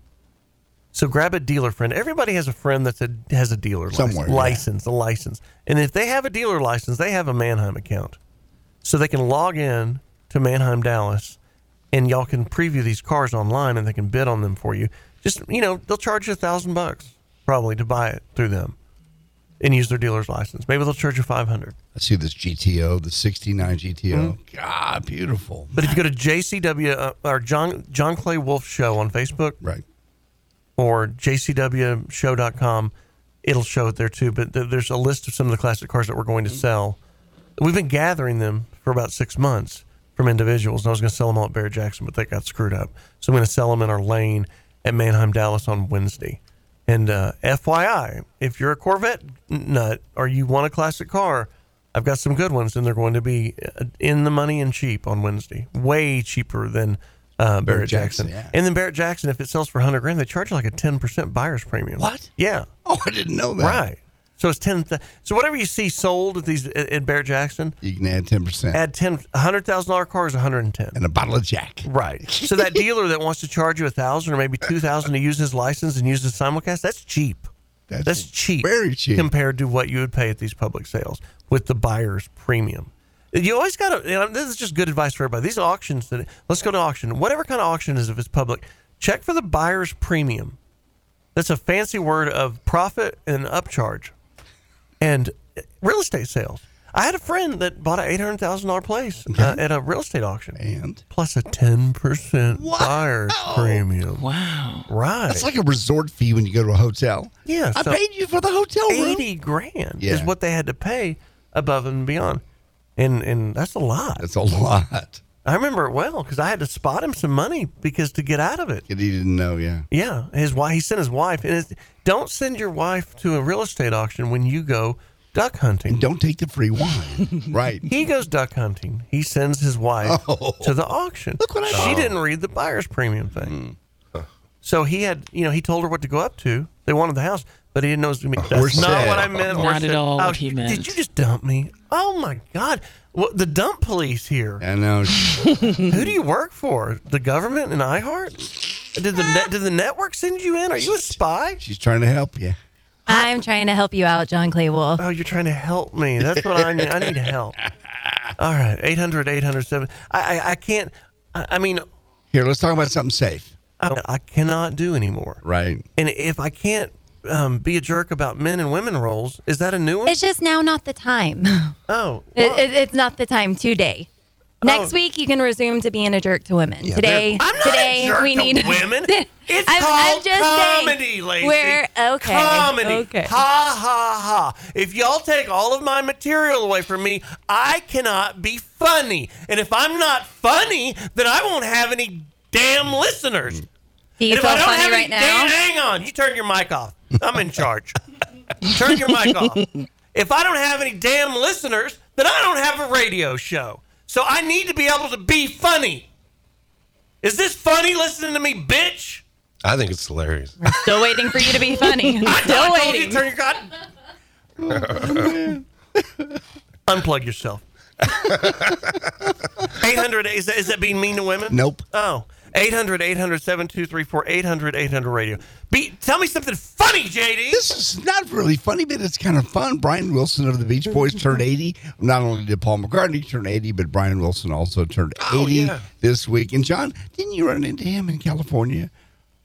C: So grab a dealer friend. Everybody has a friend that's a has a dealer
D: Somewhere,
C: license,
D: yeah.
C: license, a license, and if they have a dealer license, they have a Manheim account, so they can log in to Manheim Dallas, and y'all can preview these cars online, and they can bid on them for you. Just you know, they'll charge you a thousand bucks probably to buy it through them, and use their dealer's license. Maybe they'll charge you five hundred.
D: I see this GTO, the 69 GTO.
C: Mm-hmm.
D: God, beautiful.
C: But if you go to JCW uh, or John John Clay Wolf Show on Facebook,
D: right,
C: or JCWShow.com, it'll show it there too. But th- there's a list of some of the classic cars that we're going to sell. We've been gathering them for about six months from individuals, and I was going to sell them all at Barrett Jackson, but they got screwed up. So I'm going to sell them in our lane at Manheim, Dallas on Wednesday. And uh, FYI, if you're a Corvette nut or you want a classic car, I've got some good ones, and they're going to be uh, in the money and cheap on Wednesday. Way cheaper than uh, Barrett,
D: Barrett Jackson,
C: Jackson.
D: yeah.
C: And then Barrett Jackson, if it sells for 100 grand, they charge like a 10% buyer's premium. What? Yeah.
D: Oh, I didn't know that.
C: Right. So it's 10. Th- so whatever you see sold at these at, at Barrett Jackson,
D: you can add 10%.
C: add 10 $100,000 car is 110.
D: And a bottle of Jack.
C: Right. So that dealer that wants to charge you a 1000 or maybe 2000 to use his license and use his simulcast, that's cheap.
D: That's,
C: cheap.
D: Very cheap.
C: Compared to what you would pay at these public sales with the buyer's premium. You always got to, you know, this is just good advice for everybody. These auctions, that, let's go to auction. Whatever kind of auction is, if it's public, check for the buyer's premium. That's a fancy word of profit and upcharge and uh, real estate sales. I had a friend that bought an eight hundred thousand dollar place uh, at a real estate auction,
D: and
C: plus a ten percent buyer's premium.
E: Wow,
C: right?
D: That's like a resort fee when you go to a hotel.
C: Yeah,
D: I paid you for the hotel room.
C: Eighty grand is
D: Yeah.
C: what they had to pay above and beyond, and and that's a lot.
D: That's a lot.
C: I remember it well because I had to spot him some money because to get out of it.
D: And he didn't know, yeah.
C: Yeah, his wife. He sent his wife, and it's, don't send your wife to a real estate auction when you go duck hunting. And
D: don't take the free wine. right. Oh.
C: He goes duck hunting. He sends his wife to the auction. Look what I She didn't read the buyer's premium thing.
D: Hmm.
C: So he had, you know, he told her what to go up to. They wanted the house, but he didn't know it was going to be. That's
E: Or
C: not
E: said.
C: what I meant. or
E: Not at
C: said.
E: all what
C: Oh,
E: he
C: Did
E: meant.
C: you just dump me? Oh my God! Well, the dump police here.
D: I know.
C: Who do you work for? The government and iHeart? Did the net, did the network send you in? Are you a spy?
D: She's trying to help you.
I: I'm trying to help you out, John Clay Wolf.
C: Oh, you're trying to help me. That's what I need. I need help. All right, 800 807. I, I, I can't. I, I mean,
D: Here, let's talk about something safe.
C: I, I cannot do anymore.
D: Right.
C: And if I can't um, be a jerk about men and women roles, is that a new one?
I: It's just now not the time.
C: Oh.
I: It, it, it's not the time today. Next week, you can resume to being a jerk to women.
C: Yeah,
I: today,
C: they're- I'm not a
I: today
C: jerk
I: we
C: to
I: need
C: women. It's
I: I'm, I'm
C: called
I: just
C: comedy,
I: saying,
C: Lacey.
I: We're okay.
C: Comedy.
I: Okay.
C: Ha ha ha. If y'all take all of my material away from me, I cannot be funny. And if I'm not funny, then I won't have any damn listeners.
I: Do you
C: and if
I: feel
C: I don't
I: funny
C: have
I: right
C: any
I: now?
C: Damn, hang on. You turn your mic off. I'm in charge. turn your mic off. If I don't have any damn listeners, then I don't have a radio show. So I need to be able to be funny. Is this funny listening to me, bitch?
F: I think it's hilarious.
I: We're still waiting for you to be funny.
C: I
I: still
C: told you, turn your god-
I: waiting.
C: Unplug yourself. 800 is that, is that being mean to women?
D: Nope.
C: Oh. 800 800 7234 800 800 radio. Be, tell me something funny, JD.
D: This is not really funny, but it's kind of fun. Brian Wilson of the Beach Boys turned 80. Not only did Paul McCartney turn 80, but Brian Wilson also turned
C: Oh,
D: 80
B: yeah.
D: this week. And John, didn't you run into him in California?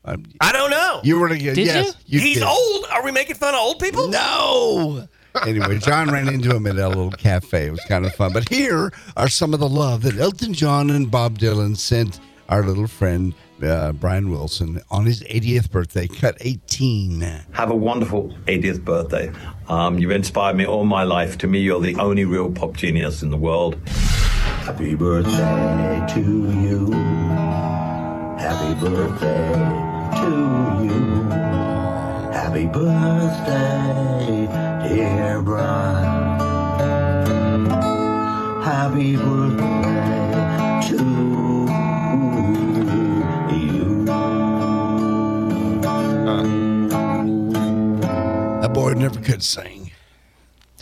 D: Um,
C: I don't know.
D: You were to get yes. you
C: He's
D: did.
C: old. Are we making fun of old people?
D: No. Anyway, John ran into him at a little cafe. It was kind of fun. But here are some of the love that Elton John and Bob Dylan sent our little friend uh, Brian Wilson on his 80th birthday, cut 18.
J: Have a wonderful 80th birthday. Um, you've inspired me all my life. To me, you're the only real pop genius in the world. Happy birthday to you. Happy birthday to you. Happy birthday, dear Brian. Happy birthday to you.
D: That boy never could sing.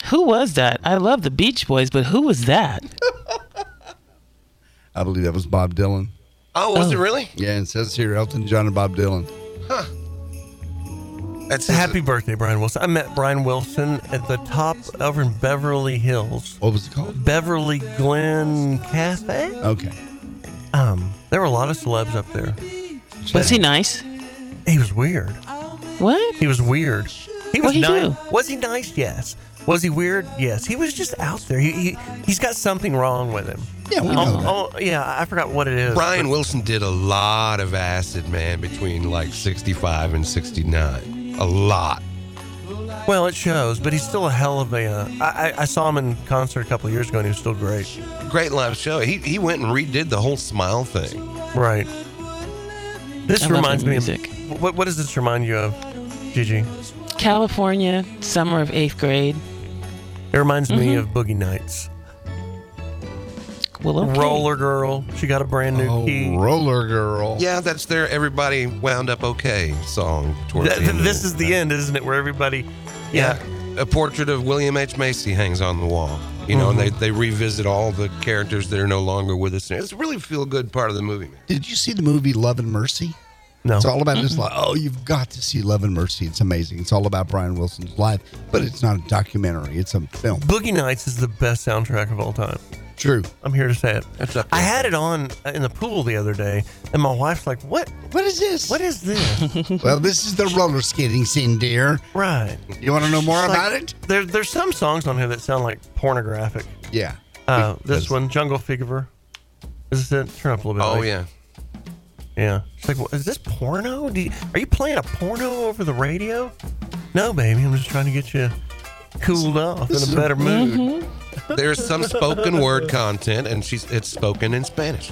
E: Who was that? I love the Beach Boys, but who was that?
D: I believe that was Bob Dylan.
F: Oh, was it really?
D: Yeah, it says here Elton John and Bob Dylan.
F: That's
C: Happy birthday, Brian Wilson. I met Brian Wilson at the top over in Beverly Hills.
D: What was it called?
C: Beverly Glen Cafe.
D: Okay.
C: Um, there were a lot of celebs up there.
E: Was he nice?
C: He was weird.
E: What?
C: He was weird. He
E: What'd
C: was
E: he
C: nice.
E: do?
C: Was he nice? Yes. Was he weird? Yes. He was just out there. He, he he's got something wrong with him.
D: Yeah,
F: we know
C: Oh, oh, yeah. I forgot what it is.
F: Brian Wilson did a lot of acid, man, between like 65 and 69. A lot.
C: oh, Well, it shows, but he's still a hell of a. Uh, I, I- I saw him in concert a couple of years ago, and he was still great.
F: Great live show. He, he went and redid the whole smile thing.
C: Right. This
E: I love
C: reminds
E: that
C: me
E: music.
C: of what, what does this remind you of, Gigi?
E: California, summer of eighth grade.
C: It reminds me
E: Mhm.
C: of Boogie Nights.
E: Well, okay.
C: Roller Girl. She got a brand new key.
D: Oh, Roller Girl.
F: Yeah, that's their Everybody Wound Up Okay song. towards
C: Th-
F: the end
C: th-
F: of
C: this is the end, isn't it? Where everybody, yeah,
F: A portrait of William H. Macy hangs on the wall. You know, and they,
C: Mhm.
F: they revisit all the characters that are no longer with us. It's a really feel good part of the movie, man.
D: Did you see the movie Love and Mercy?
C: No.
D: It's all about his
F: Mm-mm.
D: life. Oh, you've got to see Love and Mercy. It's amazing. It's all about Brian Wilson's life, but it's not a documentary. It's a film.
C: Boogie Nights is the best soundtrack of all time.
D: True.
C: I'm here to say it. I had it on in the pool the other day, and my wife's like, "What?
D: What is this?
C: What is this?"
D: Well, this is the roller skating scene, dear.
C: Right.
D: You want to know more
C: It's like-
D: about it?
C: There, there's some songs on here that sound like pornographic.
D: Yeah.
C: Uh, this one, Jungle Fever. Is this it? Turn up a little bit.
F: Oh,
C: Mike.
F: yeah.
C: Yeah. It's like, "What- is this porno? Do you, are you playing a porno over the radio? No, baby. I'm just trying to get you cooled off in
F: This is
C: a better mood.
F: There's some spoken word content, and she's it's spoken in Spanish.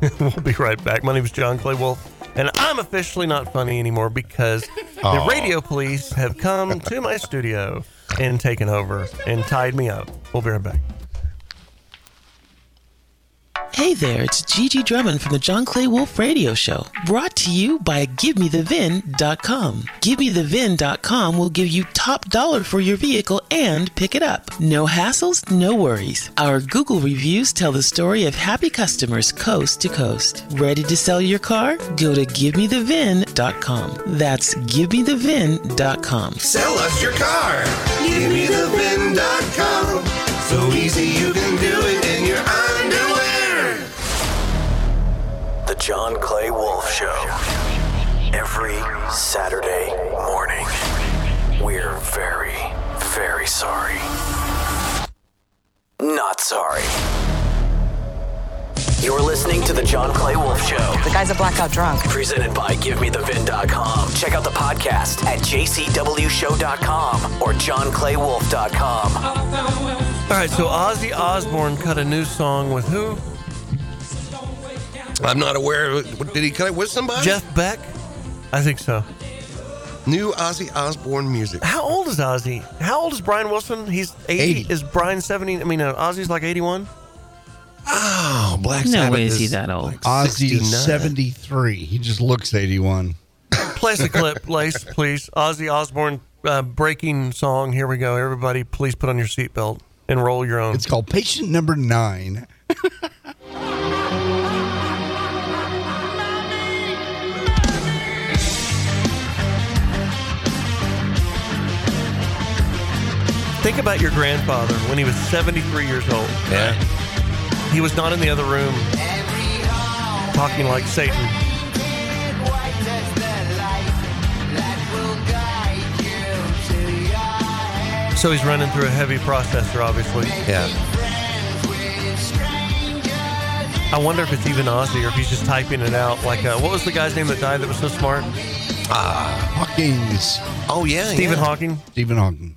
C: we'll be right back. My name is John Clay Wolf, and I'm officially not funny anymore because
F: Aw.
C: the radio police have come to my studio. and taken over and tied me up. We'll be right back.
E: Hey there, it's Gigi Drummond from the John Clay Wolf Radio Show, brought to you by GiveMeTheVIN.com. GiveMeTheVIN.com will give you top dollar for your vehicle and pick it up. No hassles, no worries. Our Google reviews tell the story of happy customers coast to coast. Ready to sell your car? Go to GiveMeTheVIN.com. That's GiveMeTheVIN.com.
B: Sell us your car. Give me the VIN.com. So easy you can do it in your underwear.
A: The John Clay Wolf Show. Every Saturday morning. We're very, very sorry. Not sorry. You're listening to The John Clay Wolf Show.
L: The guy's a blackout drunk.
A: Presented by GiveMeTheVin.com. Check out the podcast at JCWShow.com or JohnClayWolf.com.
C: All right, so Ozzy Osbourne cut a new song with who?
F: I'm not aware. Of, what- did he cut it with somebody?
C: Jeff Beck. I think so.
F: New Ozzy Osbourne music.
C: How old is Ozzy? How old is Brian Wilson? He's 80. Is Brian 70? I mean, uh, Ozzy's like 81?
F: Oh, Black
E: No
F: Sabbath
E: way is he
F: is
E: that old.
F: like
D: Ozzy
F: 69.
D: 73. He just looks 81.
C: Place a clip, Lace, please. Ozzy Osbourne uh, breaking song. Here we go. Everybody, please put on your seatbelt and roll your own.
D: It's called Patient Number Nine.
C: Think about your grandfather when he was 73 years old.
F: Yeah.
C: He was not in the other room talking like Satan. So he's running through a heavy processor, obviously.
F: Yeah.
C: I wonder if it's even Ozzy or if he's just typing it out. Like, uh, what was the guy's name that died that was so smart?
D: Ah, Hawkins.
F: Oh yeah,
C: Stephen
F: yeah.
C: Hawking.
D: Stephen Hawking.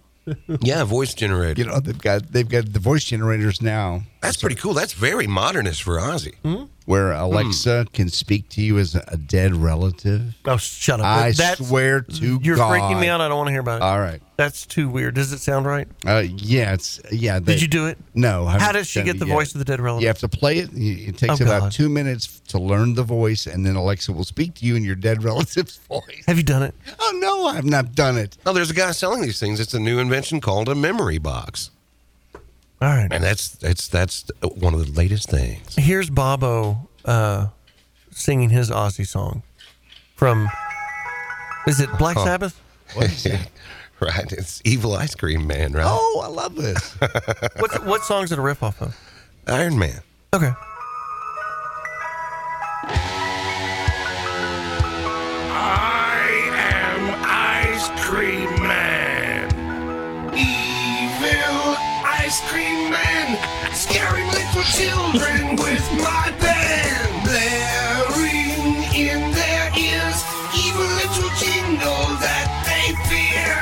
F: yeah, voice generator.
D: You know they've got they've got the voice generators now,
F: That's pretty cool. That's very modernist for Ozzy.
C: Hmm?
D: where Alexa can speak to you as a dead relative.
C: Oh, shut up!
D: I swear to
C: you're
D: God.
C: freaking me out. I don't want to hear about it.
D: All right.
C: that's too weird. Does it sound right?
D: Uh, yeah, it's yeah.
C: Did you do it?
D: No. I
C: How
D: haven't
C: does she
D: done
C: get
D: it
C: the
D: yet.
C: voice of the dead relative?
D: You have to play it. You- It takes
C: Oh, God.
D: about two minutes to learn the voice, and then Alexa will speak to you in your dead relative's voice.
C: Have you done it?
D: Oh no, I've not done it.
F: Oh, there's a guy selling these things. It's a new invention called a memory box.
C: All right.
F: And that's that's that's one of the latest things.
C: Here's Bobo uh, singing his Ozzy song from. Is it Black
F: Huh.
C: Sabbath?
F: yeah. Right. It's Evil Ice Cream Man, right?
D: Oh, I love this.
C: What what songs did it riff off of?
F: Iron Man.
C: Okay.
B: I am Ice Cream Man. Evil Ice Cream Man. Scaring little children with my band. Blaring in their ears evil little jingle that they fear.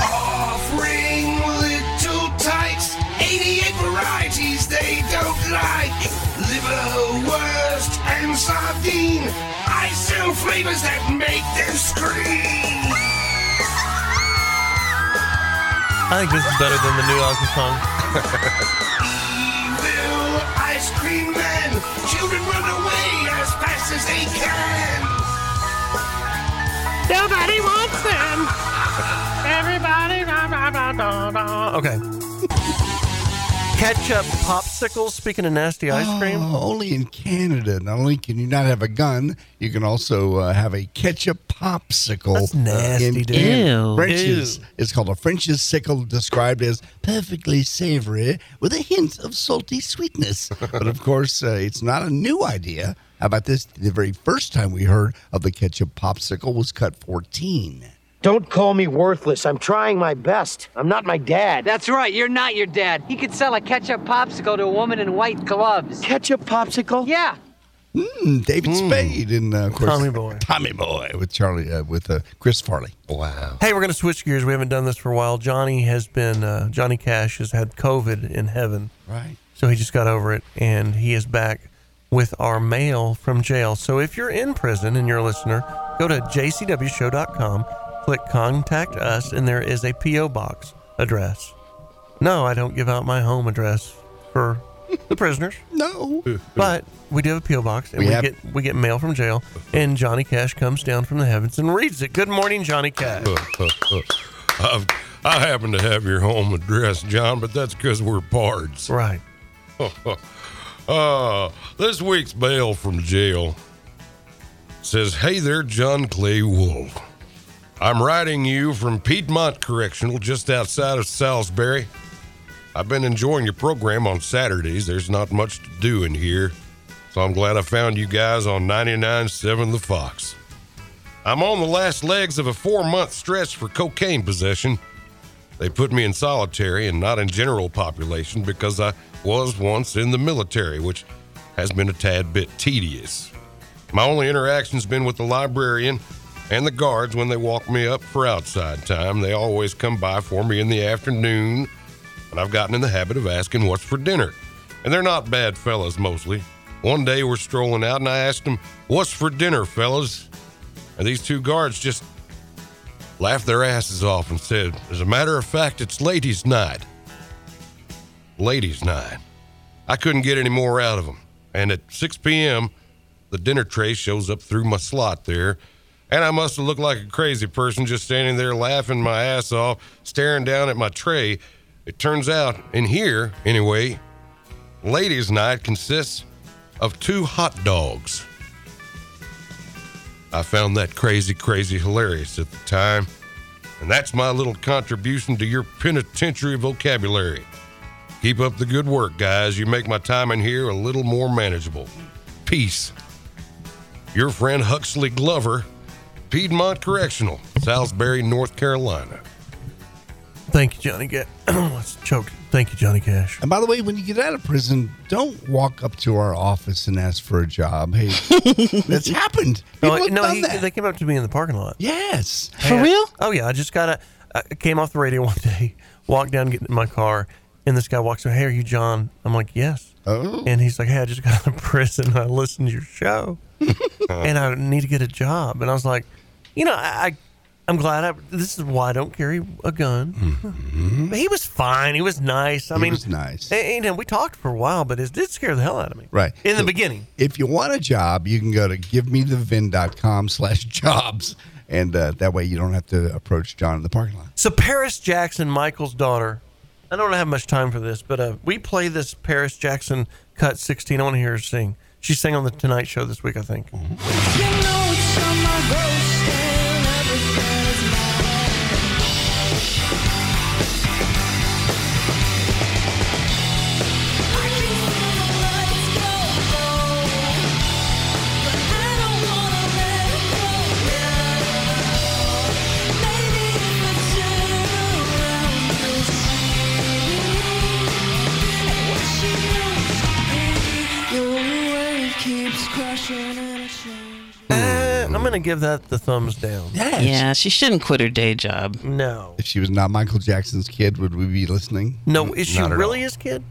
B: Offering little types 88 varieties they don't like. Liverwurst and sardine. I sell flavors that make them scream.
C: I think this is better than the new Ozzy song.
B: Evil ice cream man. Children run away as fast as they can.
N: Nobody wants them. Everybody. Blah, blah, blah, blah, blah.
C: okay. Ketchup popsicles. Speaking of nasty ice cream,
D: Oh, only in Canada. Not only can you not have a gun, you can also uh, have a ketchup popsicle. uh,
C: That's nasty,
D: in
C: dude.
D: Canada.
C: Ew.
D: French's.
C: Ew.
D: It's called a French's sickle, described as perfectly savory with a hint of salty sweetness. but of course, uh, it's not a new idea. How about this? The very first time we heard of the ketchup popsicle was cut 14.
R: Don't call me worthless. I'm trying my best. I'm not my dad.
U: That's right, you're not your dad. He could sell a ketchup popsicle to a woman in white gloves.
R: Ketchup popsicle?
U: Yeah.
D: Mm, David Spade and uh, of course
C: Hmm. Tommy Boy.
D: Tommy Boy with Charlie uh, with uh, Chris Farley. Wow.
C: Hey, we're going to switch gears. We haven't done this for a while. Johnny has been uh, Johnny Cash has had COVID in heaven,
D: Right.
C: so he just got over it, and he is back with our mail from jail. So if you're in prison and you're a listener, go to jcwshow.com, click Contact Us, and there is a PO box address. No, I don't give out my home address for the prisoners.
D: No,
C: but we do have a PO box, and we,
D: We have-
C: get we get mail from jail, and Johnny Cash comes down from the heavens and reads it. Good morning, Johnny Cash.
Z: I've, I happen to have your home address, John, but that's because we're pards.
C: Right.
Z: uh, this week's bail from jail says, Hey there, John Clay Wolf. I'm writing you from Piedmont Correctional just outside of Salisbury. I've been enjoying your program on Saturdays. There's not much to do in here, so I'm glad I found you guys on 99.7 The Fox. I'm on the last legs of a four month stretch for cocaine possession. They put me in solitary and not in general population because I was once in the military, which has been a tad bit tedious. My only interaction's been with the librarian and the guards when they walk me up for outside time. They always come by for me in the afternoon, and I've gotten in the habit of asking what's for dinner. And they're not bad fellas mostly. One day we're strolling out, and I asked them, What's for dinner, fellas? And these two guards just laughed their asses off and said, As a matter of fact, it's ladies' night. Ladies' night. I couldn't get any more out of them. And at 6 p.m., the dinner tray shows up through my slot there. And I must have looked like a crazy person just standing there laughing my ass off, staring down at my tray. It turns out, in here, anyway, ladies' night consists of two hot dogs. I found that crazy, crazy hilarious at the time. And that's my little contribution to your penitentiary vocabulary. Keep up the good work, guys. You make my time in here a little more manageable. Peace. Your friend Huxley Glover, Piedmont Correctional, Salisbury, North Carolina.
C: Thank you, Johnny Cash. Let's choke. Thank you, Johnny Cash.
D: And by the way, when you get out of prison, don't walk up to our office and ask for a job. Hey, that's happened.
C: No,
D: People
C: I-
D: have
C: no
D: done
C: he,
D: that.
C: they came up to me in the parking lot.
D: Yes.
C: For real? Oh yeah, I just got a I came off the radio one day, walked down, getting in my car, and this guy walks over. Hey, are you John? I'm like, yes.
D: Oh.
C: And he's like, Hey, I just got out of prison. I listened to your show, and I need to get a job. And I was like, you know, I, I I'm glad I. This is why I don't carry a gun. But he was fine. He was nice. I
D: Mm-hmm. He
C: mean,
D: was nice.
C: And, and we talked for a while, but it did scare the hell out of me.
D: Right.
C: In the
D: So,
C: beginning.
D: If you want a job, you can go to givemethevin.com slash jobs. And uh, that way you don't have to approach John in the parking lot.
C: So Paris Jackson, Michael's daughter. I don't have much time for this, but uh, we play this Paris Jackson cut 16. I want to hear her sing. She sang on the Tonight Show this week, I think.
Z: Mm-hmm.
C: Uh, I'm going to give that the thumbs down.
E: Yeah, she shouldn't quit her day job.
C: No.
D: If she was not Michael Jackson's kid, would we be listening? Mm,
C: No, is she really his kid?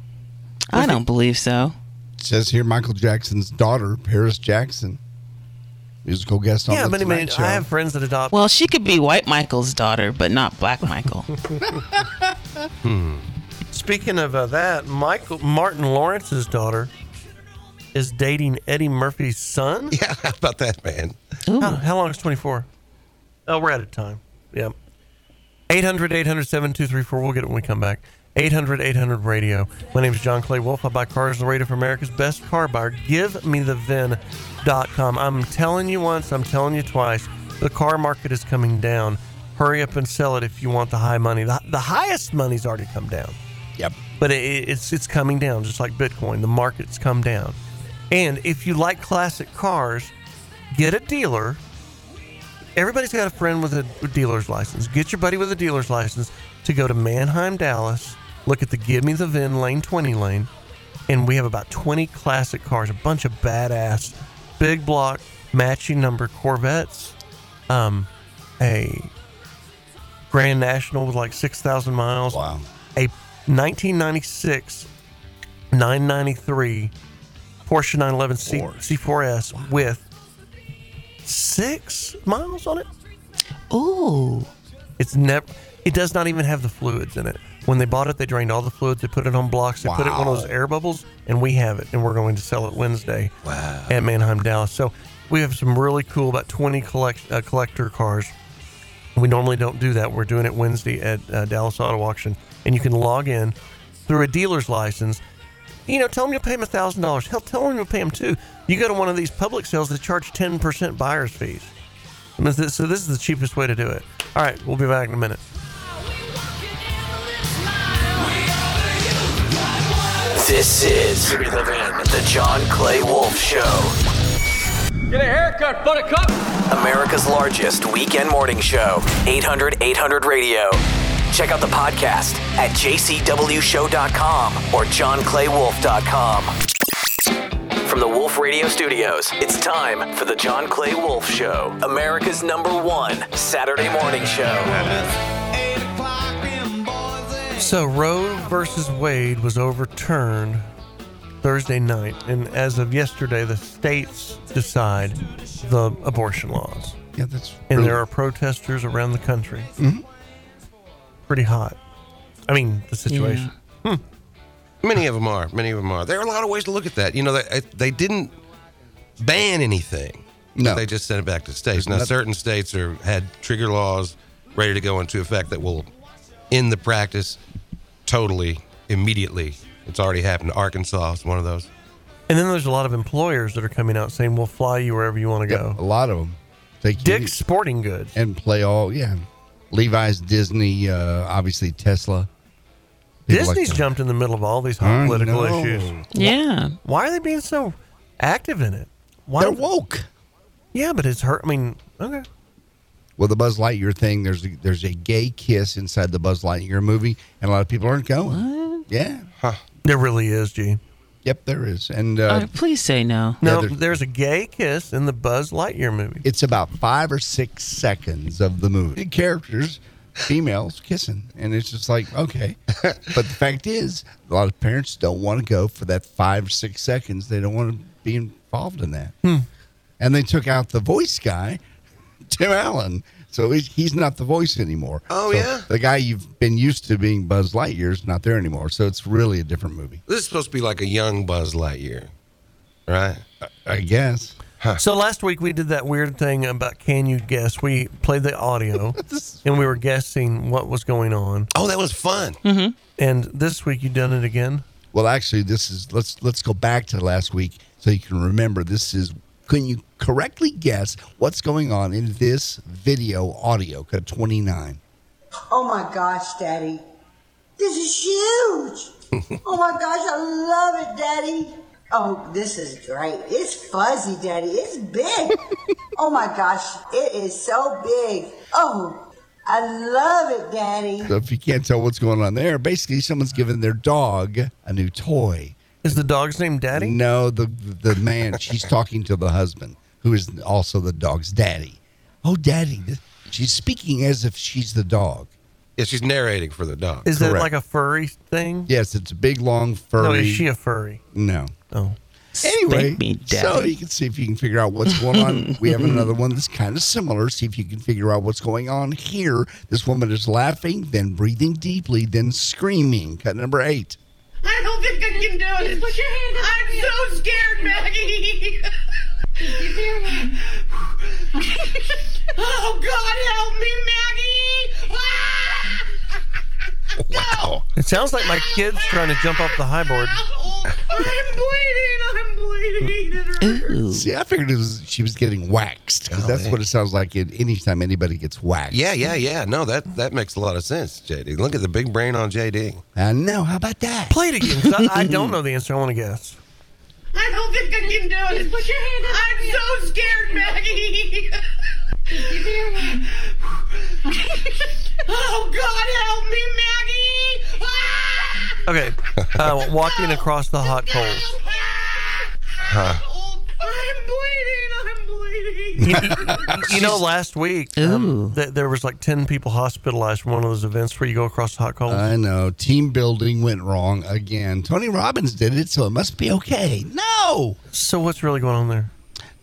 E: I don't believe so.
D: It says here Michael Jackson's daughter, Paris Jackson, musical guest on
C: yeah,
D: the
C: but I
D: Tonight
C: mean,
D: Show.
C: I have friends that adopt.
E: Well, she could be White Michael's daughter, but not Black Michael.
C: Hmm. Speaking of uh, that, Michael Martin Lawrence's daughter is dating Eddie Murphy's son.
Z: Yeah, how about that, man?
C: How, how long is 24? Oh, we're out of time. Yeah. 800 800 7234. We'll get it when we come back. 800 800 radio. My name is John Clay Wolf. I buy cars on the radio for America's best car buyer. Give me the VIN.com. I'm telling you once, I'm telling you twice. The car market is coming down. Hurry up and sell it if you want the high money. The, the highest money's already come down.
D: Yep.
C: But it, it's it's coming down, just like Bitcoin. The market's come down. And if you like classic cars, get a dealer everybody's got a friend with a dealer's license. Get your buddy with a dealer's license to go to Manheim, Dallas. Look at the Give Me the VIN Lane 20 lane, and we have about 20 classic cars, a bunch of badass big block matching number Corvettes, um, a Grand National with like 6,000 miles. Wow. A 1996 993 Porsche 911 C- C4S with six miles on it. Ooh. It's never. It does not even have the fluids in it. When they bought it, they drained all the fluids. They put it on blocks. They put it in one of those air bubbles, and we have it. And we're going to sell it Wednesday at Manheim, Dallas. So we have some really cool, about twenty collect, uh, collector cars. We normally don't do that. We're doing it Wednesday at uh, Dallas Auto Auction, and you can log in through a dealer's license. You know, tell them you'll pay them thousand dollars. Hell, tell them you'll pay them two. You go to one of these public sales that charge ten percent buyer's fees. I mean, this- So this is the cheapest way to do it. All right, we'll be back in a minute.
A: This is Jimmy Levin, the John Clay Wolf Show. Get a haircut, buttercup. America's largest weekend morning show, 800 800 Radio. Check out the podcast at jcwshow.com or johnclaywolf.com. From the Wolf Radio Studios, it's time for the John Clay Wolf Show, America's number one Saturday morning show.
C: So Roe versus Wade was overturned Thursday night, and as of yesterday, the states decide the abortion laws.
D: Yeah, that's
C: and
D: really-
C: there are protesters around the country.
D: Mhm.
C: Pretty hot. I mean, the situation.
F: Many of them are. Many of them are. There are a lot of ways to look at that. You know, they, they didn't ban anything.
D: No.
F: They just sent it back to states. Now,
D: Nothing.
F: certain states are had trigger laws ready to go into effect that will end the practice totally, immediately. It's already happened. Arkansas is one of those.
C: And then there's a lot of employers that are coming out saying, "We'll fly you wherever you want to go."
D: A lot of them. They
C: Dick's Sporting Goods
D: and play all yeah. Levi's, Disney, uh, obviously Tesla. People like
C: Disney's
D: that.
C: jumped in the middle of all these hot
D: I
C: political
D: know.
C: issues.
E: Yeah.
C: Why are they being so active in it? Why
D: They're woke.
C: Yeah, but it's hurt. I mean, okay.
D: Well, the Buzz Lightyear thing. There's a, there's a gay kiss inside the Buzz Lightyear movie, and a lot of people aren't going. Yeah,
C: there really is, Gene.
D: Yep, there is. And uh,
E: please say no.
C: No,
D: Yeah,
C: there's, a gay kiss in the Buzz Lightyear movie.
D: It's about five or six seconds of the movie. Characters, females kissing, and it's just like okay. but the fact is, a lot of parents don't want to go for that five six seconds. They don't want to be involved in that. And they took out the voice guy, Tim Allen. So he's, he's not the voice anymore.
F: Oh,
D: So
F: yeah?
D: the guy you've been used to being Buzz Lightyear is not there anymore. So it's really a different movie.
F: This is supposed to be like a young Buzz Lightyear, right?
D: I guess.
C: So last week we did that weird thing about can you guess? We played the audio and we were guessing what was going on.
F: Oh, that was fun.
C: Mm-hmm. And this week you done it again.
D: Well, actually, this is let's let's go back to last week so you can remember. This is can you correctly guess what's going on in this video audio cut twenty nine?
K: Oh my gosh, Daddy. This is huge. oh my gosh, I love it, Daddy. Oh, this is great. It's fuzzy, Daddy. It's big. oh my gosh, it is so big. Oh, I love it, Daddy.
D: So if you can't tell what's going on there, basically someone's giving their dog a new toy.
C: Is the dog's name Daddy?
D: No, the the man. she's talking to the husband, who is also the dog's daddy. Oh, daddy! this- She's speaking as if she's the dog.
F: Yeah, she's narrating for the dog.
C: Is that like a furry thing?
D: Yes, it's a big, long furry.
C: No, is she a furry?
D: No.
C: Oh.
D: Anyway,
C: Spank me,
D: so
C: Daddy.
D: you can see if you can figure out what's going on. we have another one that's kind of similar. See if you can figure out what's going on here. This woman is laughing, then breathing deeply, then screaming. Cut number eight.
N: I don't think I can do it. Put your hand up. I'm so scared, Maggie. oh God, help me, Maggie! Ah!
D: Wow.
C: It sounds like my kid's trying to jump off the high board.
N: I'm bleeding. I'm bleeding. It hurts.
D: See, I figured it was she was getting waxed
C: Oh,
D: because that's
C: eh.
D: what it sounds like it, anytime anybody gets waxed.
F: Yeah, yeah, yeah. No, that that makes a lot of sense, JD. Look at the big brain on JD.
D: I know. How about that?
C: Play it again. 'cause I, I don't know the answer. I want to guess.
N: I don't think I can do it. Put your hand up. I'm so scared, Maggie. oh God, help me, Maggie! Ah! Ah!
C: Okay. Uh, walking across the hot coals.
N: I'm I'm bleeding.
C: You, you know, last week um, th- there was like ten people hospitalized from one of those events where you go across the hot coals.
D: I know. Team building went wrong again. Tony Robbins did it, so it must be okay. No.
C: So what's really going on there?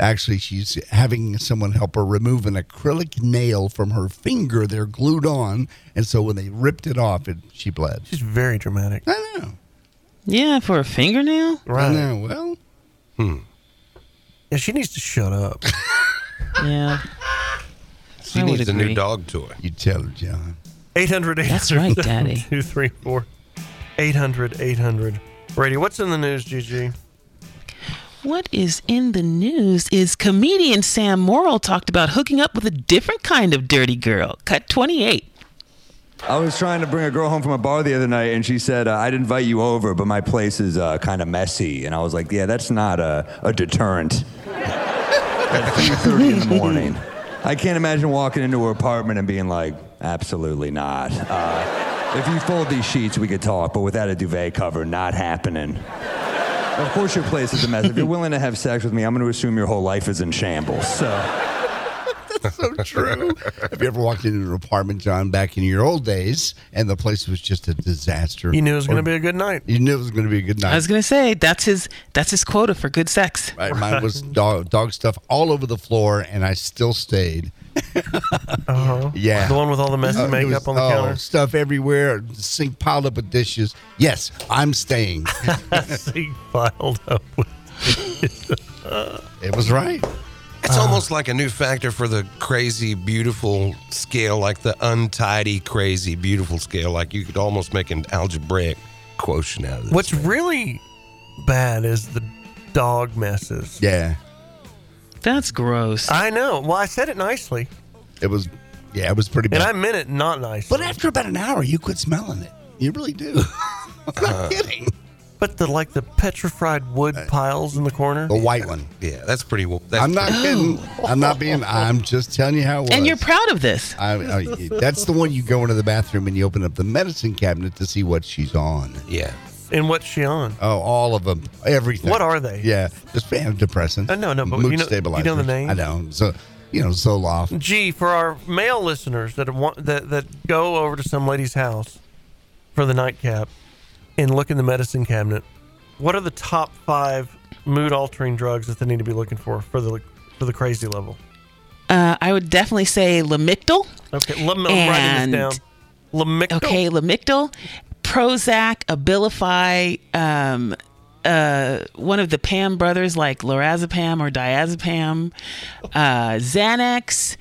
D: Actually, she's having someone help her remove an acrylic nail from her finger. They're glued on, and so when they ripped it off, it, she bled.
C: She's very dramatic.
D: I know.
E: Yeah, for a fingernail?
D: Right. I know. Well,
C: Hmm. Yeah, she needs to shut up.
E: yeah.
F: She needs a new dog toy.
D: You tell her, John.
C: 800
D: That's right, Daddy.
C: 234 800 800 radio. What's in the news, GG?
E: What is in the news is comedian Sam Morrill talked about hooking up with a different kind of dirty girl. Cut 28.
L: I was trying to bring a girl home from a bar the other night, and she said, uh, I'd invite you over, but my place is uh, kind of messy. And I was like, Yeah, that's not a, a deterrent. At 3.30 in the morning. I can't imagine walking into her apartment and being like, Absolutely not. Uh, if you fold these sheets, we could talk, but without a duvet cover, not happening. Of course, your place is a mess. If you're willing to have sex with me, I'm going to assume your whole life is in shambles. So.
D: so true. Have you ever walked into an apartment, John, back in your old days, and the place was just a disaster?
C: You knew it was going
D: Or-
C: to be a good night.
D: You knew it was going to be a good night.
E: I was going to say that's his that's his quota for good sex.
D: Right, mine was dog, dog stuff all over the floor, and I still stayed.
C: Uh-huh.
D: Yeah,
C: The one with all the messy
D: Uh, it
C: makeup on the
D: oh,
C: counter.
D: stuff everywhere, sink piled up with dishes. Yes, I'm staying.
C: sink piled up with dishes.
D: It was right. Uh-huh.
F: It's almost like a new factor for the crazy beautiful scale, like the untidy crazy beautiful scale. Like you could almost make an algebraic quotient out of this.
C: What's really bad is the dog messes.
D: Yeah.
E: That's gross.
C: I know. Well, I said it nicely.
D: It was, yeah, it was pretty bad.
C: And I meant it not nicely.
D: But after about an hour, you quit smelling it. You really do. I'm not kidding.
C: But the like the petrified wood piles in the corner. The
D: white one.
F: Yeah, that's pretty. well, That's
D: I'm not
F: pretty-
D: kidding. I'm not being. I'm just telling you how it was.
E: And you're proud of this.
D: I, I, that's the one you go into the bathroom and you open up the medicine cabinet to see what she's on.
F: Yeah.
C: And what's she on?
D: Oh, all of them. Everything.
C: What are they?
D: Yeah. Just antidepressants.
C: Uh, no, no, but
D: mood
C: you know- you know the
D: stabilizers.
C: name?
D: I know. So, you know, Zoloft.
C: Gee, for our male listeners that want that that go over to some lady's house for the nightcap and look in the medicine cabinet, what are the top five mood altering drugs that they need to be looking for for the for the crazy level?
E: Uh, I would definitely say Lamictal.
C: Okay, let me I'm writing this down. Lamictal.
E: Okay, Lamictal, Prozac, Abilify, um, uh, one of the Pam brothers like lorazepam or diazepam, uh, Xanax,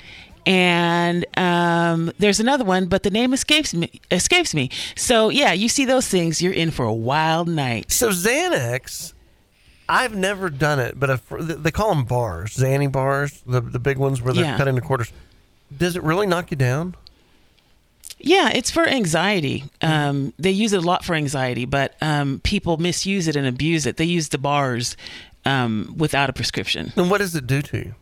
E: and um, there's another one, but the name escapes me. Escapes me. So yeah, you see those things, you're in for a wild night.
C: So Xanax, I've never done it, but a fr- th they call them bars, Xanny bars, the the big ones where they're
E: Yeah.
C: cut into quarters. Does it really knock you down?
E: Yeah, it's for anxiety.
C: Mm-hmm.
E: Um, they use it a lot for anxiety, but um, people misuse it and abuse it. They use the bars um, without a prescription.
C: And what does it do to you?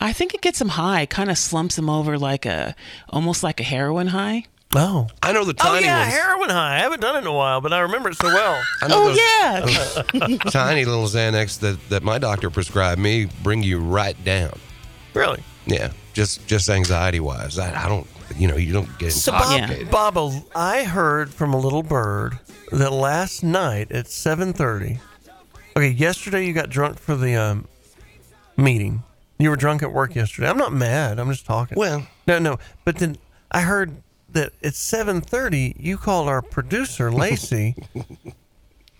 E: I think it gets them high, kind of slumps them over like a almost like a heroin high.
C: Oh,
F: I know the
C: Oh
F: tiny
C: yeah,
F: ones.
C: heroin high. I haven't done it in a while, but I remember it so well.
F: I know those-
E: Oh, yeah.
F: those tiny little Xanax that, that my doctor prescribed me bring you right down.
C: Really?
F: Yeah. Just just anxiety wise. I, I don't. You know, you don't get
C: So Bob,
F: intoxicated.
C: Bob, I heard from a little bird that last night at seven thirty. Okay, yesterday you got drunk for the um, meeting. You were drunk at work yesterday. I'm not mad. I'm just talking.
F: Well,
C: no, no. But then I heard that at seven thirty you called our producer Lacey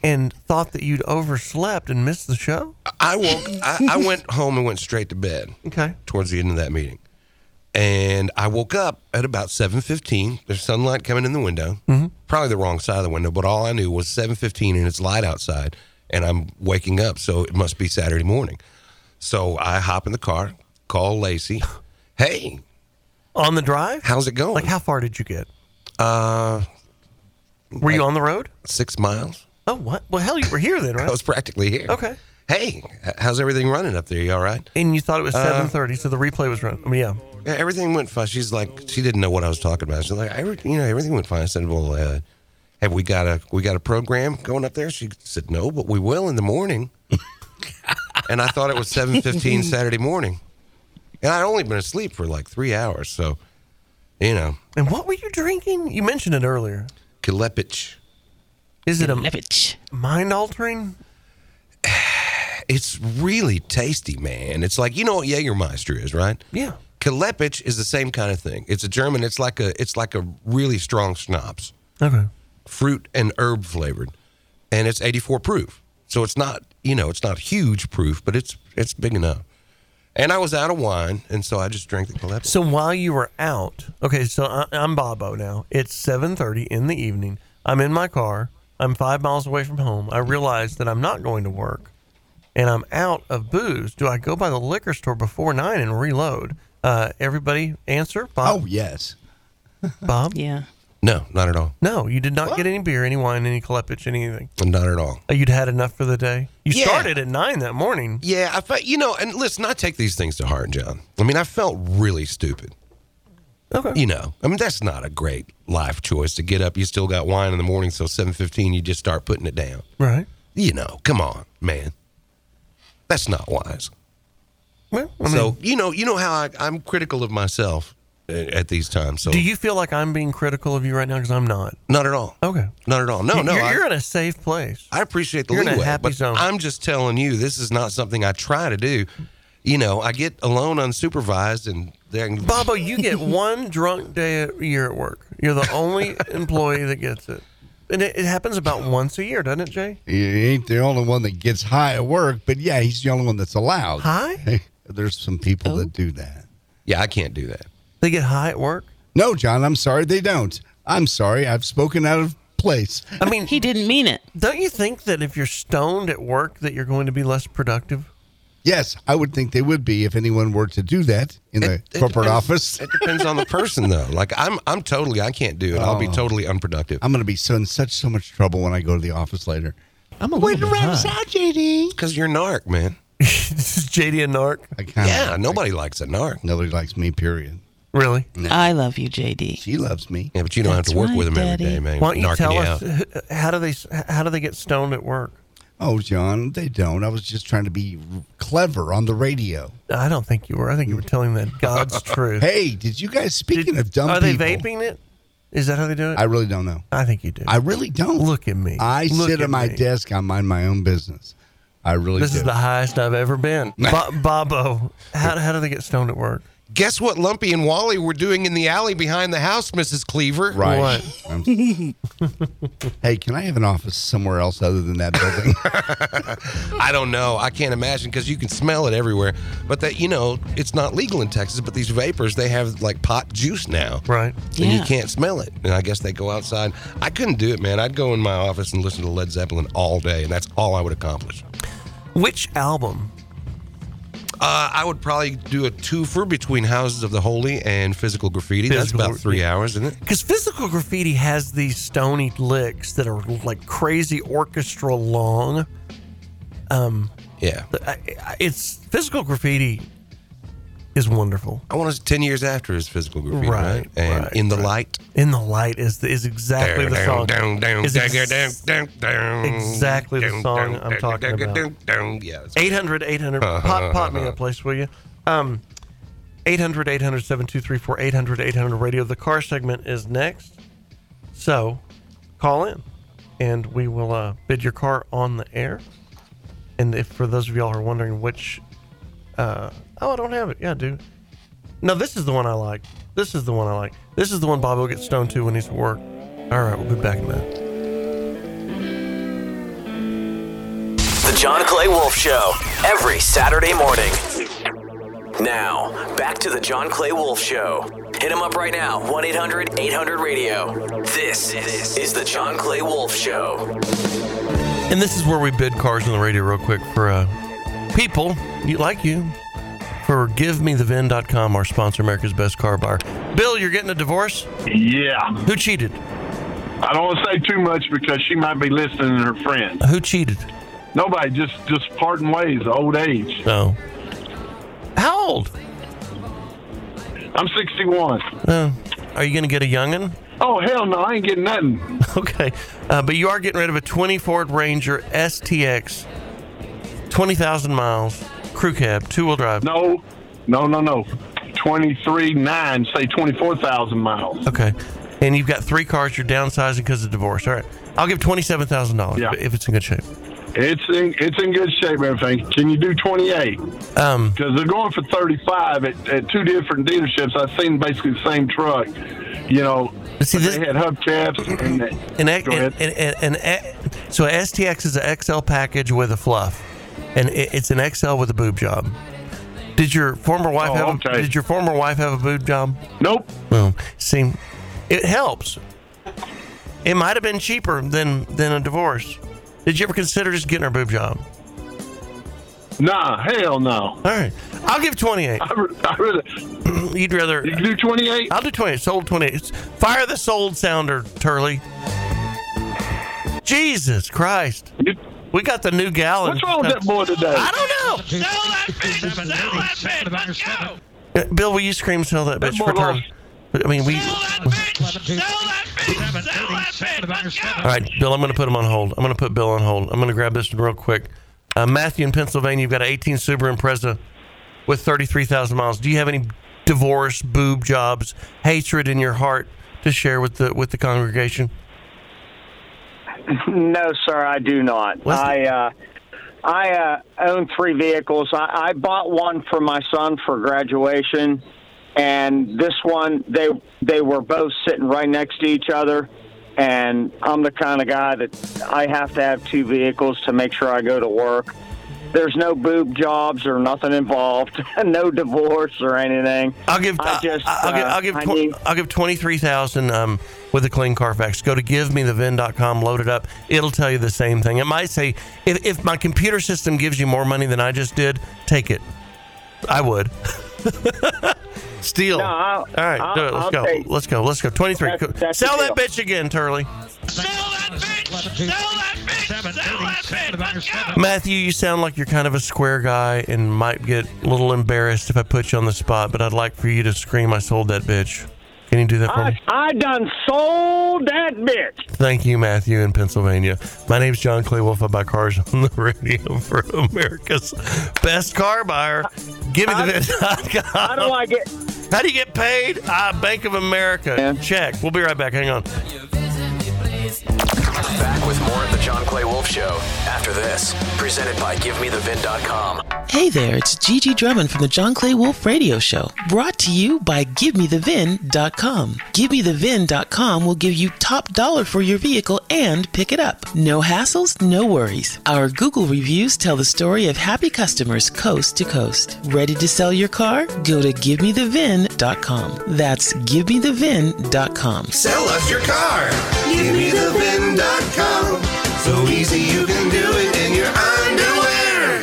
C: and thought that you'd overslept and missed the show.
F: I woke. I, I went home and went straight to bed.
C: Okay.
F: Towards the end of that meeting, and I woke up at about seven fifteen. There's sunlight coming in the window.
C: Mhm.
F: Probably the wrong side of the window, but all I knew was seven fifteen, and it's light outside, and I'm waking up, so it must be Saturday morning. So I hop in the car, call Lacey. Hey,
C: on the drive,
F: how's it going? Like
C: how far did you get?
F: Uh,
C: were you on the road?
F: Six miles.
C: Oh, what? Well, hell, you were here then, right?
F: I was practically here.
C: Okay.
F: Hey, h- how's everything running up there? You all right?
C: And you thought it was
F: Uh,
C: seven thirty, so the replay was running. I mean, yeah.
F: Yeah, everything went fine. She's like, she didn't know what I was talking about. She's like, every, you know, everything went fine. I said, well, uh, have we got a we got a program going up there? She said, no, but we will in the morning. and I thought it was seven fifteen Saturday morning, and I'd only been asleep for like three hours, so you know,
C: And what were you drinking? You mentioned it earlier.
F: Kalepich.
C: Is it a mind altering?
F: It's really tasty, man. It's like you know what Jägermeister is, right?
C: Yeah.
F: Kalepich is the same kind of thing. It's a German. It's like a it's like a really strong schnapps.
C: Okay.
F: fruit and herb flavored, and it's 84 proof. So it's not you know it's not huge proof, but it's it's big enough. And I was out of wine, and so I just drank the Calypso.
C: So while you were out, okay, so I, I'm Bobo now. It's 7:30 in the evening. I'm in my car. I'm five miles away from home. I realize that I'm not going to work, and I'm out of booze. Do I go by the liquor store before nine and reload? Uh, everybody, answer. Bob. Oh
D: yes.
C: Bob.
E: Yeah.
F: No, not at all.
C: No, you did not get any beer, any wine, any Klepich, anything.
F: Not at all.
C: Uh, You'd had enough for the day. You
F: Yeah.
C: started at nine that morning.
F: Yeah, I felt you know, and listen, I take these things to heart, John. I mean, I felt really stupid.
C: Okay.
F: You know, I mean, that's not a great life choice to get up. You still got wine in the morning, so 7:15, you just start putting it down.
C: Right.
F: You know, come on, man. That's not wise.
C: Well,
F: so you know, you know how I, I'm critical of myself uh, at these times. So
C: Do you feel like I'm being critical of you right now? Because I'm not.
F: Not at all.
C: Okay.
F: Not at all. Oh, No,
C: You-
F: no.
C: You're,
F: I,
C: you're in a safe place.
F: I appreciate the
C: you're in a
F: leeway,
C: happy
F: but I'm just telling you, this is not something I try to do. You know, I get alone unsupervised, and then
C: Bobo, you get one drunk day a year at work. You're the only employee that gets it. And it, it happens about once a year, doesn't it, Jay?
D: He ain't the only one that gets high at work, but yeah, he's the only one that's allowed.
C: High? Oh.
D: There's some people that do that.
F: Yeah, I can't do that.
C: They get high at work?
D: No, John, I'm sorry, they don't. I'm sorry, I've spoken out of place.
C: I mean,
E: he didn't mean it.
C: Don't you think that if you're stoned at work that you're going to be less productive?
D: Yes, I would think they would be if anyone were to do that in the corporate office.
F: It depends on the person, though. Like I'm, I'm totally, I can't do it. I'll be
D: Oh.
F: totally unproductive.
D: I'm going to be so in such so much trouble when I go to the office later.
C: I'm a
D: Wait around us out, JD.
F: Because you're narc, man.
C: this is JD and narc.
D: I kinda,
F: yeah, nobody likes a narc.
D: Nobody likes me. Period.
C: Really?
E: I love you, JD.
D: She loves me.
F: Yeah, but you don't have to work with them every day, man.
C: Why don't you
F: Narking
C: tell
F: you
C: us
F: out.
C: uh, how do they how do they get stoned at work?
D: Oh, John, they don't. I was just trying to be clever on the radio.
C: I don't think you were. I think you were telling them God's truth.
D: Hey, did you guys? Speaking of dumb
C: Are they
D: people,
C: vaping it? Is that how they do it?
D: I really don't know.
C: I think you do.
D: I really don't.
C: Look at me.
D: I
C: Look
D: sit at my
C: me.
D: desk. I mind my own business. I really
C: This
D: do.
C: is the highest I've ever been. Bo- Bobo, how, how do they get stoned at work?
F: Guess what Lumpy and Wally were doing in the alley behind the house, Mrs. Cleaver?
D: Right. What? I'm- hey, can I have an office somewhere else other than that building?
F: I don't know. I can't imagine because you can smell it everywhere. But that, you know, it's not legal in Texas, but these vapors, they have like pot juice now.
C: Right.
F: And
E: Yeah.
F: you can't smell it. And I guess they go outside. I couldn't do it, man. I'd go in my office and listen to Led Zeppelin all day, and that's all I would accomplish.
C: Which album?
F: Uh, I would probably do a twofer between Houses of the Holy and Physical Graffiti.
C: Physical
F: that's about three hours, isn't it?
C: Because physical graffiti has these stony licks that are like crazy orchestral long. Um,
F: Yeah.
C: th- I- I- it's physical graffiti is wonderful.
F: I want to 10 years after his Physical Graffiti, right?
C: Right,
F: And
C: right,
F: In the Light.
C: In the light is the, is exactly the song.
F: Down, down,
C: is
F: down,
C: ex-
F: down, down, down,
C: exactly the
F: down,
C: song
F: down,
C: I'm
F: down,
C: talking
F: down, down,
C: about.
F: down. Yeah, that's- Uh-huh,
C: 800 800 pop, pop me a place will you um 800 800 7234 800 800 radio the car segment is next so call in and we will uh, bid your car on the air and if for those of y'all who are wondering which uh oh i don't have it yeah I do no this is the one i like this is the one i like this is the one bob will get stoned to when he's at work all right we'll be back in a minute
A: The John Clay Wolf Show, every Saturday morning. Now, back to the John Clay Wolf Show. Hit him up right now, 1 800 800 radio. This is the John Clay Wolf Show.
C: And this is where we bid cars on the radio real quick for uh, people you, like you for givemethevin.com, our sponsor, America's Best Car Buyer. Bill, you're getting a divorce?
O: Yeah.
C: Who cheated?
O: I don't want to say too much because she might be listening to her friend.
C: Who cheated?
O: Nobody. Just just parting ways. Old age.
C: No. Uh, How old?
O: I'm 61.
C: Uh, are you going to get a youngin'?
O: Oh hell no! I ain't getting nothing.
C: Okay. Uh, but you are getting rid of a 20 Ford Ranger STX twenty thousand miles, crew cab, two wheel drive.
O: No, no, no, no. 23 9, say 24,000 miles.
C: Okay. And you've got three cars. You're downsizing because of divorce. All right. I'll give twenty seven thousand
O: Yeah.
C: dollars if it's in good shape.
O: It's in it's in good shape, everything. Can you do 28?
C: Um,
O: because they're going for 35 at, at two different dealerships. I've seen basically the same truck. You know, they had hubcaps and
C: An, X- an, an, an, an so a STX is an XL package with a fluff, and it, it's an XL with a boob job. Did your former wife
O: Oh,
C: have?
O: okay.
C: A, did your former wife have a boob job?
O: Nope.
C: Well, see, it helps. It might have been cheaper than than a divorce. Did you ever consider just getting her boob job?
O: Nah, hell no. All
C: right, I'll give twenty eight.
O: I really,
C: You'd rather you
O: do twenty eight.
C: I'll do twenty eight. Sold twenty eight. Fire the sold sounder, Turley. Jesus Christ! We got the new gal. in-
B: What's wrong with that boy
D: oh.
B: today?
C: I don't know.
B: Sell that bitch! Sell that bitch! Let's go!
C: Uh, Bill, will you scream sell that bitch for Turley? I mean, we. All right, Bill, I'm going to put him on hold. I'm going to put Bill on hold. I'm going to grab this one real quick. Uh, Matthew in Pennsylvania, you've got an 18 Subaru Impreza with 33,000 miles. Do you have any divorce, boob jobs, hatred in your heart to share with the with the congregation?
U: No, sir, I do not. I uh, I uh, own three vehicles. I, I bought one for my son for graduation, and this one they they were both sitting right next to each other. And I'm the kind of guy that I have to have two vehicles to make sure I go to work. There's no boob jobs or nothing involved, no divorce or anything.
C: I'll give.
U: I just.
C: I'll give,
U: uh,
C: I'll give,
U: I
C: tw-
U: need-
C: I'll give 23,000 um, with a clean Carfax. Go to givemethevin.com, load it up. It'll tell you the same thing. It might say, if, if my computer system gives you more money than I just did, take it. I would. Steal. All right, do it. Let's
U: I'll
C: go.
U: take-
C: let's go. Let's go. 23.
U: That's- that's
C: Sell
U: the
C: that
U: deal.
C: bitch again, Turley. Matthew, you sound like you're kind of a square guy and might get a little embarrassed if I put you on the spot, but I'd like for you to scream, I sold that bitch. Can you do that for me?
U: I done sold that bitch.
C: Thank you, Matthew, in Pennsylvania. My name's John Clay Wolf. I buy cars on the radio for America's best car buyer. Give me the How
U: do I get?
C: How do you get paid? Uh, Bank of America. Check. We'll be right back. Hang on.
A: Back with more of the John Clay Wolf Show after this, presented by GiveMeTheVin.com.
E: Hey there, it's Gigi Drummond from the John Clay Wolf Radio Show, brought to you by GiveMeTheVIN.com. GiveMeTheVIN.com will give you top dollar for your vehicle and pick it up. No hassles, no worries. Our Google reviews tell the story of happy customers coast to coast. Ready to sell your car? Go to GiveMeTheVIN.com. That's GiveMeTheVIN.com.
B: Sell us your car. Give me the VIN.com. So easy you can do it in your underwear.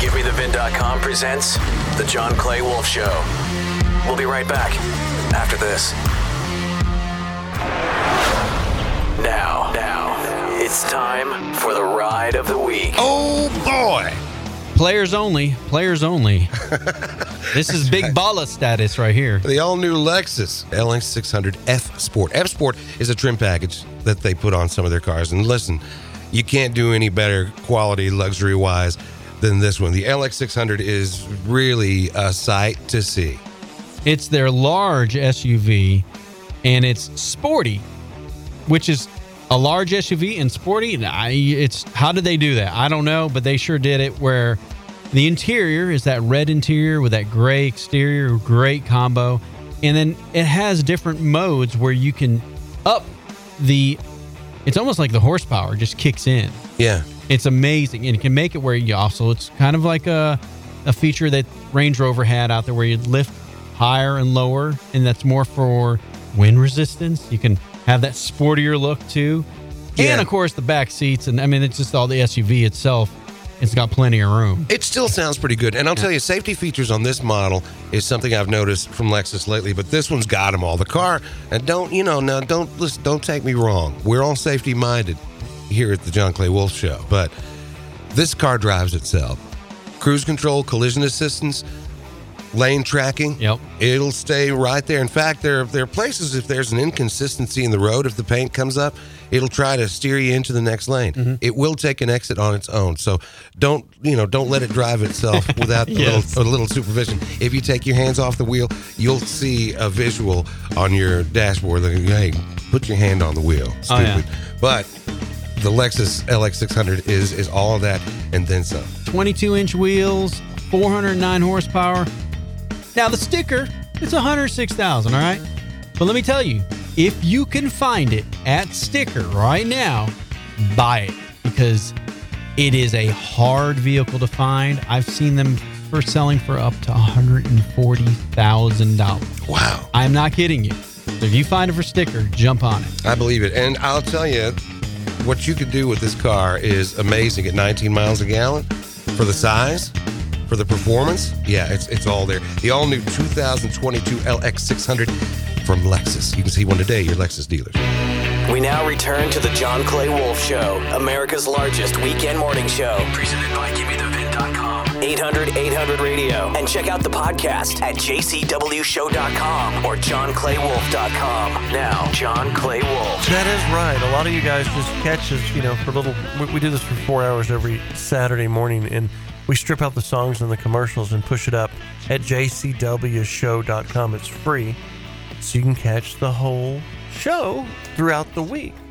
A: GiveMeTheVin.com presents the John Clay Wolf Show. We'll be right back after this. Now, now, it's time for the ride of the week.
V: Oh boy! Players only. Players only. this is big balla status right here.
F: The all new Lexus LX600 F Sport. F Sport is a trim package that they put on some of their cars. And listen, you can't do any better quality luxury wise than this one. The LX600 is really a sight to see.
V: It's their large SUV, and it's sporty, which is a large SUV and sporty. I, it's how did they do that? I don't know, but they sure did it. Where the interior is that red interior with that gray exterior, great combo, and then it has different modes where you can up the. It's almost like the horsepower just kicks in.
F: Yeah.
V: It's amazing, and it can make it where you also. It's kind of like a, a feature that Range Rover had out there, where you lift higher and lower, and that's more for wind resistance. You can have that sportier look too, and of course the back seats, and I mean it's just all the SUV itself. It's got plenty of room.
F: It still sounds pretty good. And I'll tell you, safety features on this model is something I've noticed from Lexus lately, but this one's got them all. The car, and don't, you know, now don't, listen, don't take me wrong. We're all safety minded here at the John Clay Wolf Show, but this car drives itself. Cruise control, collision assistance, lane tracking. Yep. It'll stay right there. In fact, there there are places if there's an inconsistency in the road, if the paint comes up, it'll try to steer you into the next lane.
V: Mm-hmm.
F: It will take an exit on its own. So don't you know don't let it drive itself without a,
V: Yes.
F: little, a little supervision. If you take your hands off the wheel, you'll see a visual on your dashboard. Like, hey, put your hand on the wheel, stupid.
V: Oh, yeah.
F: But the Lexus LX600 is is all of that and then some.
V: 22 inch wheels, 409 horsepower. Now, the sticker, it's 106,000, all right? But let me tell you, if you can find it at sticker right now, buy it because it is a hard vehicle to find. I've seen them for selling for up to $140,000.
F: Wow.
V: I'm not kidding you. So if you find it for sticker, jump on it.
F: I believe it. And I'll tell you, what you could do with this car is amazing at 19 miles a gallon for the size, for the performance. Yeah, it's, it's all there. The all new 2022 LX600 from Lexus. You can see one today, at your Lexus dealers.
A: We now return to the John Clay Wolf Show, America's largest weekend morning show. Presented by GiveMeTheVin.com. 800-800-RADIO. And check out the podcast at jcwshow.com or johnclaywolf.com. Now, John Clay Wolf.
C: That is right. A lot of you guys just catch us, you know, for little. We, we do this for four hours every Saturday morning, and we strip out the songs and the commercials and push it up at jcwshow.com. It's free, so you can catch the whole show throughout the week
D: A lot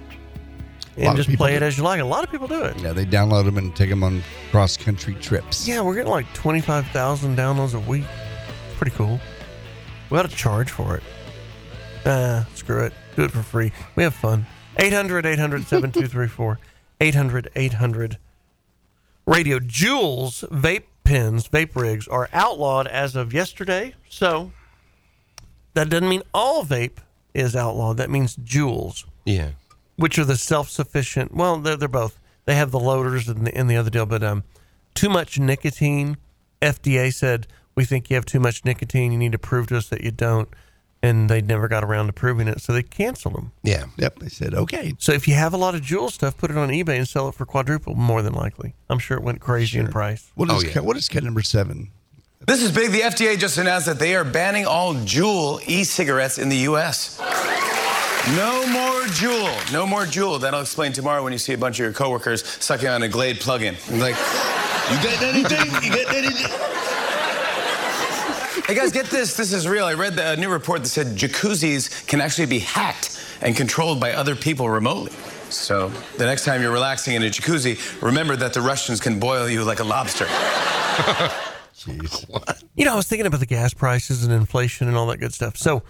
C: and
D: of
C: just
D: people
C: play it
D: do.
C: as you like. A lot of people do it.
D: Yeah, they download them and take them on cross country trips.
C: Yeah, we're getting like 25,000 downloads a week. Pretty cool. We ought to charge for it. Uh, screw it. Do it for free. We have fun. 800 800 7234. 800 800 radio. Jules vape pens, vape rigs are outlawed as of yesterday. So that doesn't mean all vape is outlawed. That means Jules
F: Yeah.
C: which are the self-sufficient. Well, they're, they're both. They have the loaders and the, and the other deal, but um, too much nicotine. FDA said we think you have too much nicotine. You need to prove to us that you don't, and they never got around to proving it, so they canceled them.
F: Yeah.
D: Yep. They said, okay.
C: So if you have a lot of jewel stuff, put it on eBay and sell it for quadruple, more than likely. I'm sure it went crazy in price.
D: What is, cut, what is cut number seven?
P: This is big. The FDA just announced that they are banning all Juul e-cigarettes in the U.S. No more Juul. No more Juul. That'll explain tomorrow when you see a bunch of your coworkers sucking on a Glade plug-in. I'm like, you got anything? You got anything? Hey guys, get this. This is real. I read the, a new report that said jacuzzis can actually be hacked and controlled by other people remotely. So the next time you're relaxing in a jacuzzi, remember that the Russians can boil you like a lobster.
C: You know, I was thinking about the gas prices and inflation and all that good stuff. So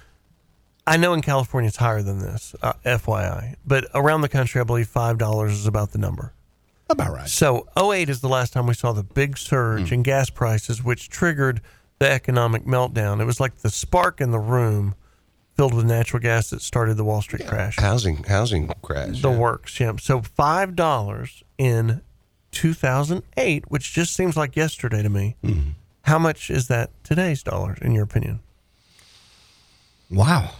C: I know in California it's higher than this, uh, FYI, but around the country, I believe $5 is about the number.
D: About right. Hmm.
C: So 08 is the last time we saw the big surge in gas prices, which triggered the economic meltdown. It was like the spark in the room filled with natural gas that started the Wall Street crash.
F: Housing housing crash.
C: The works, yeah. So five dollars in two thousand eight, which just seems like yesterday to me. How much is that today's dollars, in your opinion?
D: Wow,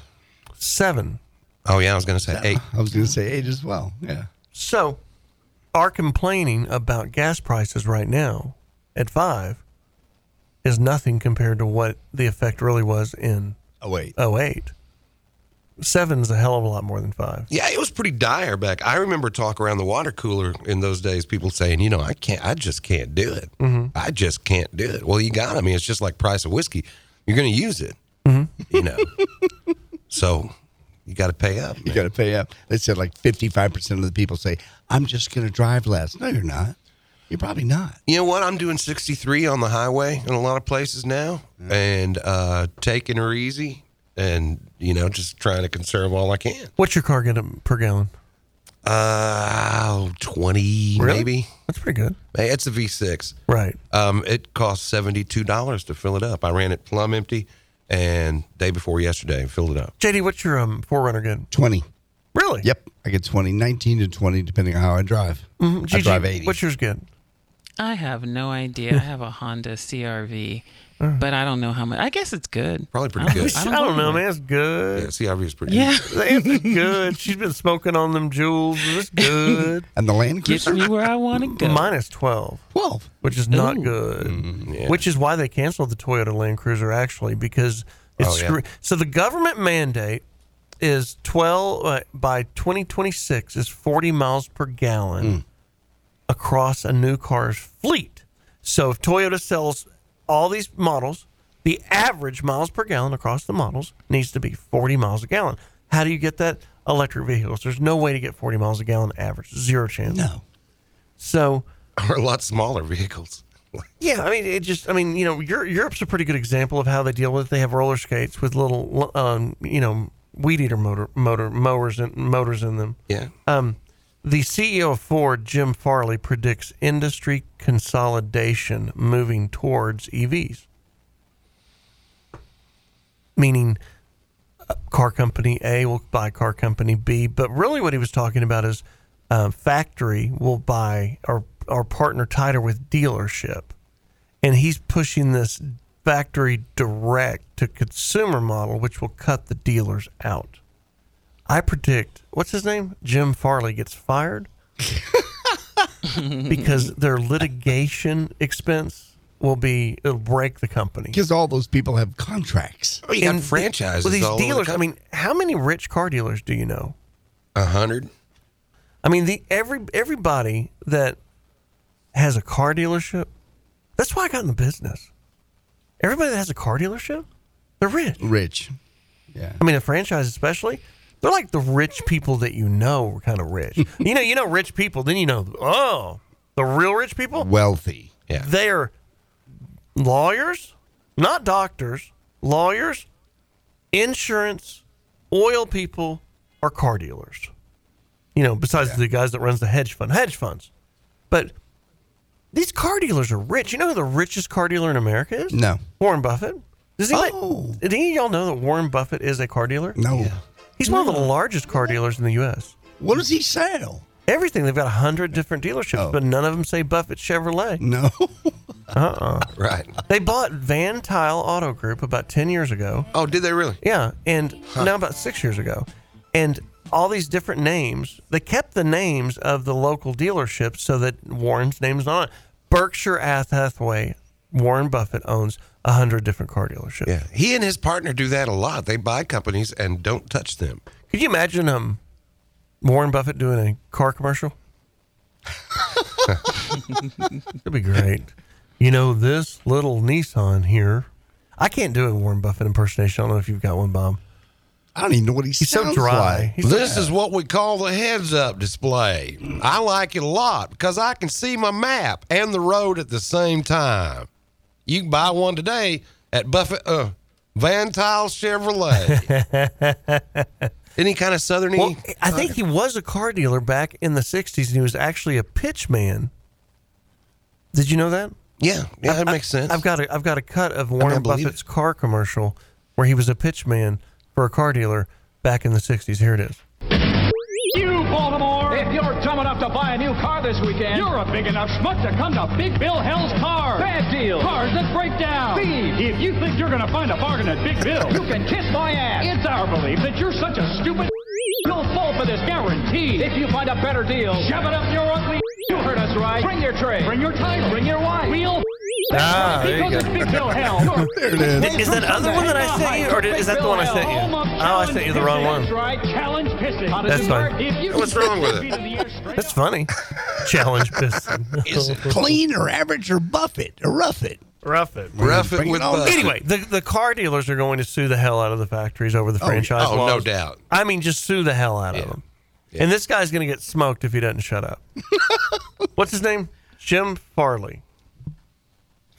C: seven.
F: Oh yeah, I was gonna say eight.
D: I was going to say eight as well. Yeah.
C: So, our complaining about gas prices right now at five is nothing compared to what the effect really was in
D: 08.
C: 08. Seven's a hell of a lot more than five.
F: Yeah, it was pretty dire back. I remember talk around the water cooler in those days. People saying, you know, I can't, I just can't do it.
D: Mm-hmm.
C: Mhm.
F: I just can't do it. Well, you got. I mean, it's just like price of whiskey. You're going to use it,
D: Mm-hmm.
F: you know. so you got to pay up.
D: You got to pay up. They said like 55% of the people say, I'm just going to drive less. No, you're not. You're probably not.
F: You know what? I'm doing 63 on the highway in a lot of places now, and uh, taking her easy, and you know, just trying to conserve all I can.
C: What's your car get um, per gallon?
F: Uh, 20
C: Really?
F: maybe.
C: That's pretty good.
F: Hey, it's a V6.
C: Right.
F: Um, it cost $72 to fill it up. I ran it plumb empty and day before yesterday filled it up.
C: JD, what's your um, Forerunner good?
D: 20.
C: Really?
D: Yep. I get 20, 19 to 20, depending on how I drive.
C: Mhm.
D: I
C: GG,
D: drive 80.
C: What's yours good?
E: I have no idea. I have a Honda CRV, but I don't know how much. I guess it's good.
F: Probably
C: I don't, know, man. It's good.
F: Yeah, CRV is pretty
E: Yeah.
C: it's good. She's been smoking on them jewels. It's good.
D: and the Land
C: Gets
D: Cruiser?
C: me
E: where I want to go.
C: Minus 12.
D: 12.
C: Which is not
D: Ooh.
C: good. Which is why they canceled the Toyota Land Cruiser, actually, because it's
D: Oh, yeah.
C: screw- So the government mandate is 12 uh, by 2026 is 40 miles per gallon
D: Hmm.
C: across a new car's fleet. So if Toyota sells all these models, the average miles per gallon across the models needs to be 40 miles a gallon. How do you get that? Electric vehicles. There's no way to get 40 miles a gallon average. Zero chance. No. So
F: or a lot smaller vehicles.
C: yeah, I mean, it just, I mean, you know, Eur- Europe's a pretty good example of how they deal with it. They have roller skates with little, um, you know, weed eater motor, motor mowers and motors in them.
F: Yeah.
C: Um, the CEO of Ford, Jim Farley, predicts industry consolidation moving towards E EVs, meaning uh, car company A will buy car company B. But really, what he was talking about is um, factory will buy or or partner tighter with dealership, and he's pushing this factory direct to consumer model, which will cut the dealers out. I predict what's his name? Jim Farley gets fired
F: Mm-hmm.
C: because their litigation expense will be it'll break the company.
D: Because all those people have contracts.
F: Oh, you got
C: And the-
F: franchises
C: Well, these
F: all over the
C: dealers. I
F: country.
C: mean, how many rich car dealers do you know?
F: A hundred.
C: I mean, the every everybody that has a car dealership. That's why I got in the business. Everybody that has a car dealership, they're rich.
D: Rich. Yeah.
C: I mean, a franchise especially. They're like the rich people that you know are kind of rich. you know, you know rich people. Then you know, oh, the real rich people,
D: Wealthy.
F: Yeah.
C: They're lawyers, not doctors. Lawyers, insurance, oil people, or car dealers. You know, besides the guys that runs the hedge fund, hedge funds. But these car dealers are rich. You know who the richest car dealer in America is?
D: No. Oh.
C: Warren Buffett. Does anybody, did any of y'all know that Warren Buffett is a car dealer?
D: No.
C: He's one of the largest car dealers in the U.S.
D: What does he sell? Oh.
C: Everything. They've got a hundred different dealerships, but none of them say Buffett Chevrolet.
D: No.
C: Uh-uh.
F: Right.
C: They bought Van Tile Auto Group about 10 years ago.
F: Oh, did they really?
C: Yeah. And now about six years ago. And all these different names, they kept the names of the local dealerships so that Warren's name's not on it. Berkshire Hathaway, Warren Buffett owns a 100 different car dealerships. Yeah.
F: He and his partner do that a lot. They buy companies and don't touch them.
C: Could you imagine um, Warren Buffett doing a car commercial? That'd be great. You know, this little Nissan here. I can't do a Warren Buffett impersonation. I don't know if you've got one, Bob.
D: I don't even know what he
C: He's so
F: sounds
C: dry.
F: like.
C: He's
F: this
C: so-
F: is what we call the heads up display. I like it a lot because I can see my map and the road at the same time. You can buy one today at Buffett uh, Van Tile Chevrolet. Any kind of southerny?
C: Well,
F: uh,
C: I think he was a car dealer back in the 60s and he was actually a pitch man. Did you know that?
F: Yeah, yeah, that makes sense.
C: I've got a I've got a cut of
F: mean, I
C: Warren
F: believe it.
C: Buffett's car commercial where he was a pitch man for a car dealer back in the 60s. Here it is.
G: You, Baltimore! If you're dumb enough to buy a new car this weekend, you're a big enough schmuck to come to Big Bill Hell's Cars. Bad deals. Cars that break down. Thieves. If you think you're going to find a bargain at Big Bill, you can kiss my ass. It's our belief that you're such a stupid you'll fall for this guarantee. If you find a better deal, shove it up your ugly You heard us right. Bring your tray. Bring your title. Bring your wife. Real
C: Ah, there you
G: because
C: go.
G: it's Big Bill Hell. You're-
C: There it is. Is that other one that I sent you, or did- is that the one I sent you?
G: Home of
C: Oh, I sent you the wrong
G: challenge
C: one.
G: pissing. That's right. Challenge pissing. How does
C: That's
G: it
C: fine.
G: work? If you
C: What's
G: can
C: wrong with
G: beat
C: it?
G: the air straight
C: That's funny. Challenge pissing.
D: Is it clean or average or Buffett or rough it?
C: Rough it.
D: Rough it Mm. Bring it with on. Buffett.
C: Anyway, the, the car dealers are going to sue the hell out of the factories over the
F: Oh,
C: franchise
F: oh, no
C: laws.
F: doubt.
C: I mean, just sue the hell out of them. And this guy's going to get smoked if he doesn't shut up. What's his name? Jim Farley.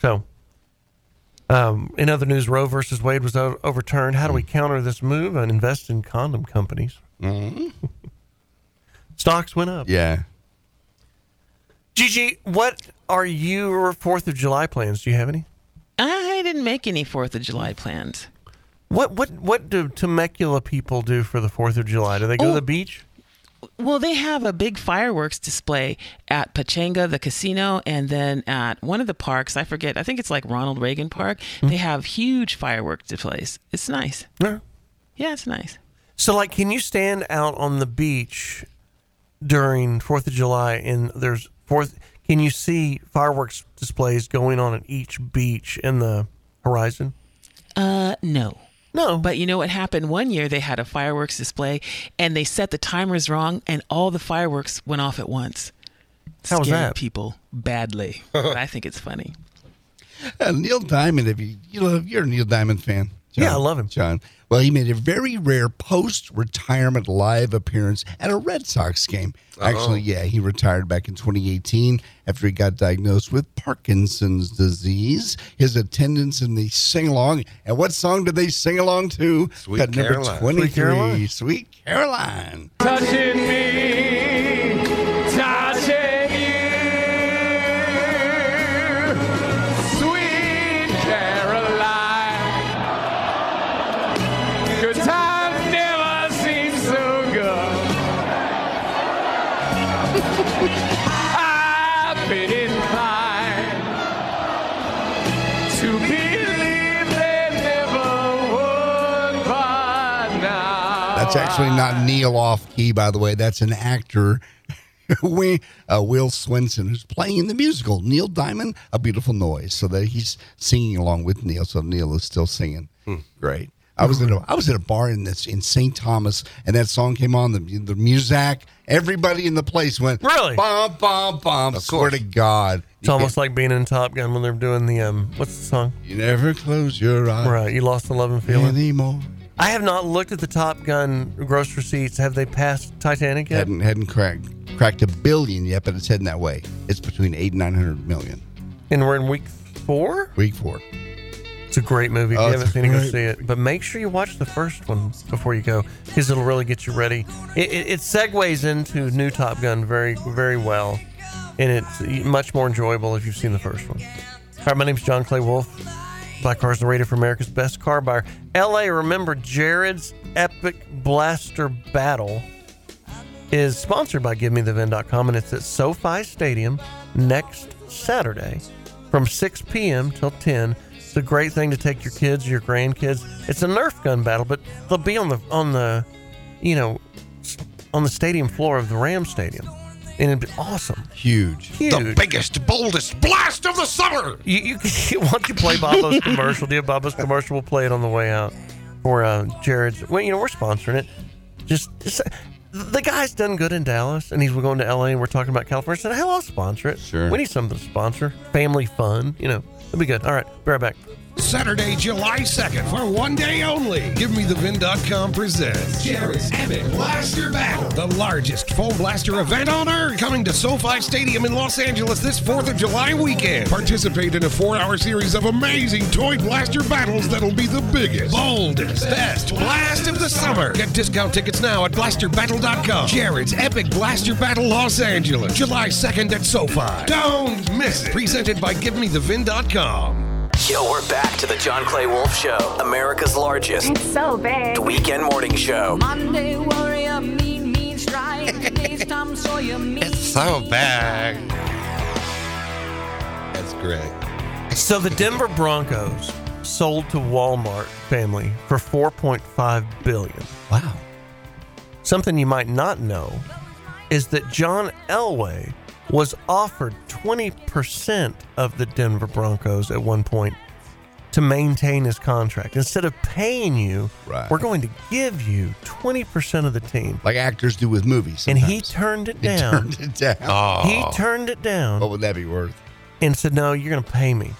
C: So, um, in other news, Roe versus Wade was o- overturned. How do we counter this move and invest in condom companies? Stocks went up.
D: Yeah.
C: Gigi, what are your Fourth of July plans? Do you have any?
E: I didn't make any Fourth of July plans. Oh.
C: What what what do Temecula people do for the Fourth of July? Do they go to the beach?
E: Well, they have a big fireworks display at Pachanga, the casino, and then at one of the parks. I forget. I think it's like Ronald Reagan Park. They have huge fireworks displays. It's nice.
C: Hmm. Yeah.
E: Yeah, it's nice.
C: So, like, can you stand out on the beach during Fourth of July and there's Fourth? Can you see fireworks displays going on at each beach in the horizon?
E: Uh, no.
C: No.
E: But you know what happened one year? They had a fireworks display and they set the timers wrong and all the fireworks went off at once.
D: How was
E: Scared
D: that?
E: people badly. but I think it's funny.
D: Uh, Neil Diamond, if you you love, you're a Neil Diamond fan.
C: Yeah, I love him,
D: John. Well, he made a very rare post-retirement live appearance at a Red Sox game. Actually, yeah, he retired back in 2018 after he got diagnosed with Parkinson's disease. His attendance in the sing-along, and what song did they sing along to?
B: Sweet
D: Cut
B: Caroline.
D: number 23.
B: Sweet
D: Sweet Caroline.
B: Caroline. Touching me, touching you, sweet Caroline. Good times never seem so good. I've been inclined to believe they never would, but now.
D: That's actually not Neil off key, by the way. That's an actor, we, uh, Will Swenson, who's playing in the musical Neil Diamond, A Beautiful Noise. So that he's singing along with Neil. So Neil is still singing. Great. I was in a I was at a bar in this in St. Thomas, and that song came on the the muzak. Everybody in the place went
C: Really?
D: Bum bum bum. Swear to God,
C: It's almost like being in Top Gun when they're doing the um. What's the song?
D: You never close your eyes.
C: Right. You lost the love and feeling
D: anymore.
C: I have not looked at the Top Gun gross receipts. Have they passed Titanic yet?
D: hadn't hadn't cracked cracked a billion yet, but it's heading that way. It's between eight and nine hundred million.
C: And we're in week four.
D: Week four.
C: It's a great movie. If
D: Oh,
C: you
D: it's
C: haven't seen it, go
D: great.
C: see it. But make sure you watch the first one before you go, because it'll really get you ready. It, it, it segues into new Top Gun very, very well, and it's much more enjoyable if you've seen the first one. All right, my name's John Clay Wolf. Black Cars the radio for America's best car buyer. L.A. Remember Jared's epic blaster battle is sponsored by GiveMeTheVin.com, and it's at SoFi Stadium next Saturday from 6 p.m. till 10. It's a great thing to take your kids, your grandkids. It's a Nerf gun battle, but they'll be on the on the, you know, s- on the stadium floor of the Ram Stadium, and it'd be awesome.
D: Huge,
C: huge, the
F: biggest, boldest blast of the summer.
C: You, you, you why don't you play Bobo's commercial? Do a Bobo's commercial. We'll play it on the way out for uh, Jared's. Well, you know we're sponsoring it. Just, just uh, the guy's done good in Dallas, and he's going to LA, and we're talking about California. I said, "Hell, I'll sponsor it.
B: Sure.
C: we need something to sponsor. Family fun, you know, it'll be good." All right, be right back.
M: Saturday, July 2nd, for one day only. GiveMeTheVin.com presents Jared's Epic Blaster Battle, the largest full blaster event on earth, coming to SoFi Stadium in Los Angeles this 4th of July weekend. Participate in a four hour series of amazing toy blaster battles that'll be the biggest, boldest, best blast of the summer. Get discount tickets now at blasterbattle.com. Jared's Epic Blaster Battle Los Angeles, July 2nd at SoFi. Don't miss it. Presented by GiveMeTheVin.com.
A: Yo, we're back to the John Clay Wolf Show, America's largest
Q: so big.
A: weekend morning show.
Q: Monday warrior, mean, mean strike. Today's Tom Sawyer, mean.
F: So back. That's great.
C: So the Denver Broncos sold to Walmart family for 4.5 billion. Wow. Something you might not know is that John Elway was offered 20% of the Denver Broncos at one point to maintain his contract. Instead of paying you, we're going to give you 20% of the team.
D: Like actors do with movies.
C: And he
D: sometimes.
C: turned it
D: He
C: down.
D: turned it down.
C: He turned it down.
D: What would that be worth?
C: and said, "No, you're going to pay me."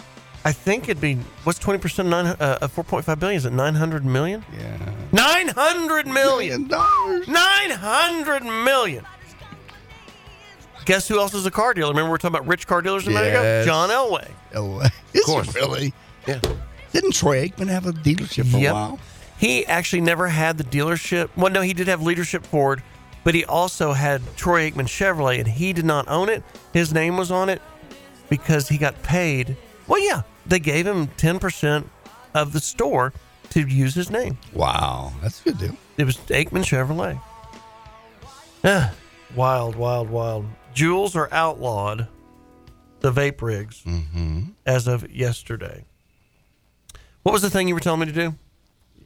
C: I think it'd be what's twenty percent nine uh, of four point five billion? Is it nine hundred million?
D: Yeah,
C: nine hundred million
D: dollars.
C: Nine hundred million. Guess who else is a car dealer? Remember we were talking about rich car dealers a minute ago?
D: Yes.
C: John Elway.
D: Elway. Of course. Really?
C: Yeah.
D: Oh. Didn't Troy Aikman have a dealership for a while?
C: He actually never had the dealership. Well, no, he did have leadership Ford, but he also had Troy Aikman Chevrolet, and he did not own it. His name was on it because he got paid. Well, yeah, they gave him 10% of the store to use his name.
D: Wow. That's a good deal.
C: It was Aikman Chevrolet. Eh, wild, wild, wild. Jules are outlawed, the vape rigs,
D: Mm.
C: Mm-hmm. as of yesterday. What was the thing you were telling me to do?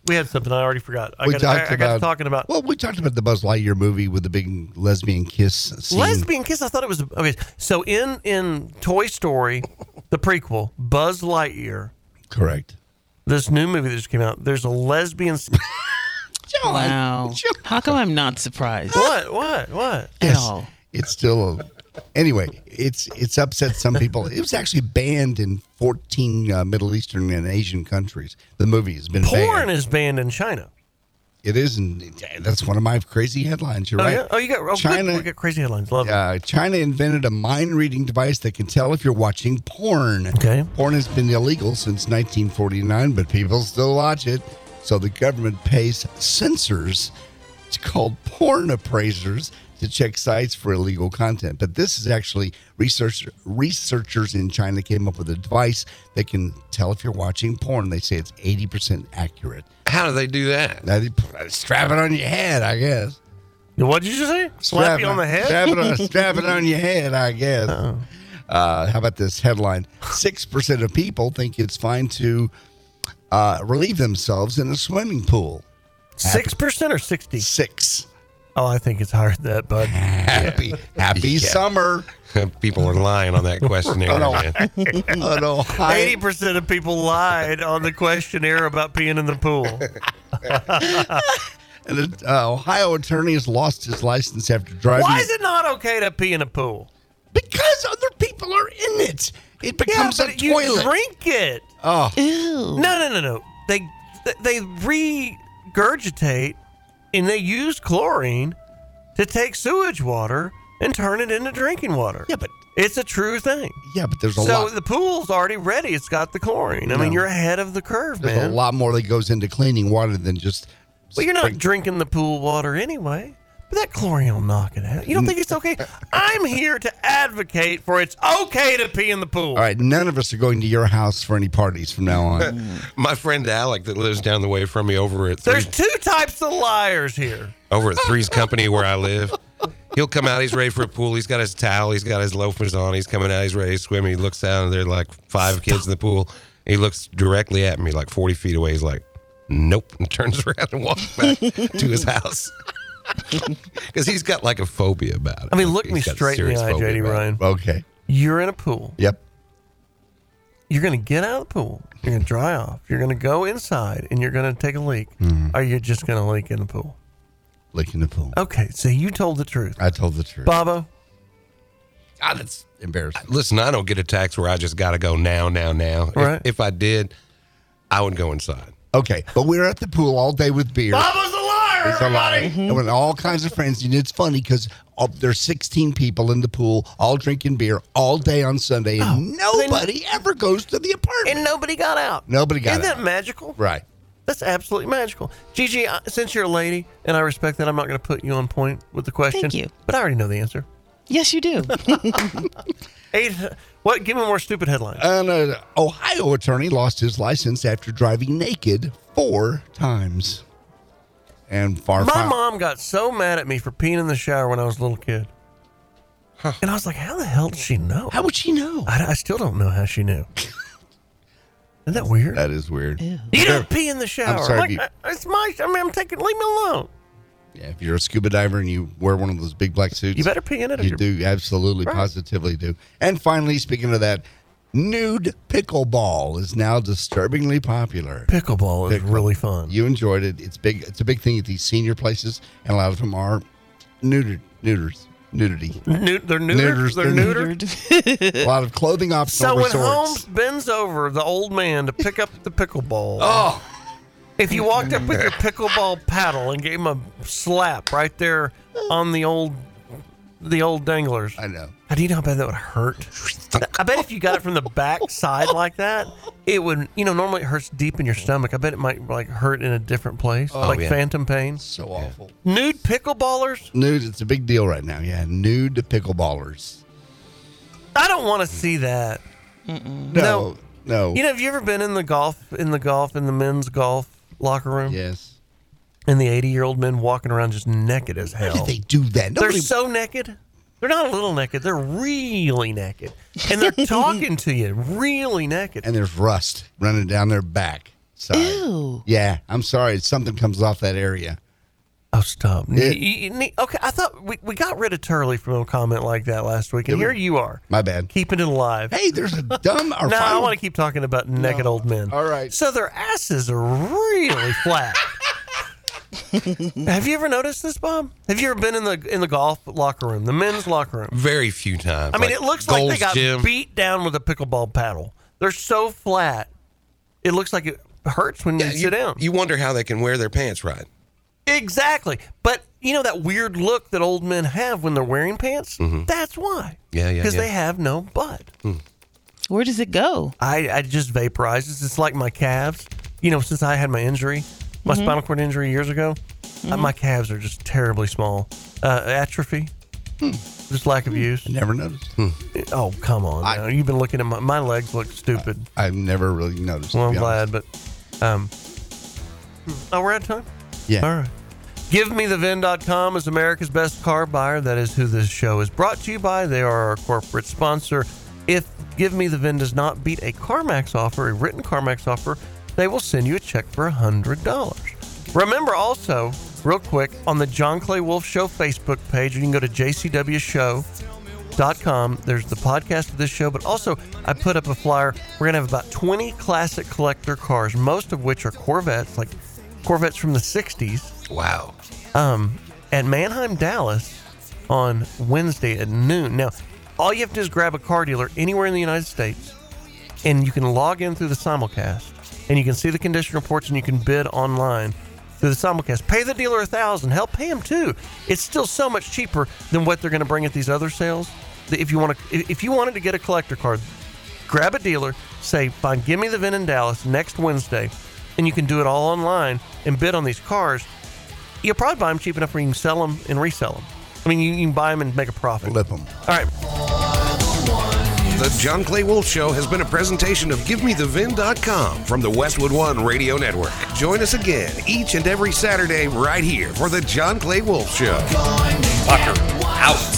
C: We had something I already forgot. I,
D: we
C: got,
D: talked
C: I, I got
D: about
C: to talking about
D: Well, we talked about the Buzz Lightyear movie with the big lesbian kiss scene.
C: lesbian kiss. I thought it was okay. So in in Toy Story, the prequel, Buzz Lightyear,
D: Correct.
C: this new movie that just came out. There's a lesbian. s-
E: Wow. How come I'm not surprised?
C: What? What? What?
D: Yes. It's still a, anyway. It's it's upset some people. It was actually banned in 14 uh, Middle Eastern and Asian countries. The movie has been
C: Porn
D: banned.
C: is banned in China.
D: It is, and that's one of my crazy headlines. You're
C: oh,
D: right.
C: Yeah? Oh, you got oh, China.
D: China-
C: Good. We got crazy headlines. Love it.
D: Uh, China invented a mind reading device that can tell if you're watching porn. Okay. Porn has been illegal since 1949, but people still watch it. So the government pays censors, it's called porn appraisers, to check sites for illegal content. But this is actually research, researchers in China came up with a device that can tell if you're watching porn. They say it's 80% accurate.
F: How do they do that? Uh,
D: Now, they p- strap it on your head, I guess.
C: What did you say? Slap you on the head? Oh.
D: Strap it on, strap it on your head, I guess. Uh, how about this headline? 6% of people think it's fine to uh, relieve themselves in a swimming pool.
C: 6% or 60?
D: Six.
C: Oh, I think it's higher than that, bud.
D: Happy, happy
F: Yeah.
D: summer.
F: People are lying on that questionnaire.
D: Oh, no.
F: man.
D: Oh, no. Hi.
C: Eighty percent of people lied on the questionnaire about peeing in the pool.
D: An uh, Ohio attorney has lost his license after driving.
C: Why is it not okay to pee in a pool?
D: Because other people are in it. It becomes
C: yeah,
D: a
C: but you
D: toilet.
C: drink it.
D: Oh.
C: No, no, no, no. They they regurgitate and they use chlorine to take sewage water and turn it into drinking water. Yeah,
D: but
C: it's a true thing.
D: Yeah, but there's a
C: so
D: lot.
C: the pool's already ready. It's got the chlorine. I
D: No.
C: mean, you're ahead of the curve,
D: There's
C: man.
D: a lot more that goes into cleaning water than just.
C: Well, you're not
D: sprinkling-
C: drinking the pool water anyway. But that chlorine will knock it out. You don't think it's okay? I'm here to advocate for it's okay to pee in the pool.
D: All right, none of us are going to your house for any parties from now on.
F: My friend Alec that lives down the way from me over at
C: There's
F: Three's,
C: two types of liars here.
F: over at Three's Company where I live. He'll come out. He's ready for a pool. He's got his towel. He's got his loafers on. He's coming out. He's ready to swim. He looks out and there are like five kids in the pool. He looks directly at me, like 40 feet away. He's like, nope, and turns around and walks back to his house. Because he's got like a phobia about it.
C: I mean, look me
F: He's got a
C: straight in the
F: serious
C: eye,
F: phobia
C: JD
F: about it.
C: Ryan.
D: Okay.
C: You're in a pool.
D: Yep.
C: You're going to get out of the pool. You're going to dry off. You're going to go inside and you're going to take a leak.
D: Mm-hmm.
C: Or you're just going to leak in the pool.
D: Licking the pool.
C: Okay, so you told the truth.
D: I told the truth.
C: Babo, Ah,
F: God, that's
D: embarrassing.
F: Listen, I don't get attacks where I just got to go now, now, now. If-
D: Right.
F: If, I did, I would go inside.
D: Okay, but we were at the pool all day with beer.
C: Baba's a liar.
D: It's a lot. And with all kinds of friends, and it's funny because there's 16 people in the pool, all drinking beer all day on Sunday, and nobody ever goes to the apartment.
C: And nobody got out.
D: nobody got
C: Isn't that
D: out.
C: magical?
D: Right.
C: That's absolutely magical. Gigi, I- since you're a lady, and I respect that, I'm not going to put you on point with the question.
E: Thank you.
C: But I already know the answer.
E: Yes, you do.
C: Eight. What? Give me more stupid headline.
D: An uh, Ohio attorney lost his license after driving naked four times. And far
C: My
D: fi-
C: mom got so mad at me for peeing in the shower when I was a little kid. And I was like, how the hell did she know? How
D: would she know?
C: I, I still don't know how she knew. Isn't that weird?
D: That is weird.
C: You don't pee in the shower.
D: sorry,
C: Like,
D: you-
C: I- it's my. I mean, I'm taking. Leave me alone.
D: Yeah, if you're a scuba diver and you wear one of those big black suits,
C: You better pee in it if
D: You
C: you're-
D: do absolutely,
C: Right.
D: positively do. And finally, speaking of that, nude pickleball is now disturbingly popular.
C: Pickleball is really fun.
D: You enjoyed it. It's big. It's a big thing at these senior places, and a lot of them are neutered, neuters, nudity.
C: Nude, they're neutered.
D: Neuters,
C: they're
D: they're
C: neutered.
D: a lot of clothing optional
C: So when
D: resorts.
C: Holmes bends over the old man to pick up the pickleball, oh, if you walked up with your pickleball paddle and gave him a slap right there on the old the old danglers,
D: I know.
C: How do you know how bad that would hurt? I bet if you got it from the back side like that, it would. You know, normally it hurts deep in your stomach. I bet it might like hurt in a different place,
D: Oh,
C: like
D: yeah.
C: phantom pain.
D: So awful.
C: Nude pickleballers.
D: Nude. It's a big deal right now. Yeah, nude pickleballers.
C: I don't want to see that.
D: No, no.
C: You know, have you ever been in the golf in the golf in the men's golf locker room?
D: Yes.
C: And the 80 year old men walking around just naked as hell.
D: They do that.
C: They're so naked. They're not a little naked. They're really naked. And they're talking to you really naked.
D: and there's rust running down their back. Side.
C: Ew.
D: Yeah, I'm sorry. Something comes off that area.
C: Oh, stop. You- you- you need- okay, I thought we, we got rid of Turley from a comment like that last week. And
D: Did we?
C: here you are.
D: My bad.
C: Keeping it alive.
D: Hey, there's a dumb.
C: no, I want to keep talking about naked old men. All right. So their asses are really flat. Have you ever noticed this, Bob? Have you ever been in the in the golf locker room, the men's locker room?
F: Very few times.
C: I mean, it looks like they
F: Gold's
C: got
F: Gym.
C: beat down with a pickleball paddle. They're so flat. It looks like it hurts when you sit down.
F: You wonder how they can wear their pants right.
C: Exactly. But you know that weird look that old men have when they're wearing pants?
D: Hmm.
F: Mhm.
C: That's why.
F: Yeah, yeah.
C: Because
F: yeah.
C: they have no butt.
F: Hmm.
C: Where does it go? I, I just vaporizes. It's like my calves. You know, since I had my injury, my
S: Mhm.
C: spinal cord injury years ago, uh,
S: Mhm.
C: my calves are just terribly small. Uh, atrophy, Hmm. just lack of use.
D: never noticed.
C: Oh, come on. now. You've been looking at my, my legs look stupid.
D: I, have never really noticed.
C: Well,
D: to
C: I'm
D: be
C: glad, but. um, Oh, we're out of time?
D: Yeah.
C: All right. GiveMeTheVIN.com is America's best car buyer. That is who this show is brought to you by. They are our corporate sponsor. If Give Me the VIN does not beat a CarMax offer, a written CarMax offer, they will send you a check for $100. Remember also, real quick, on the John Clay Wolf Show Facebook page, you can go to JCW Show dot com. There's the podcast of this show, but also I put up a flyer. We're gonna have about 20 classic collector cars, most of which are Corvettes, like Corvettes from the 60s.
F: Wow.
C: Um, at Manheim, Dallas, on Wednesday at noon. Now, all you have to do is grab a car dealer anywhere in the United States, and you can log in through the simulcast, and you can see the condition reports, and you can bid online through the simulcast. Pay the dealer a thousand. Help pay him too. It's still so much cheaper than what they're going to bring at these other sales. That If you want to, if you wanted to get a collector card, grab a dealer. Say, fine, give me the VIN in Dallas next Wednesday, and you can do it all online and bid on these cars. You'll probably buy them cheap enough where you can sell them and resell them. I mean, you, you can buy them and make a profit. Flip
D: them.
C: All right.
F: The John Clay Wolf Show has been a presentation of GiveMeTheVin.com from the Westwood One Radio Network. Join us again each and every Saturday right here for The John Clay Wolf Show. Tucker out.